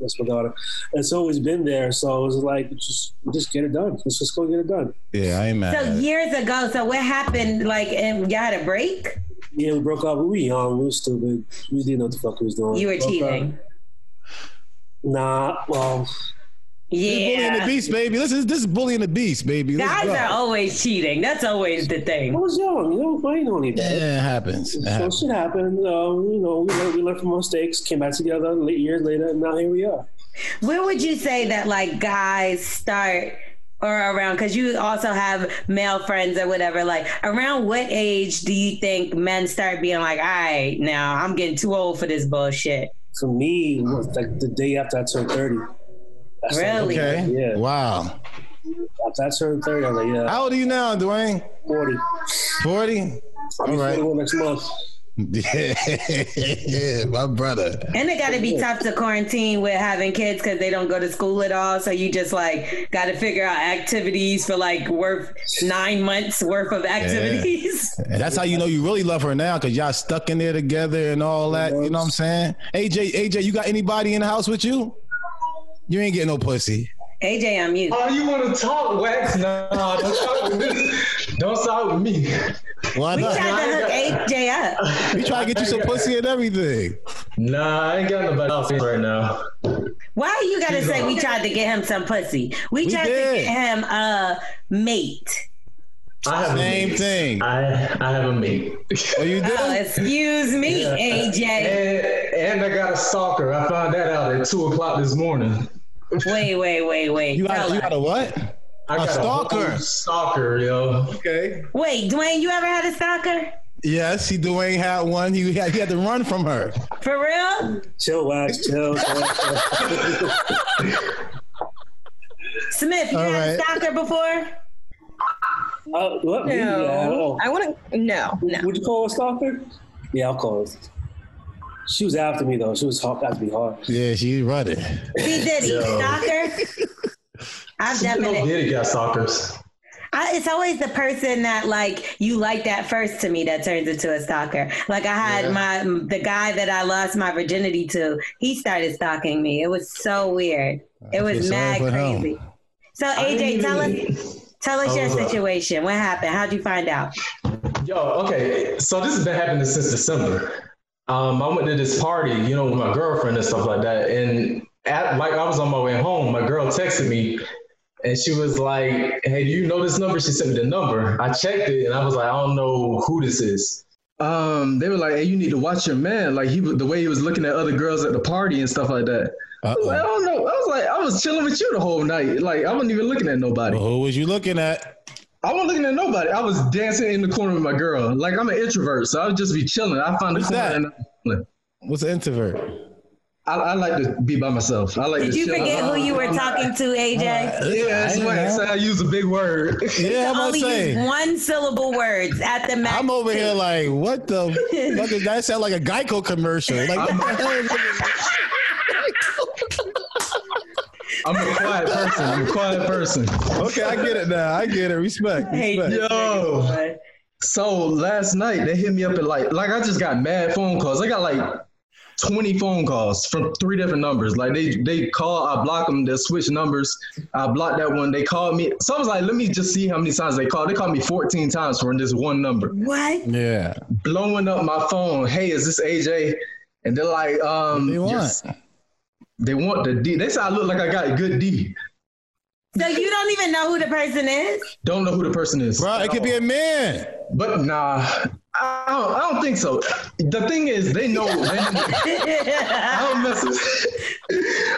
Speaker 10: That's my daughter. It's always been there. So it was like, just just get it done. Let's just go get it done.
Speaker 2: Yeah, I ain't mad.
Speaker 1: So
Speaker 2: at it.
Speaker 1: years ago. So what happened? Like, and you had a break?
Speaker 11: Yeah, we broke up. We were young. We were stupid. We didn't know what the fuck we was doing.
Speaker 1: You were
Speaker 11: We broke
Speaker 1: cheating.
Speaker 11: up. Nah, well,
Speaker 2: This is Bully and the
Speaker 1: Yeah.
Speaker 2: Beast, baby. Listen, this is Bully and the Beast, baby. Let's
Speaker 1: Guys
Speaker 2: go.
Speaker 1: are always cheating. That's always the
Speaker 11: I
Speaker 1: thing.
Speaker 11: was young. You know, I didn't know any better.
Speaker 2: Yeah, it happens. It
Speaker 11: So
Speaker 2: happens.
Speaker 11: shit happened. Uh, you know, we learned, we learned from our mistakes. Came back together late years later, and now here we are.
Speaker 1: Where would you say that like guys start or around? Because you also have male friends or whatever. Like around what age do you think men start being like, all right, now I'm getting too old for this bullshit?
Speaker 11: For me, it was like the day after I turned thirty. That's like-
Speaker 1: Really?
Speaker 2: Okay.
Speaker 11: Yeah.
Speaker 2: Wow.
Speaker 11: After I turned thirty, I was like, yeah,
Speaker 2: How old are you now, Dwayne?
Speaker 11: forty.
Speaker 2: 40?
Speaker 11: I'll be
Speaker 2: All right.
Speaker 11: forty-one next month.
Speaker 2: Yeah, my brother.
Speaker 1: And it got to be tough to quarantine with having kids because they don't go to school at all. So you just like got to figure out activities for like worth nine months worth of activities.
Speaker 2: And that's how you know you really love her now, cause y'all stuck in there together and all that. You know what I'm saying? AJ, AJ, you got anybody in the house with you? You ain't getting no pussy.
Speaker 1: AJ, I'm you.
Speaker 10: Oh, you want to talk wax? Nah, don't start with me. Don't start with me.
Speaker 2: Why
Speaker 1: We
Speaker 2: not?
Speaker 1: tried to hook AJ up.
Speaker 2: We try to get you some pussy and everything.
Speaker 10: Nah, I ain't got nobody else right now.
Speaker 1: Why you got to say we tried to get him some pussy? We
Speaker 2: We
Speaker 1: tried to
Speaker 2: did.
Speaker 1: get him a mate.
Speaker 10: I have a
Speaker 2: Same
Speaker 10: mate.
Speaker 2: thing.
Speaker 10: I I have a mate.
Speaker 2: Oh, you did?
Speaker 1: Oh, excuse me, AJ.
Speaker 10: And, and I got a stalker. I found that out at two o'clock this morning.
Speaker 1: Wait, wait, wait, wait.
Speaker 2: you got
Speaker 1: Tell
Speaker 2: you
Speaker 1: her.
Speaker 2: got a what?
Speaker 10: I
Speaker 2: A
Speaker 10: got
Speaker 2: stalker?
Speaker 10: whole stalker, yo.
Speaker 2: Okay.
Speaker 1: Wait, Dwayne, you ever had a stalker?
Speaker 2: Yes, he Dwayne had one. He had he had to run from her.
Speaker 1: For real?
Speaker 11: Chill, wax, chill. chill, chill.
Speaker 1: Smith, you
Speaker 2: All
Speaker 1: had a
Speaker 2: right.
Speaker 1: stalker before?
Speaker 11: uh, what? Me? Yeah,
Speaker 6: No,
Speaker 11: oh.
Speaker 6: I want to. No, no.
Speaker 11: Would you call her stalker? Yeah, I'll call her. She was after me though. She was hard, got to be hard.
Speaker 2: Yeah, she running.
Speaker 1: He did he stalker. I've
Speaker 10: No
Speaker 1: definitely.
Speaker 10: diddy got stalkers.
Speaker 1: I, it's always the person that like you like that first to me that turns into a stalker. Like I had my the guy that I lost my virginity to. He started stalking me. It was so weird. It was
Speaker 2: feel sorry
Speaker 1: mad
Speaker 2: for him.
Speaker 1: crazy. So AJ, tell us tell us your
Speaker 10: Hold
Speaker 2: uh,
Speaker 10: up.
Speaker 1: situation. What happened? How'd you find out?
Speaker 10: Yo, okay. So this has been happening since December. Um, I went to this party, you know, with my girlfriend and stuff like that. And at, like I was on my way home, my girl texted me and she was like, Hey, do you know this number? She sent me the number. I checked it and I was like, I don't know who this is. Um, they were like, Hey, you need to watch your man. Like he was- the way he was looking at other girls at the party and stuff like that. I was like, I
Speaker 2: Uh-oh.
Speaker 10: don't know. I was like, I was chilling with you the whole night. Like I wasn't even looking at nobody.
Speaker 2: Who was you looking at?
Speaker 10: I wasn't looking at nobody. I was dancing in the corner with my girl. Like I'm an introvert, so I would just be chilling. I find the
Speaker 2: What's
Speaker 10: corner
Speaker 2: that?
Speaker 10: and I'm chilling.
Speaker 2: What's an introvert?
Speaker 10: I, I like to be by myself. I like
Speaker 1: Did
Speaker 10: to
Speaker 1: you
Speaker 10: chill.
Speaker 2: uh,
Speaker 1: forget who you were talking to, AJ?
Speaker 10: Yeah,
Speaker 2: I
Speaker 10: that's
Speaker 2: didn't
Speaker 10: right.
Speaker 2: know.
Speaker 10: So I use a big word.
Speaker 2: Yeah, I'm
Speaker 1: Only
Speaker 2: gonna
Speaker 1: use
Speaker 2: say.
Speaker 1: one syllable words at the max.
Speaker 2: I'm over here like, what the fuck is that? Sound like a Geico commercial. Like, what the hell is
Speaker 10: I'm a quiet person. I'm a quiet person.
Speaker 2: Okay, I get it now. I get it. Respect.
Speaker 1: Hey,
Speaker 2: respect.
Speaker 10: Yo. So last night they hit me up at like like I just got mad phone calls. I got like 20 phone calls from three different numbers. Like they they call, I block them, they switch numbers. I blocked that one. They called me. So I was like, let me just see how many times they called. They called me 14 times from this one number.
Speaker 1: What?
Speaker 2: Yeah.
Speaker 10: Blowing up my phone. Hey, is this AJ? And they're like, um
Speaker 2: They want.
Speaker 10: yes. they want the D. They said I look like I got a good D.
Speaker 1: So you don't even know who the person is?
Speaker 10: Don't know who the person is.
Speaker 2: Bro, it could be a man.
Speaker 10: But nah, I don't, I don't think so. The thing is, they know. They I don't mess with.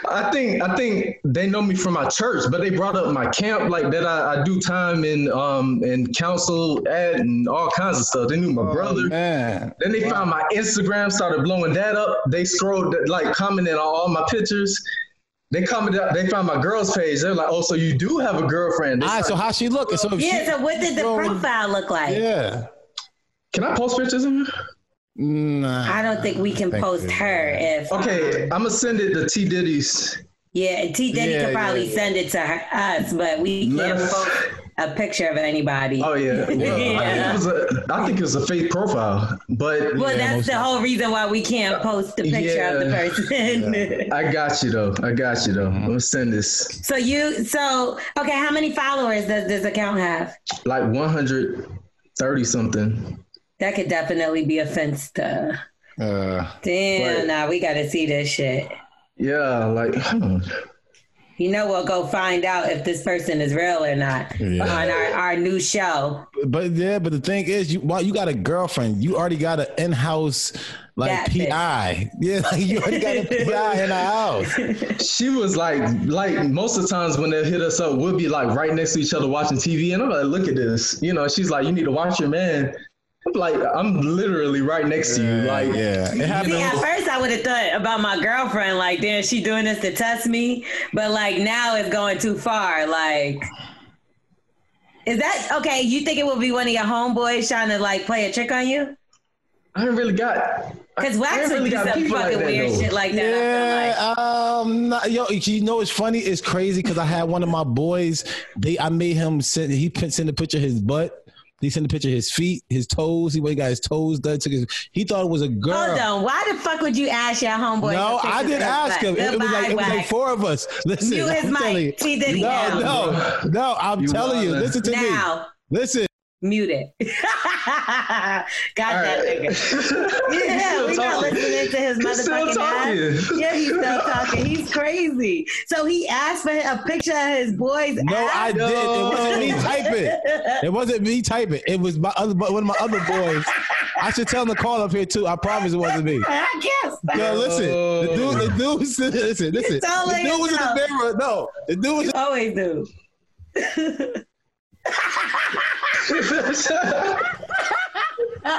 Speaker 10: I think I think they know me from my church, but they brought up my camp like that. I, I do time in um in council ad and all kinds of stuff. They knew my brother.
Speaker 2: Man.
Speaker 10: Then they found my Instagram, started blowing that up. They scrolled, like, commented on all my pictures. They commented, they found my girl's page. They're like, oh, so you do have a girlfriend. They
Speaker 2: All right, so
Speaker 10: started-
Speaker 2: how she looking? So if
Speaker 1: Yeah,
Speaker 2: she,
Speaker 1: so what did the profile look like?
Speaker 2: yeah.
Speaker 10: Can I post pictures in here?
Speaker 2: Nah.
Speaker 1: I don't think we can
Speaker 2: Thank
Speaker 1: post
Speaker 2: you.
Speaker 1: her if
Speaker 10: Okay, I'm gonna send it to T Diddy's.
Speaker 1: yeah, T Diddy
Speaker 2: Yeah,
Speaker 1: could
Speaker 2: yeah,
Speaker 1: probably
Speaker 2: yeah.
Speaker 1: send it to her, us, but we can't
Speaker 10: Matter-
Speaker 1: post a picture of anybody.
Speaker 10: Oh yeah, well, I, think it was a, I think it was a fake profile, but
Speaker 1: Well, that's the whole reason why we can't post the picture of the
Speaker 10: Yeah.
Speaker 1: person.
Speaker 10: I got you though. I got you though. I'm gonna send this
Speaker 1: so you, so okay, how many followers does this account have?
Speaker 10: like 130 something.
Speaker 1: That could definitely be a fence to.
Speaker 2: Uh,
Speaker 1: Damn, nah, we gotta see this shit.
Speaker 10: Yeah, like hmm.
Speaker 1: You know, we'll go find out if this person is real or not
Speaker 2: Yeah.
Speaker 1: on our, our new show.
Speaker 2: But yeah, but the thing is, you well, you got a girlfriend. You already got an in-house like
Speaker 1: That bitch.
Speaker 2: PI. Yeah, like, you already got a PI in the house.
Speaker 10: She was like, like most of the times when they hit us up, we'll be like right next to each other watching TV, and I'm like, look at this, you know. She's like, you need to watch your man. I'm like, I'm literally right next to you, like,
Speaker 2: yeah. It
Speaker 1: See, at first I would have thought about my girlfriend, like, damn, she doing this to test me. But like now it's going too far. Like, is that okay? You think it would be one of your homeboys trying to like play a trick on you?
Speaker 10: I haven't really got.
Speaker 1: Because
Speaker 10: I
Speaker 1: Wax
Speaker 10: haven't
Speaker 1: would
Speaker 10: really
Speaker 1: do
Speaker 10: got
Speaker 1: some fucking
Speaker 10: people like that,
Speaker 1: weird
Speaker 10: though.
Speaker 1: shit like that.
Speaker 2: Yeah, um, nah, yo, you know what's funny? It's crazy because I had one of my boys. They, I made him send. He p- sent a picture of his butt. He sent a picture of his feet, his toes. He, he got his toes done. Took his. He thought it was a girl.
Speaker 1: Hold on. Why the fuck would you ask your homeboy?
Speaker 2: No,
Speaker 1: to
Speaker 2: I
Speaker 1: fix
Speaker 2: didn't
Speaker 1: his
Speaker 2: ask
Speaker 1: butt?
Speaker 2: him. It, it was
Speaker 1: Goodbye,
Speaker 2: like it was like
Speaker 1: Wax.
Speaker 2: four of us. Listen,
Speaker 1: Mute his
Speaker 2: I'm
Speaker 1: mic.
Speaker 2: telling you.
Speaker 1: T. Diddy
Speaker 2: No,
Speaker 1: now.
Speaker 2: no, no. I'm
Speaker 10: You
Speaker 2: telling you.
Speaker 10: wildin'.
Speaker 2: Listen to me.
Speaker 1: Now.
Speaker 2: Listen.
Speaker 1: Mute it. Got that
Speaker 10: right.
Speaker 1: nigga. Yeah,
Speaker 10: He's
Speaker 1: we
Speaker 10: still
Speaker 1: not
Speaker 10: talking.
Speaker 1: listening to his
Speaker 10: He's still
Speaker 1: motherfucking ass.
Speaker 10: talking.
Speaker 1: Yeah, he's still talking. He's crazy. So he asked for a picture of his boy's
Speaker 2: No, I
Speaker 1: ass.
Speaker 2: did. It wasn't me typing. It wasn't me typing. It was my other one of my other boys. I should tell him to call up here too. I promise it wasn't me.
Speaker 1: I guess.
Speaker 2: Yo, listen, the dude, the
Speaker 10: Oh.
Speaker 2: dude, was- listen, listen.
Speaker 1: Don't
Speaker 2: The
Speaker 1: let
Speaker 2: dude was in the
Speaker 1: yourself.
Speaker 2: mirror. No, the dude was.
Speaker 1: You always do.
Speaker 10: Yo,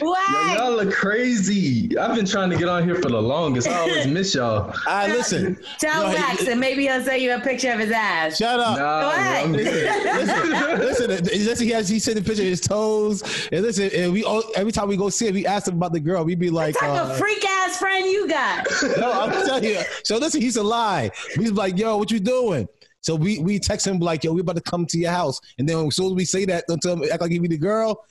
Speaker 1: Why?
Speaker 10: y'all look crazy. I've been trying to get on here for the longest. I always miss y'all.
Speaker 2: I listen.
Speaker 1: Tell
Speaker 2: Yo, he-
Speaker 1: Wax and maybe he'll send you a picture of his ass.
Speaker 2: Shut up.
Speaker 10: Nah, bro, I'm
Speaker 1: What?
Speaker 10: good.
Speaker 2: Listen, listen, he has he sent a picture of his toes, and listen, and we all, every time we go see him, we ask him about the girl. We be like,
Speaker 1: What type
Speaker 2: uh,
Speaker 1: of freak ass friend you got?
Speaker 2: no, I'm telling you. So listen, he's a lie. He's like, yo, what you doing? So we we text him like, yo, we about to come to your house, and then as soon as we say that, don't tell him act like you be the girl.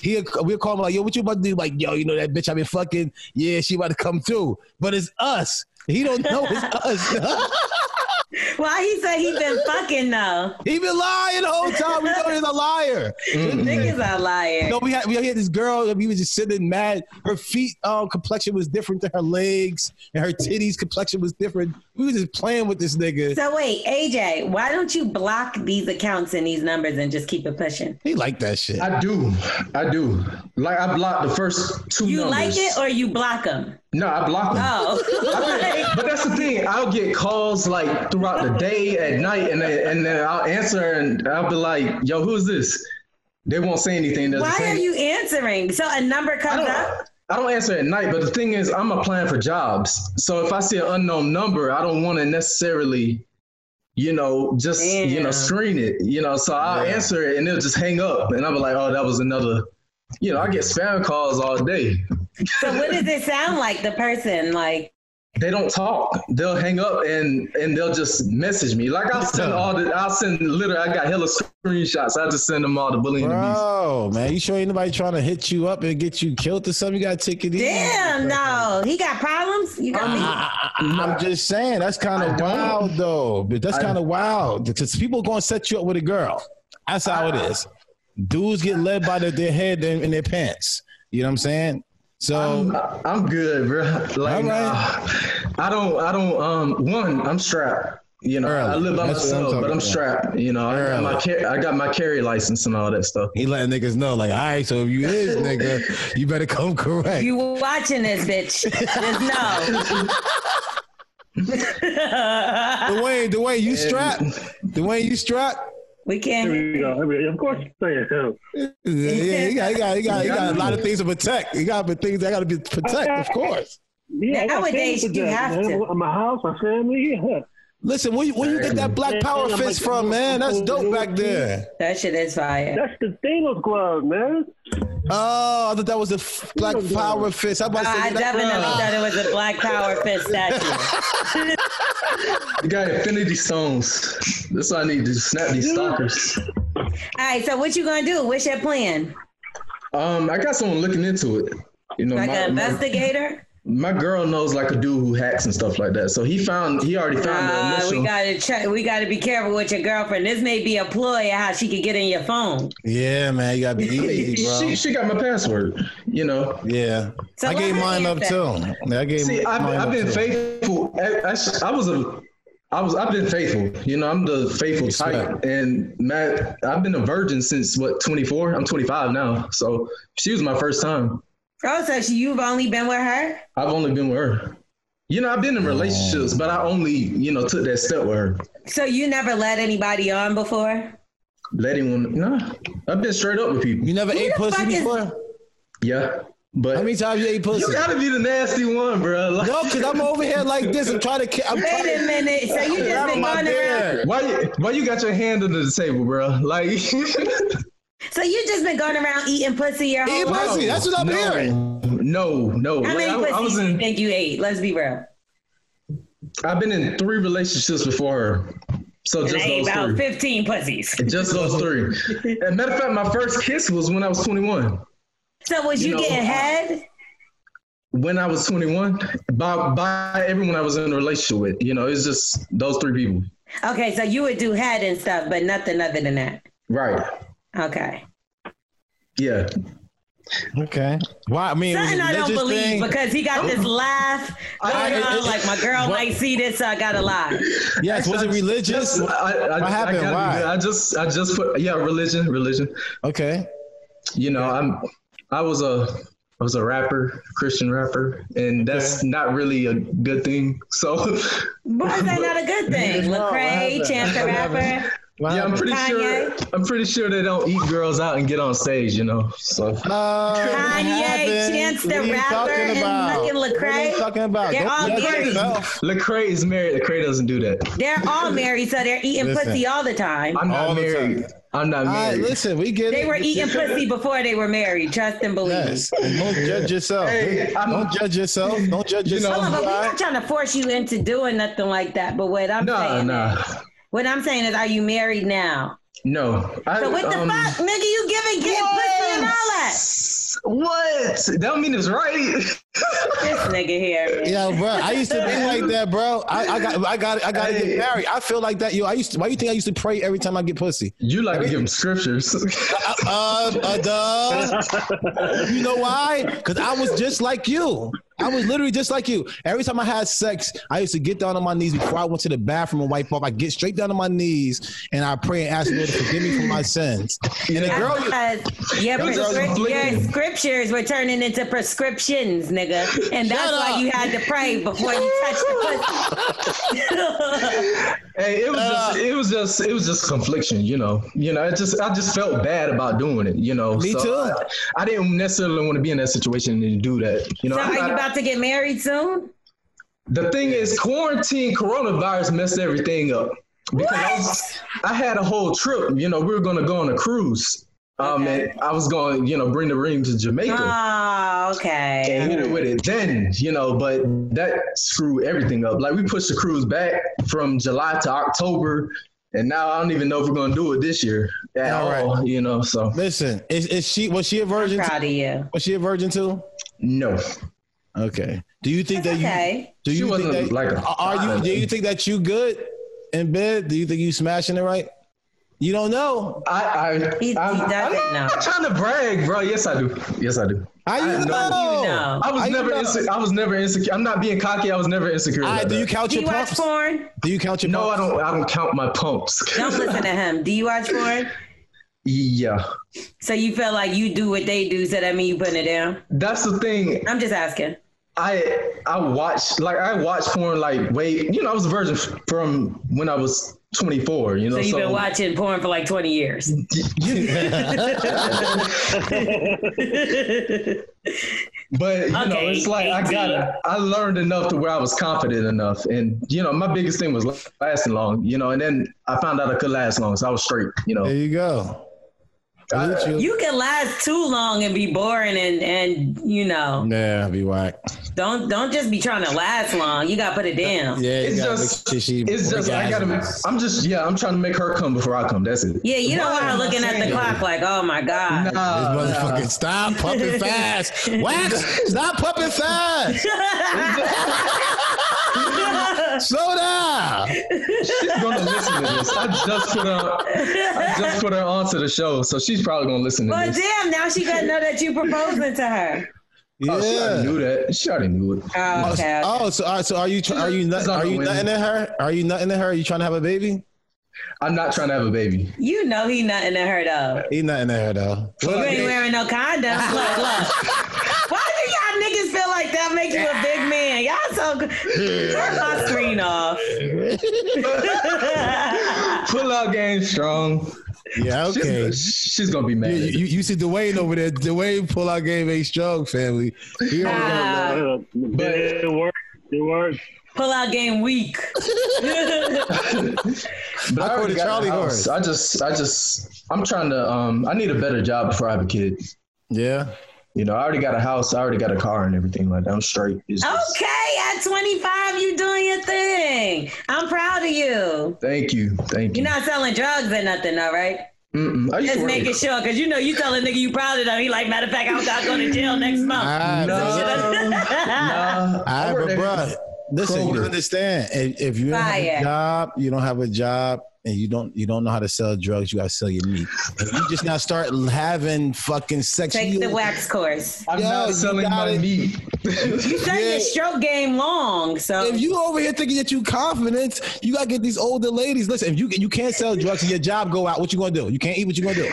Speaker 2: He we'll call him like, yo, what you about to do? Like, yo, you know that bitch I been fucking. Yeah, she about to come through, but it's us. He don't know it's us.
Speaker 1: Why he said he been fucking though?
Speaker 2: he been lying the whole time. We know he's a liar.
Speaker 1: Niggas are lying.
Speaker 2: No, we had we had this girl. We was just sitting mad. Her feet um, complexion was different than her legs, and her titties complexion was different. We was just playing with this nigga.
Speaker 1: So wait, AJ, why don't you block these accounts and these numbers and just keep it pushing?
Speaker 2: He liked that shit.
Speaker 10: I do. I do. Like I blocked the first two
Speaker 1: You
Speaker 10: numbers.
Speaker 1: like it or you block them?
Speaker 10: No, I blocked them.
Speaker 1: Oh,
Speaker 10: I
Speaker 1: Like,
Speaker 10: but that's the thing. I'll get calls like throughout the day, at night, and then, and then I'll answer, and I'll be like, "Yo, who's this?" They won't say anything. There's a
Speaker 1: why
Speaker 10: thing-
Speaker 1: are you answering? So a number
Speaker 10: I
Speaker 1: comes up.
Speaker 10: don't, I don't answer at night, but the thing is, I'm applying for jobs. So if I see an unknown number, I don't want to necessarily, you know, just you
Speaker 1: Yeah.
Speaker 10: know, screen it. You know, so I'll
Speaker 2: Yeah.
Speaker 10: answer it, and it'll just hang up, and I'll be like, "Oh, that was another." You know, I get spam calls all day.
Speaker 1: So what does it sound like? The person like
Speaker 10: they don't talk. They'll hang up and and they'll just message me. Like I'll send all the I'll send literally I got hella screenshots. I just send them all to bullying and the beast.
Speaker 2: Bro, man, you sure ain't nobody trying to hit you up and get you killed or something? You gotta take it easy.
Speaker 1: Damn, no, he got problems. You got me.
Speaker 2: I, am just saying that's kind
Speaker 10: I
Speaker 2: of
Speaker 10: don't.
Speaker 2: wild though. But that's
Speaker 10: I-
Speaker 2: kind of wild because people gonna set you up with a girl. That's how it is. Dudes get led by the, their head and, and their pants. You know what I'm saying?
Speaker 1: Um,
Speaker 2: So
Speaker 10: I'm, I'm good, bro. Like
Speaker 2: All right.
Speaker 10: nah. I don't I don't um one, I'm strapped. You know, I
Speaker 2: Early.
Speaker 10: live by
Speaker 2: That's what I'm
Speaker 10: myself,
Speaker 2: talking
Speaker 10: but I'm
Speaker 2: about.
Speaker 10: strapped. You know, I got my
Speaker 2: Early.
Speaker 10: car- I got my carry license and all that stuff.
Speaker 2: he letting niggas know, like, all right, so if you is nigga, you better come correct.
Speaker 1: You watching this bitch? Just no.
Speaker 2: Dwayne, Dwayne, you strapped. Dwayne, you strapped.
Speaker 1: we can't.
Speaker 11: Here we go. Here we go. Of course, I am.
Speaker 2: Yeah, he got, he got, he got, he got a lot of things to protect. He got things that got to be protect, of course.
Speaker 11: Yeah, I got things
Speaker 1: Nowadays,
Speaker 11: to
Speaker 1: you
Speaker 11: do.
Speaker 1: have to.
Speaker 11: My house, my family. Yeah.
Speaker 2: Listen, where you, where you get that black power fist from, man? That's dope back there.
Speaker 1: That shit is fire.
Speaker 11: That's the Thanos glove, man.
Speaker 2: Oh, I thought that was a f- black power fist. I'm about to
Speaker 1: Uh,
Speaker 2: say,
Speaker 1: I
Speaker 2: get that
Speaker 1: definitely
Speaker 2: from-
Speaker 1: thought it was a black power fist statue.
Speaker 10: You got infinity stones. That's why I need to snap these stalkers.
Speaker 1: All right, so what you gonna do? What's your plan?
Speaker 10: Um, I got someone looking into it. You know,
Speaker 1: Like
Speaker 10: my-
Speaker 1: an
Speaker 10: my-
Speaker 1: investigator?
Speaker 10: my girl knows like a dude who hacks and stuff like that. So he found he already found the
Speaker 1: Uh,
Speaker 10: initial.
Speaker 1: we gotta check. We gotta be careful with your girlfriend. This may be a ploy how she could get in your phone.
Speaker 2: Yeah, man, you gotta be easy, bro.
Speaker 10: She, she got my password, you know.
Speaker 2: Yeah,
Speaker 1: So
Speaker 2: I
Speaker 1: let
Speaker 2: gave
Speaker 1: her
Speaker 2: mine up too.
Speaker 1: answer.
Speaker 2: I gave.
Speaker 10: See, I've,
Speaker 2: mine
Speaker 10: I've
Speaker 2: up,
Speaker 10: been
Speaker 2: too.
Speaker 10: faithful. I, I, sh- I was a, I was, I've been faithful. You know, I'm the faithful type. And Matt, I've been a virgin since what 24. I'm 25 now, so she was my first time.
Speaker 1: Oh, so she, you've only been with her?
Speaker 10: I've only been with her. You know, I've been in relationships, but I only, you know, took that step with her.
Speaker 1: So you never let anybody on before?
Speaker 10: Let anyone, no, I've been straight up with people.
Speaker 2: You never ate
Speaker 1: the
Speaker 2: pussy
Speaker 1: fuck is-
Speaker 2: before?
Speaker 10: Yeah, but
Speaker 2: How many times you ate pussy?
Speaker 10: you gotta be the nasty one, bro. Like,
Speaker 2: No, because I'm over here like this. I'm trying to. ki- I'm trying
Speaker 1: Wait a
Speaker 2: to
Speaker 1: minute. So you just been
Speaker 2: my
Speaker 1: going around.
Speaker 2: bed.
Speaker 10: why, you- why you got your hand under the table, bro? Like,
Speaker 1: So you just been going around eating pussy your whole
Speaker 2: Eat
Speaker 1: life?
Speaker 2: pussy. That's what I'm
Speaker 10: no,
Speaker 2: hearing.
Speaker 10: No, no.
Speaker 1: How many
Speaker 10: Like, I, I
Speaker 1: pussies
Speaker 10: was
Speaker 1: do you
Speaker 10: in.
Speaker 1: think you ate? Let's be real.
Speaker 10: I've been in three relationships before her, so
Speaker 1: And I
Speaker 10: just
Speaker 1: ate
Speaker 10: those
Speaker 1: about
Speaker 10: three.
Speaker 1: 15 pussies.
Speaker 10: Just those three. As a matter of fact, my first kiss was when I was 21.
Speaker 1: So was you,
Speaker 10: You know, uh,
Speaker 1: getting
Speaker 10: I-
Speaker 1: head?
Speaker 10: When I was 21, by by everyone I was in a relationship with, you know, it's just those three people.
Speaker 1: Okay, so you would do head and stuff, but nothing other than that.
Speaker 10: Right.
Speaker 1: Okay.
Speaker 10: Yeah.
Speaker 2: Okay. Why? I mean, it was
Speaker 1: Something
Speaker 2: a
Speaker 1: I don't
Speaker 2: religious
Speaker 1: believe
Speaker 2: thing.
Speaker 1: because he got this laugh going
Speaker 10: I- it-
Speaker 1: on
Speaker 10: it-
Speaker 1: like my girl
Speaker 2: what-
Speaker 1: might see this, so I gotta lie.
Speaker 2: Yes, was it religious?
Speaker 10: Just, I, I,
Speaker 2: What happened?
Speaker 10: I, gotta be
Speaker 2: Why?
Speaker 10: good. I just, I just put, yeah, religion, religion.
Speaker 2: Okay.
Speaker 10: you know i'm i was a i was a rapper christian rapper and that's not really a good thing so
Speaker 1: Boy, is that not a good thing? Lecrae, Chance the Rapper.
Speaker 10: yeah i'm pretty sure
Speaker 1: Kanye?
Speaker 10: i'm pretty sure they don't eat girls out and get on stage you know so
Speaker 2: Uh,
Speaker 1: Kanye, Chance the
Speaker 2: What are you
Speaker 1: Rapper,
Speaker 2: talking
Speaker 1: and
Speaker 2: about?
Speaker 1: fucking
Speaker 2: What are you
Speaker 1: Lecrae.
Speaker 2: talking about?
Speaker 1: They're
Speaker 2: Don't
Speaker 1: all
Speaker 2: judge
Speaker 1: married.
Speaker 2: yourself.
Speaker 10: Lecrae is married. Lecrae doesn't do that.
Speaker 1: They're all married, so they're eating
Speaker 2: Listen.
Speaker 1: pussy all the time.
Speaker 10: I'm
Speaker 2: All
Speaker 10: not
Speaker 2: the
Speaker 10: married.
Speaker 2: time.
Speaker 10: I'm not
Speaker 2: All right,
Speaker 10: married.
Speaker 2: listen, we get it.
Speaker 1: They were eating pussy before they were married. Trust and believe.
Speaker 2: Yes. Don't judge yourself.
Speaker 10: Hey, I'm-
Speaker 2: don't judge yourself. Don't judge
Speaker 10: You know-
Speaker 1: Hold
Speaker 2: yourself.
Speaker 1: on, but we're
Speaker 2: all
Speaker 1: not
Speaker 2: right?
Speaker 1: trying to force you into doing nothing like that. But what I'm
Speaker 10: Nah,
Speaker 1: saying,
Speaker 10: nah,
Speaker 1: what I'm saying is, are you married now?
Speaker 10: no. I,
Speaker 1: So what the
Speaker 10: um,
Speaker 1: fuck, nigga? You giving kid pussy and all that?
Speaker 10: What? That don't mean it's right.
Speaker 1: This nigga here. man.
Speaker 2: Yeah, bro. I used to be like that, bro. I, I got, I got, I got to
Speaker 10: Hey.
Speaker 2: get married. I feel like that, yo. I used. To, why you think I used to pray every time I get pussy?
Speaker 10: you like to give them scriptures.
Speaker 2: Uh, uh, duh. You know why? Because I was just like you. I was literally just like you. Every time I had sex, I used to get down on my knees before I went to the bathroom and wipe off. I get straight down on my knees and I pray and ask the Lord to forgive me for my sins. And the girl,
Speaker 1: Because your,
Speaker 10: Those are
Speaker 1: prescrip- your
Speaker 10: conflicting.
Speaker 1: scriptures were turning into prescriptions, nigga. And that's
Speaker 2: Shut
Speaker 1: why
Speaker 2: up.
Speaker 1: you had to pray before you touched the pussy.
Speaker 10: Hey, it was just, it was just, it was just confliction, you know. You know, it just, I just felt bad about doing it, you know.
Speaker 2: Me too.
Speaker 10: I, I didn't necessarily want to be in that situation and do that, you know.
Speaker 1: so
Speaker 10: I'm
Speaker 1: are
Speaker 10: not-
Speaker 1: you about to get married soon?
Speaker 10: the thing is, quarantine, coronavirus messed everything up because I, was- I had a whole trip. You know, we were gonna go on a cruise. Um,
Speaker 1: Okay.
Speaker 10: and I was going, to you know, bring the ring to Jamaica.
Speaker 1: Oh,
Speaker 10: and
Speaker 1: okay.
Speaker 10: hit it with it then, you know, but that screwed everything up. Like we pushed the cruise back from July to October, and now I don't even know if we're gonna do it this year at
Speaker 2: All
Speaker 10: all,
Speaker 2: right.
Speaker 10: you know. So
Speaker 2: listen, is, is she was she a
Speaker 1: I'm
Speaker 2: virgin?
Speaker 1: proud of you.
Speaker 2: Was she a virgin too?
Speaker 10: no,
Speaker 2: Okay. Do you think
Speaker 1: That's
Speaker 2: that you
Speaker 1: okay.
Speaker 2: do
Speaker 10: She
Speaker 2: you think
Speaker 10: wasn't
Speaker 2: that,
Speaker 10: like a-
Speaker 2: are are you do you think that you good in bed? Do you think you smashing it right? You don't know.
Speaker 10: I, I,
Speaker 1: He- he
Speaker 10: I'm, I'm
Speaker 1: doesn't know.
Speaker 10: not trying to brag, bro. Yes, I do. Yes, I do.
Speaker 2: How you know?
Speaker 10: I know.
Speaker 1: You know.
Speaker 10: I was
Speaker 2: How you
Speaker 10: never,
Speaker 2: know?
Speaker 10: inse- I was never insecure. I'm not being cocky. I was never insecure.
Speaker 2: All right,
Speaker 10: about
Speaker 2: do you
Speaker 10: that.
Speaker 2: count
Speaker 1: Do
Speaker 2: your
Speaker 1: you watch
Speaker 2: pumps?
Speaker 1: porn?
Speaker 2: Do you count your
Speaker 10: No, I
Speaker 2: pumps?
Speaker 10: don't. I don't count my pumps.
Speaker 1: Don't listen to him. Do you watch porn?
Speaker 10: yeah,
Speaker 1: So you feel like you do what they do, so that mean you putting it down?
Speaker 10: that's the thing.
Speaker 1: I'm just asking.
Speaker 10: I I watched like I watched porn like way you know I was a virgin f- from when I was 24 you know
Speaker 1: So you've been
Speaker 10: so-
Speaker 1: watching porn for like 20 years.
Speaker 10: but you know
Speaker 1: Okay,
Speaker 10: it's like I
Speaker 1: 18.
Speaker 10: got I learned enough to where I was confident enough and you know my biggest thing was la- lasting long you know and then I found out I could last long so I was straight you know
Speaker 2: There you go. Look at you.
Speaker 1: You can last too long and be boring and and you know.
Speaker 2: Yeah, be whack.
Speaker 1: Don't don't just be trying to last long. You gotta put it down.
Speaker 2: Yeah,
Speaker 10: it's just, it's just, I gotta, I'm just, yeah, I'm trying to make her come before I come. That's it.
Speaker 1: Yeah, you don't want her looking at the clock like, oh my god.
Speaker 10: Ah.
Speaker 2: Nah, this motherfucker, stop pumping fast. Wax, stop pumping fast. Slow
Speaker 10: Oh,
Speaker 2: down.
Speaker 10: She's gonna listen to this. I just put her, I just put her onto the show, so she's probably gonna listen to
Speaker 1: Well,
Speaker 10: this.
Speaker 1: damn, now she gonna know that you proposing to her.
Speaker 10: Oh, she already knew that. She already knew it.
Speaker 1: Oh, okay.
Speaker 2: Oh, so, all right, so are you tr- are you nut-
Speaker 10: It's on
Speaker 2: are
Speaker 10: the
Speaker 2: you
Speaker 10: way.
Speaker 2: nutting at her? Are you nutting at her? Are you trying to have a baby?
Speaker 10: I'm not trying to have a baby.
Speaker 1: You know he nothing to her though.
Speaker 2: He nutting at her though.
Speaker 1: You ain't wearing no condoms. Look, look. Why do y'all niggas feel like that make you a big man? Y'all so good. Turn my screen off.
Speaker 10: Pull out game strong.
Speaker 2: Yeah, okay.
Speaker 10: She's, she's gonna be
Speaker 2: You,
Speaker 10: mad. at
Speaker 2: you, you see Dwayne over there. Dwayne pull out game ain't strong family. He already got-
Speaker 10: Ah.
Speaker 11: But it worked. It worked.
Speaker 1: Pull out game week.
Speaker 10: But I,
Speaker 2: I
Speaker 10: already
Speaker 2: quoted
Speaker 10: got
Speaker 2: Charlie
Speaker 10: a house.
Speaker 2: Horse.
Speaker 10: I just, I just, I'm trying to. Um, I need a better job before I have a kid.
Speaker 2: Yeah.
Speaker 10: You know, I already got a house. I already got a car and everything like that. I'm straight. It's just-
Speaker 1: Okay, at 25, you doing your thing. I'm proud of you.
Speaker 10: Thank you, thank you.
Speaker 1: You're not selling drugs or nothing, though, right?
Speaker 10: Mm-mm. I used
Speaker 1: Just
Speaker 10: to work
Speaker 1: making
Speaker 10: at-
Speaker 1: sure, because you know you tell a nigga you proud of them. He like, matter of fact, I'm about to go to jail next month.
Speaker 2: All right,
Speaker 10: No, no.
Speaker 2: All right, Ah, but
Speaker 10: worked
Speaker 2: bro,
Speaker 10: at-
Speaker 2: listen, you
Speaker 10: Kroger.
Speaker 2: understand. If, if you don't have
Speaker 1: Fire.
Speaker 2: a job, you don't have a job, and you don't you don't know how to sell drugs, you gotta sell your meat. If you just now start having fucking sex.
Speaker 1: Take
Speaker 2: you-
Speaker 1: the wax course.
Speaker 10: I'm
Speaker 2: Yo,
Speaker 10: not
Speaker 2: you
Speaker 10: selling
Speaker 2: got
Speaker 10: my
Speaker 2: it.
Speaker 10: meat.
Speaker 1: You said
Speaker 2: Yeah.
Speaker 1: your stroke game long, so
Speaker 2: If you over here thinking that you confident, you gotta get these older ladies. Listen, if you you can't sell drugs and your job go out, what you gonna do? You can't eat. What you gonna do?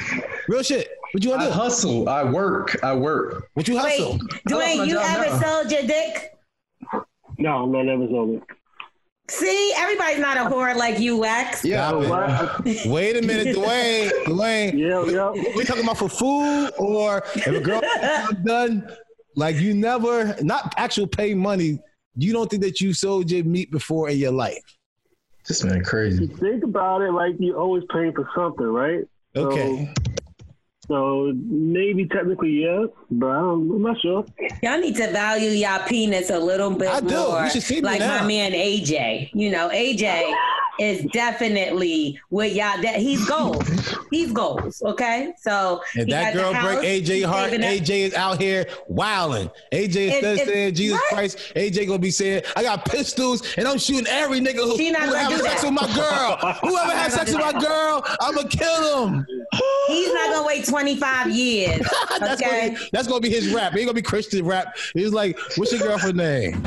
Speaker 2: Real shit. What you
Speaker 10: I
Speaker 2: gonna do?
Speaker 10: hustle. I work. I work.
Speaker 2: What you
Speaker 1: Uh-huh. wait,
Speaker 2: hustle?
Speaker 10: lost my
Speaker 1: Dwayne, you
Speaker 10: job
Speaker 1: ever
Speaker 10: now.
Speaker 1: sold your dick?
Speaker 11: No, no, that was over.
Speaker 1: See, everybody's not a whore like you, Wax.
Speaker 10: Yeah.
Speaker 2: Stop it. Wait a minute, Dwayne. Dwayne.
Speaker 11: Yeah, yeah.
Speaker 2: we talking about for food or if a girl I'm done, like you never not actual pay money. You don't think that you sold your meat before in your life.
Speaker 10: This man crazy.
Speaker 11: Think about it like you always paying for something, right? So-
Speaker 2: Okay.
Speaker 11: So, maybe technically yes, but I don't, I'm not sure.
Speaker 1: Y'all need to value y'all penis a little bit
Speaker 2: I do. You
Speaker 1: more.
Speaker 2: should see me
Speaker 1: like
Speaker 2: now.
Speaker 1: my man AJ. You know, AJ is definitely with y'all. That he's goals. He's goals. Okay, so
Speaker 2: If
Speaker 1: he got
Speaker 2: that
Speaker 1: the
Speaker 2: girl
Speaker 1: house,
Speaker 2: break AJ
Speaker 1: he's
Speaker 2: heart,
Speaker 1: saving up-
Speaker 2: AJ is out here wilding. AJ is
Speaker 1: If-
Speaker 2: still
Speaker 1: if-
Speaker 2: saying Jesus
Speaker 1: what?
Speaker 2: Christ. AJ gonna be saying, I got pistols and I'm shooting every nigga who,
Speaker 1: She not
Speaker 2: who
Speaker 1: gonna
Speaker 2: having
Speaker 1: do
Speaker 2: sex
Speaker 1: that.
Speaker 2: with my girl. Whoever has sex with my girl, I'ma kill him.
Speaker 1: He's not gonna wait 25 years.
Speaker 2: That's,
Speaker 1: Okay.
Speaker 2: gonna be, that's gonna be his rap. It ain't gonna be Christian rap. He's like, what's your girlfriend name?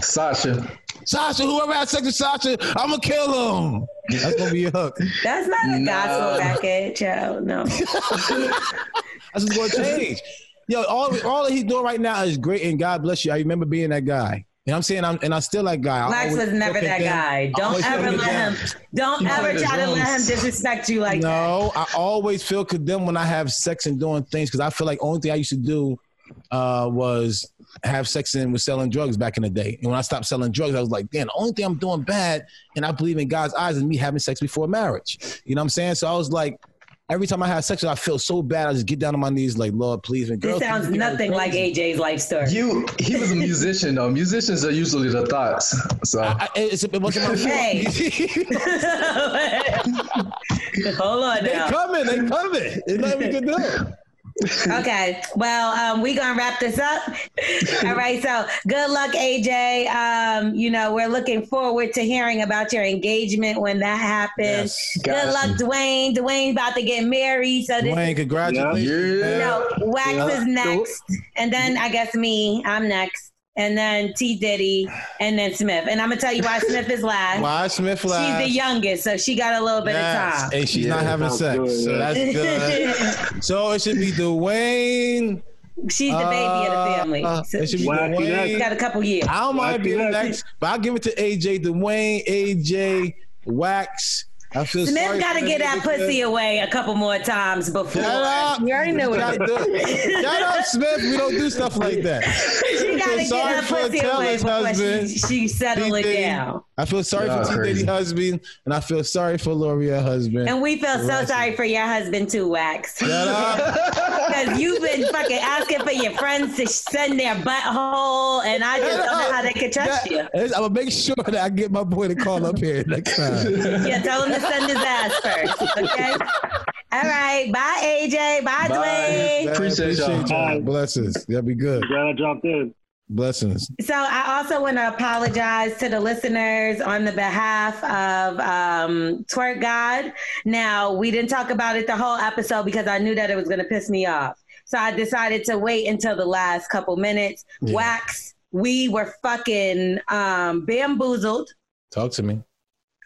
Speaker 10: Sasha.
Speaker 2: Sasha, whoever has sex with Sasha, I'm gonna kill him. That's gonna be your hook.
Speaker 1: That's not a
Speaker 10: Nah.
Speaker 1: gospel record, child. No.
Speaker 2: That's what's gonna change. Yo, all all that he's doing right now is great, and God bless you. I remember being that guy. And I'm saying, I'm, and I'm still that guy. I
Speaker 1: Max
Speaker 2: always
Speaker 1: was never
Speaker 2: look at
Speaker 1: that
Speaker 2: them.
Speaker 1: guy.
Speaker 2: I
Speaker 1: Don't
Speaker 2: always
Speaker 1: ever
Speaker 2: look at them.
Speaker 1: let him. Don't
Speaker 10: You
Speaker 1: ever
Speaker 10: played
Speaker 1: try
Speaker 10: the
Speaker 1: to let him
Speaker 10: drums.
Speaker 1: disrespect you like that.
Speaker 2: No, I always feel condemned when I have sex and doing things because I feel like only thing I used to do uh, was have sex and was selling drugs back in the day. And when I stopped selling drugs, I was like, damn, the only thing I'm doing bad and I believe in God's eyes is me having sex before marriage. You know what I'm saying? So I was like, every time I had sex, I feel so bad. I just get down on my knees, like, Lord, please. And
Speaker 1: This
Speaker 2: girls-
Speaker 1: sounds nothing like AJ's life story.
Speaker 10: You. He was a musician though. Musicians are usually the thoughts. So
Speaker 2: I, it's, it wasn't my fault.
Speaker 1: Hey. Hold on
Speaker 2: they
Speaker 1: now.
Speaker 2: coming, they coming. There's nothing we can do.
Speaker 1: Okay. Well, um, we gonna wrap this up. All right. So good luck, AJ. Um, you know, we're looking forward to hearing about your engagement when that happens.
Speaker 10: Got
Speaker 1: good
Speaker 10: you.
Speaker 1: luck, Dwayne. Dwayne about to get married. So this
Speaker 2: Wayne, congratulations.
Speaker 10: yeah.
Speaker 1: No, Wax is next, and then I guess me, I'm next, and then T Diddy, and then Smith. And I'm gonna tell you why Smith is last.
Speaker 2: Why Smith
Speaker 1: She's
Speaker 2: Live?
Speaker 1: the youngest, so she got a little bit
Speaker 2: Yes,
Speaker 1: of time.
Speaker 2: And she's not having
Speaker 11: sounds
Speaker 2: sex.
Speaker 11: good,
Speaker 2: so
Speaker 11: yeah.
Speaker 2: that's good. so it should be Dwayne.
Speaker 1: She's the baby of the family.
Speaker 2: Uh,
Speaker 1: So
Speaker 2: it should be
Speaker 11: Wacky
Speaker 1: she's
Speaker 2: Dwayne.
Speaker 1: got a couple years.
Speaker 2: I don't mind being
Speaker 11: Wacky
Speaker 2: next, but I'll give it to AJ Dwayne, AJ Wax, I feel
Speaker 1: Smith
Speaker 2: sorry
Speaker 1: got to
Speaker 2: for
Speaker 1: get that
Speaker 2: nigga,
Speaker 1: pussy away a couple more times before.
Speaker 2: Shut up.
Speaker 1: You already know
Speaker 2: You gotta do
Speaker 1: it.
Speaker 2: it. Shut up, Smith. We don't do stuff like that.
Speaker 1: She
Speaker 2: I feel
Speaker 1: gotta get
Speaker 2: sorry
Speaker 1: her
Speaker 2: for
Speaker 1: pussy away
Speaker 2: Taylor's
Speaker 1: before she,
Speaker 2: husband.
Speaker 1: she settle it
Speaker 2: Diddy.
Speaker 1: down.
Speaker 2: I feel sorry
Speaker 10: Y'all
Speaker 2: for T
Speaker 10: crazy.
Speaker 2: Diddy husband, and I feel sorry for Loria husband.
Speaker 1: And we feel so
Speaker 2: Right.
Speaker 1: sorry for your husband too, Wax.
Speaker 2: Shut up.
Speaker 1: Because you've been fucking asking for your friends to send their butthole, and I just don't know how they could trust you.
Speaker 2: I'm gonna make sure that I get my boy to call up here next time.
Speaker 1: Yeah, tell him to send his ass first. Okay. All right. Bye, AJ. Bye, Dwayne.
Speaker 10: Appreciate y'all.
Speaker 2: Blessings. Y'all be good.
Speaker 11: Glad I dropped in.
Speaker 2: Blessings.
Speaker 1: So I also want to apologize to the listeners on the behalf of um, Twerk God. Now we didn't talk about it the whole episode because I knew that it was going to piss me off. So I decided to wait until the last couple minutes.
Speaker 2: Yeah.
Speaker 1: Wax, we were fucking um, bamboozled.
Speaker 2: Talk to me.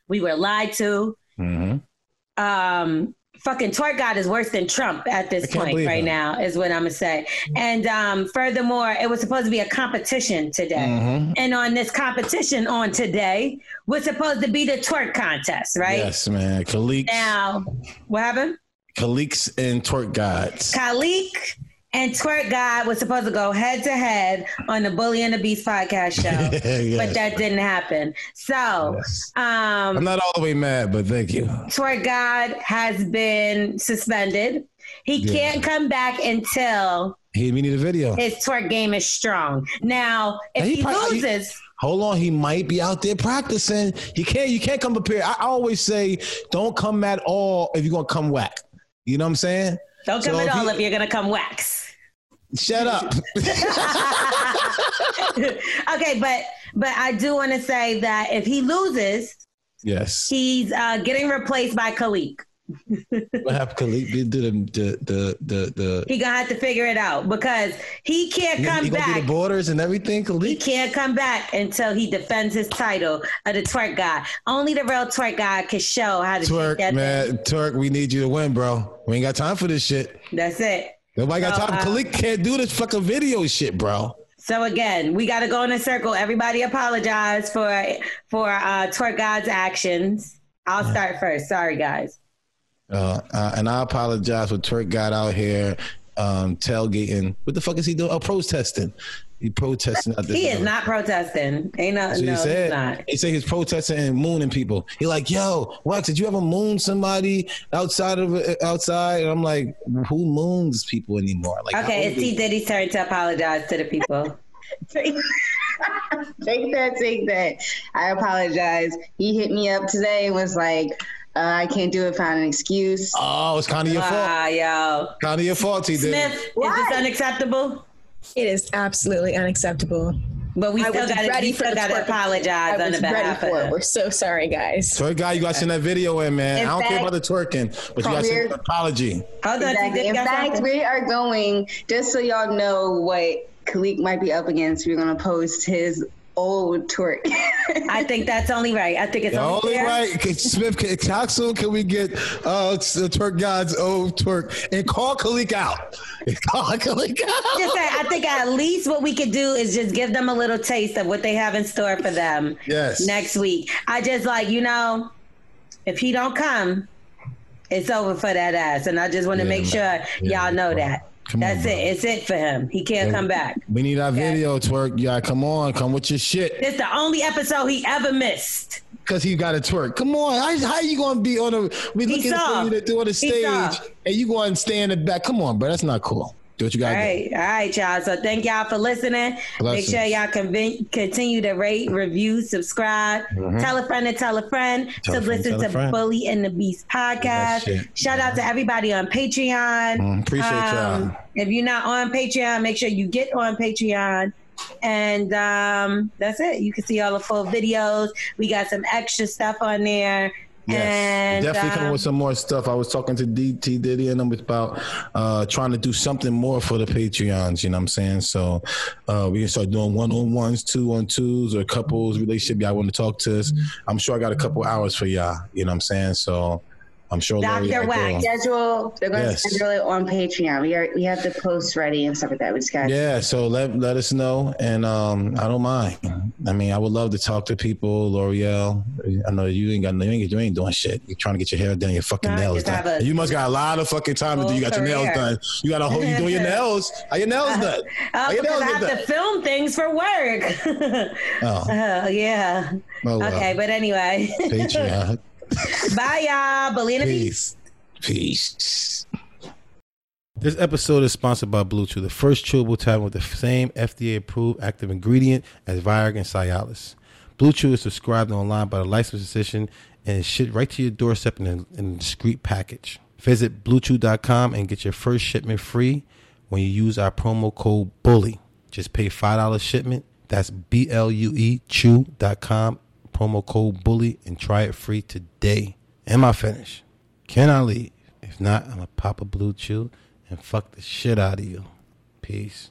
Speaker 1: We were lied to.
Speaker 2: Mm-hmm.
Speaker 1: um fucking twerk god is worse than trump at
Speaker 2: I
Speaker 1: this
Speaker 2: can't
Speaker 1: point
Speaker 2: believe
Speaker 1: right
Speaker 2: it.
Speaker 1: now is what i'm gonna say and um furthermore it was supposed to be a competition today
Speaker 2: Mhm.
Speaker 1: and on this competition on today was supposed to be the twerk contest right
Speaker 2: Yes, man. Kalik,
Speaker 1: now what happened
Speaker 2: Kalik's and twerk gods.
Speaker 1: Khalik and Twerk God was supposed to go head to head on the Bully and the Beast podcast show,
Speaker 2: Yes.
Speaker 1: but that didn't happen. So, um,
Speaker 2: I'm not all the way mad, but thank you.
Speaker 1: Twerk God has been suspended. He
Speaker 2: Yeah.
Speaker 1: can't come back until
Speaker 2: He we need a video.
Speaker 1: his twerk game is strong. Now, if
Speaker 2: And he
Speaker 1: he,
Speaker 2: probably-
Speaker 1: loses,
Speaker 2: Hold on, he might be out there practicing. He can't. You can't come prepared. I I always say, don't come at all if you're gonna come whack. You know what I'm saying?
Speaker 1: don't come
Speaker 2: So
Speaker 1: at
Speaker 2: if
Speaker 1: all
Speaker 2: he-
Speaker 1: if you're gonna come wax.
Speaker 2: Shut up.
Speaker 1: okay, but but I do want to say that if he loses,
Speaker 2: yes.
Speaker 1: he's uh, getting replaced by Khalik.
Speaker 2: What happened, Khalid? Did the the the the the.
Speaker 1: He gonna have to figure it out because he can't
Speaker 2: He,
Speaker 1: come
Speaker 2: he gonna do
Speaker 1: back.
Speaker 2: the borders and everything,
Speaker 1: He
Speaker 2: Khalid.
Speaker 1: can't come back until he defends his title of the twerk guy. Only the real twerk guy can show how to
Speaker 2: Twerk,
Speaker 1: shake that
Speaker 2: man, twerk. We need you to win, bro. We ain't got time for this shit.
Speaker 1: thing. That's it.
Speaker 2: Nobody got
Speaker 1: So,
Speaker 2: time.
Speaker 1: uh,
Speaker 2: Khalid can't do this fucking video shit, bro.
Speaker 1: So again, we got to go in a circle. Everybody apologize for for uh, twerk God's actions. I'll start first. Sorry, guys.
Speaker 2: Uh, uh, and I apologize for Turk got out here um, tailgating. What the fuck is he doing? Oh, protesting. He protesting out there.
Speaker 1: He is not protesting. Ain't no,
Speaker 2: That's what
Speaker 1: no,
Speaker 2: he
Speaker 1: he's
Speaker 2: said.
Speaker 1: not.
Speaker 2: He said he's protesting and mooning people. He like, yo, Wax, did you ever moon somebody outside of outside? And I'm like, who moons people anymore? Like, how
Speaker 1: Okay,
Speaker 2: old
Speaker 1: it's
Speaker 2: is-
Speaker 1: T Diddy's turn to apologize to the people.
Speaker 4: take take that, take that. I apologize. He hit me up today and was like, uh, I can't do it, found an excuse.
Speaker 2: Oh, it's kind of your fault.
Speaker 1: Wow, Ah, yo,
Speaker 2: Kind of your fault, T. Diddy.
Speaker 1: Smith, is this unacceptable?
Speaker 6: It is absolutely unacceptable.
Speaker 1: But we
Speaker 6: I
Speaker 1: still
Speaker 6: was
Speaker 1: got
Speaker 6: ready
Speaker 1: to
Speaker 6: for
Speaker 1: still
Speaker 6: the
Speaker 1: got to
Speaker 6: twerk.
Speaker 1: apologize
Speaker 6: I
Speaker 1: on
Speaker 6: was
Speaker 1: the
Speaker 6: ready
Speaker 1: behalf of
Speaker 6: for it.
Speaker 1: him.
Speaker 6: We're so sorry, guys.
Speaker 2: Twerk guy, you got to send that video in, man.
Speaker 4: In
Speaker 2: I don't care
Speaker 4: fact-
Speaker 2: about the twerking, but you got to send an apology.
Speaker 1: Hold on,
Speaker 4: Exactly.
Speaker 1: T-Diddy
Speaker 4: In
Speaker 1: Oh, got
Speaker 4: fact,
Speaker 1: something?
Speaker 4: we are going, just so y'all know what Khalik might be up against, we're going to post his old twerk.
Speaker 1: I think that's only right. I think it's
Speaker 2: The
Speaker 1: only,
Speaker 2: only
Speaker 1: fair.
Speaker 2: right, can, Smith, can, Coxon, can we get uh, the twerk god's old twerk and call Kalik out? Call Kalik out.
Speaker 1: Just say, I think at least what we could do is just give them a little taste of what they have in store for them
Speaker 2: Yes.
Speaker 1: next week. I just like, you know, if he don't come, it's over for that ass. And I just want to
Speaker 2: Yeah,
Speaker 1: make
Speaker 2: man.
Speaker 1: sure
Speaker 2: Yeah,
Speaker 1: y'all know
Speaker 2: bro.
Speaker 1: that.
Speaker 2: Come on,
Speaker 1: That's
Speaker 2: bro.
Speaker 1: it. It's it for him. He can't
Speaker 2: Yeah.
Speaker 1: come back.
Speaker 2: We need our video twerk. Yeah, come on, come with your shit.
Speaker 1: It's the only episode he ever missed.
Speaker 2: Cause he got a twerk. Come on, how, how you gonna be on a? We
Speaker 1: He
Speaker 2: looking
Speaker 1: saw.
Speaker 2: for you to do on the stage,
Speaker 1: saw.
Speaker 2: and you going to stand in the back. Come on, bro, that's not cool. Do what you
Speaker 1: All
Speaker 2: gotta
Speaker 1: right,
Speaker 2: do.
Speaker 1: all right, y'all. So thank y'all for listening. Make
Speaker 2: Blessings.
Speaker 1: sure y'all conven- continue to rate, review, subscribe, tell a friend to tell a friend
Speaker 2: Mm-hmm. Tell
Speaker 1: to
Speaker 2: a friend,
Speaker 1: listen
Speaker 2: tell a
Speaker 1: to
Speaker 2: friend.
Speaker 1: Bully and the Beast
Speaker 2: That
Speaker 1: podcast.
Speaker 2: shit.
Speaker 1: Shout out to everybody on Patreon.
Speaker 2: Mm, appreciate
Speaker 1: Um,
Speaker 2: y'all.
Speaker 1: If you're not on Patreon, make sure you get on Patreon. And um, that's it. You can see all the full videos. We got some extra stuff on there.
Speaker 2: Yes,
Speaker 1: and,
Speaker 2: definitely coming
Speaker 1: um,
Speaker 2: with some more stuff. I was talking to DT Diddy and them about uh, trying to do something more for the Patreons. You know what I'm saying? So uh, we can start doing one on ones, two on twos, or
Speaker 1: Mm-hmm.
Speaker 2: couples relationship. Y'all want to talk to us? I'm sure I got a couple hours for y'all. You know what I'm saying? So I'm sure Larry
Speaker 4: Dr.
Speaker 2: like,
Speaker 4: Wax.
Speaker 2: uh,
Speaker 4: Schedule, they're going to
Speaker 2: Yes.
Speaker 4: schedule it on Patreon. We, are, we have the posts ready and stuff like that. We just got
Speaker 2: Yeah, so let let us know, and um, I don't mind. I mean, I would love to talk to people. L'Oreal, I know you ain't got you ain't, you ain't doing shit. You're trying to get your hair done, your fucking
Speaker 1: No, I
Speaker 2: nails
Speaker 1: just
Speaker 2: done.
Speaker 1: have a-
Speaker 2: you must got a lot of fucking time to do. You got your
Speaker 1: Whole career.
Speaker 2: nails done. You got a whole. You doing your nails? Are your nails done?
Speaker 1: Uh,
Speaker 2: Are your
Speaker 1: because
Speaker 2: nails
Speaker 1: I have
Speaker 2: get done?
Speaker 1: to film things for work.
Speaker 2: Oh.
Speaker 1: Uh, yeah.
Speaker 2: Oh, well.
Speaker 1: Okay, but anyway.
Speaker 2: Patreon.
Speaker 1: Bye, y'all. Belina Beats.
Speaker 2: Peace. Peace.
Speaker 12: This episode is sponsored by Blue Chew, the first chewable tablet with the same FDA-approved active ingredient as Viagra and Cialis. Blue Chew is subscribed online by a licensed physician and is shipped right to your doorstep in a, in a discreet package. Visit BlueChew.com and get your first shipment free when you use our promo code BULLY. Just pay $5 shipment. That's B-L-U-E Chew.com, promo code BULLY, and try it free today. Am I finished? Can I leave? If not, I'm going to pop a Blue Chew and fuck the shit out of you. Peace.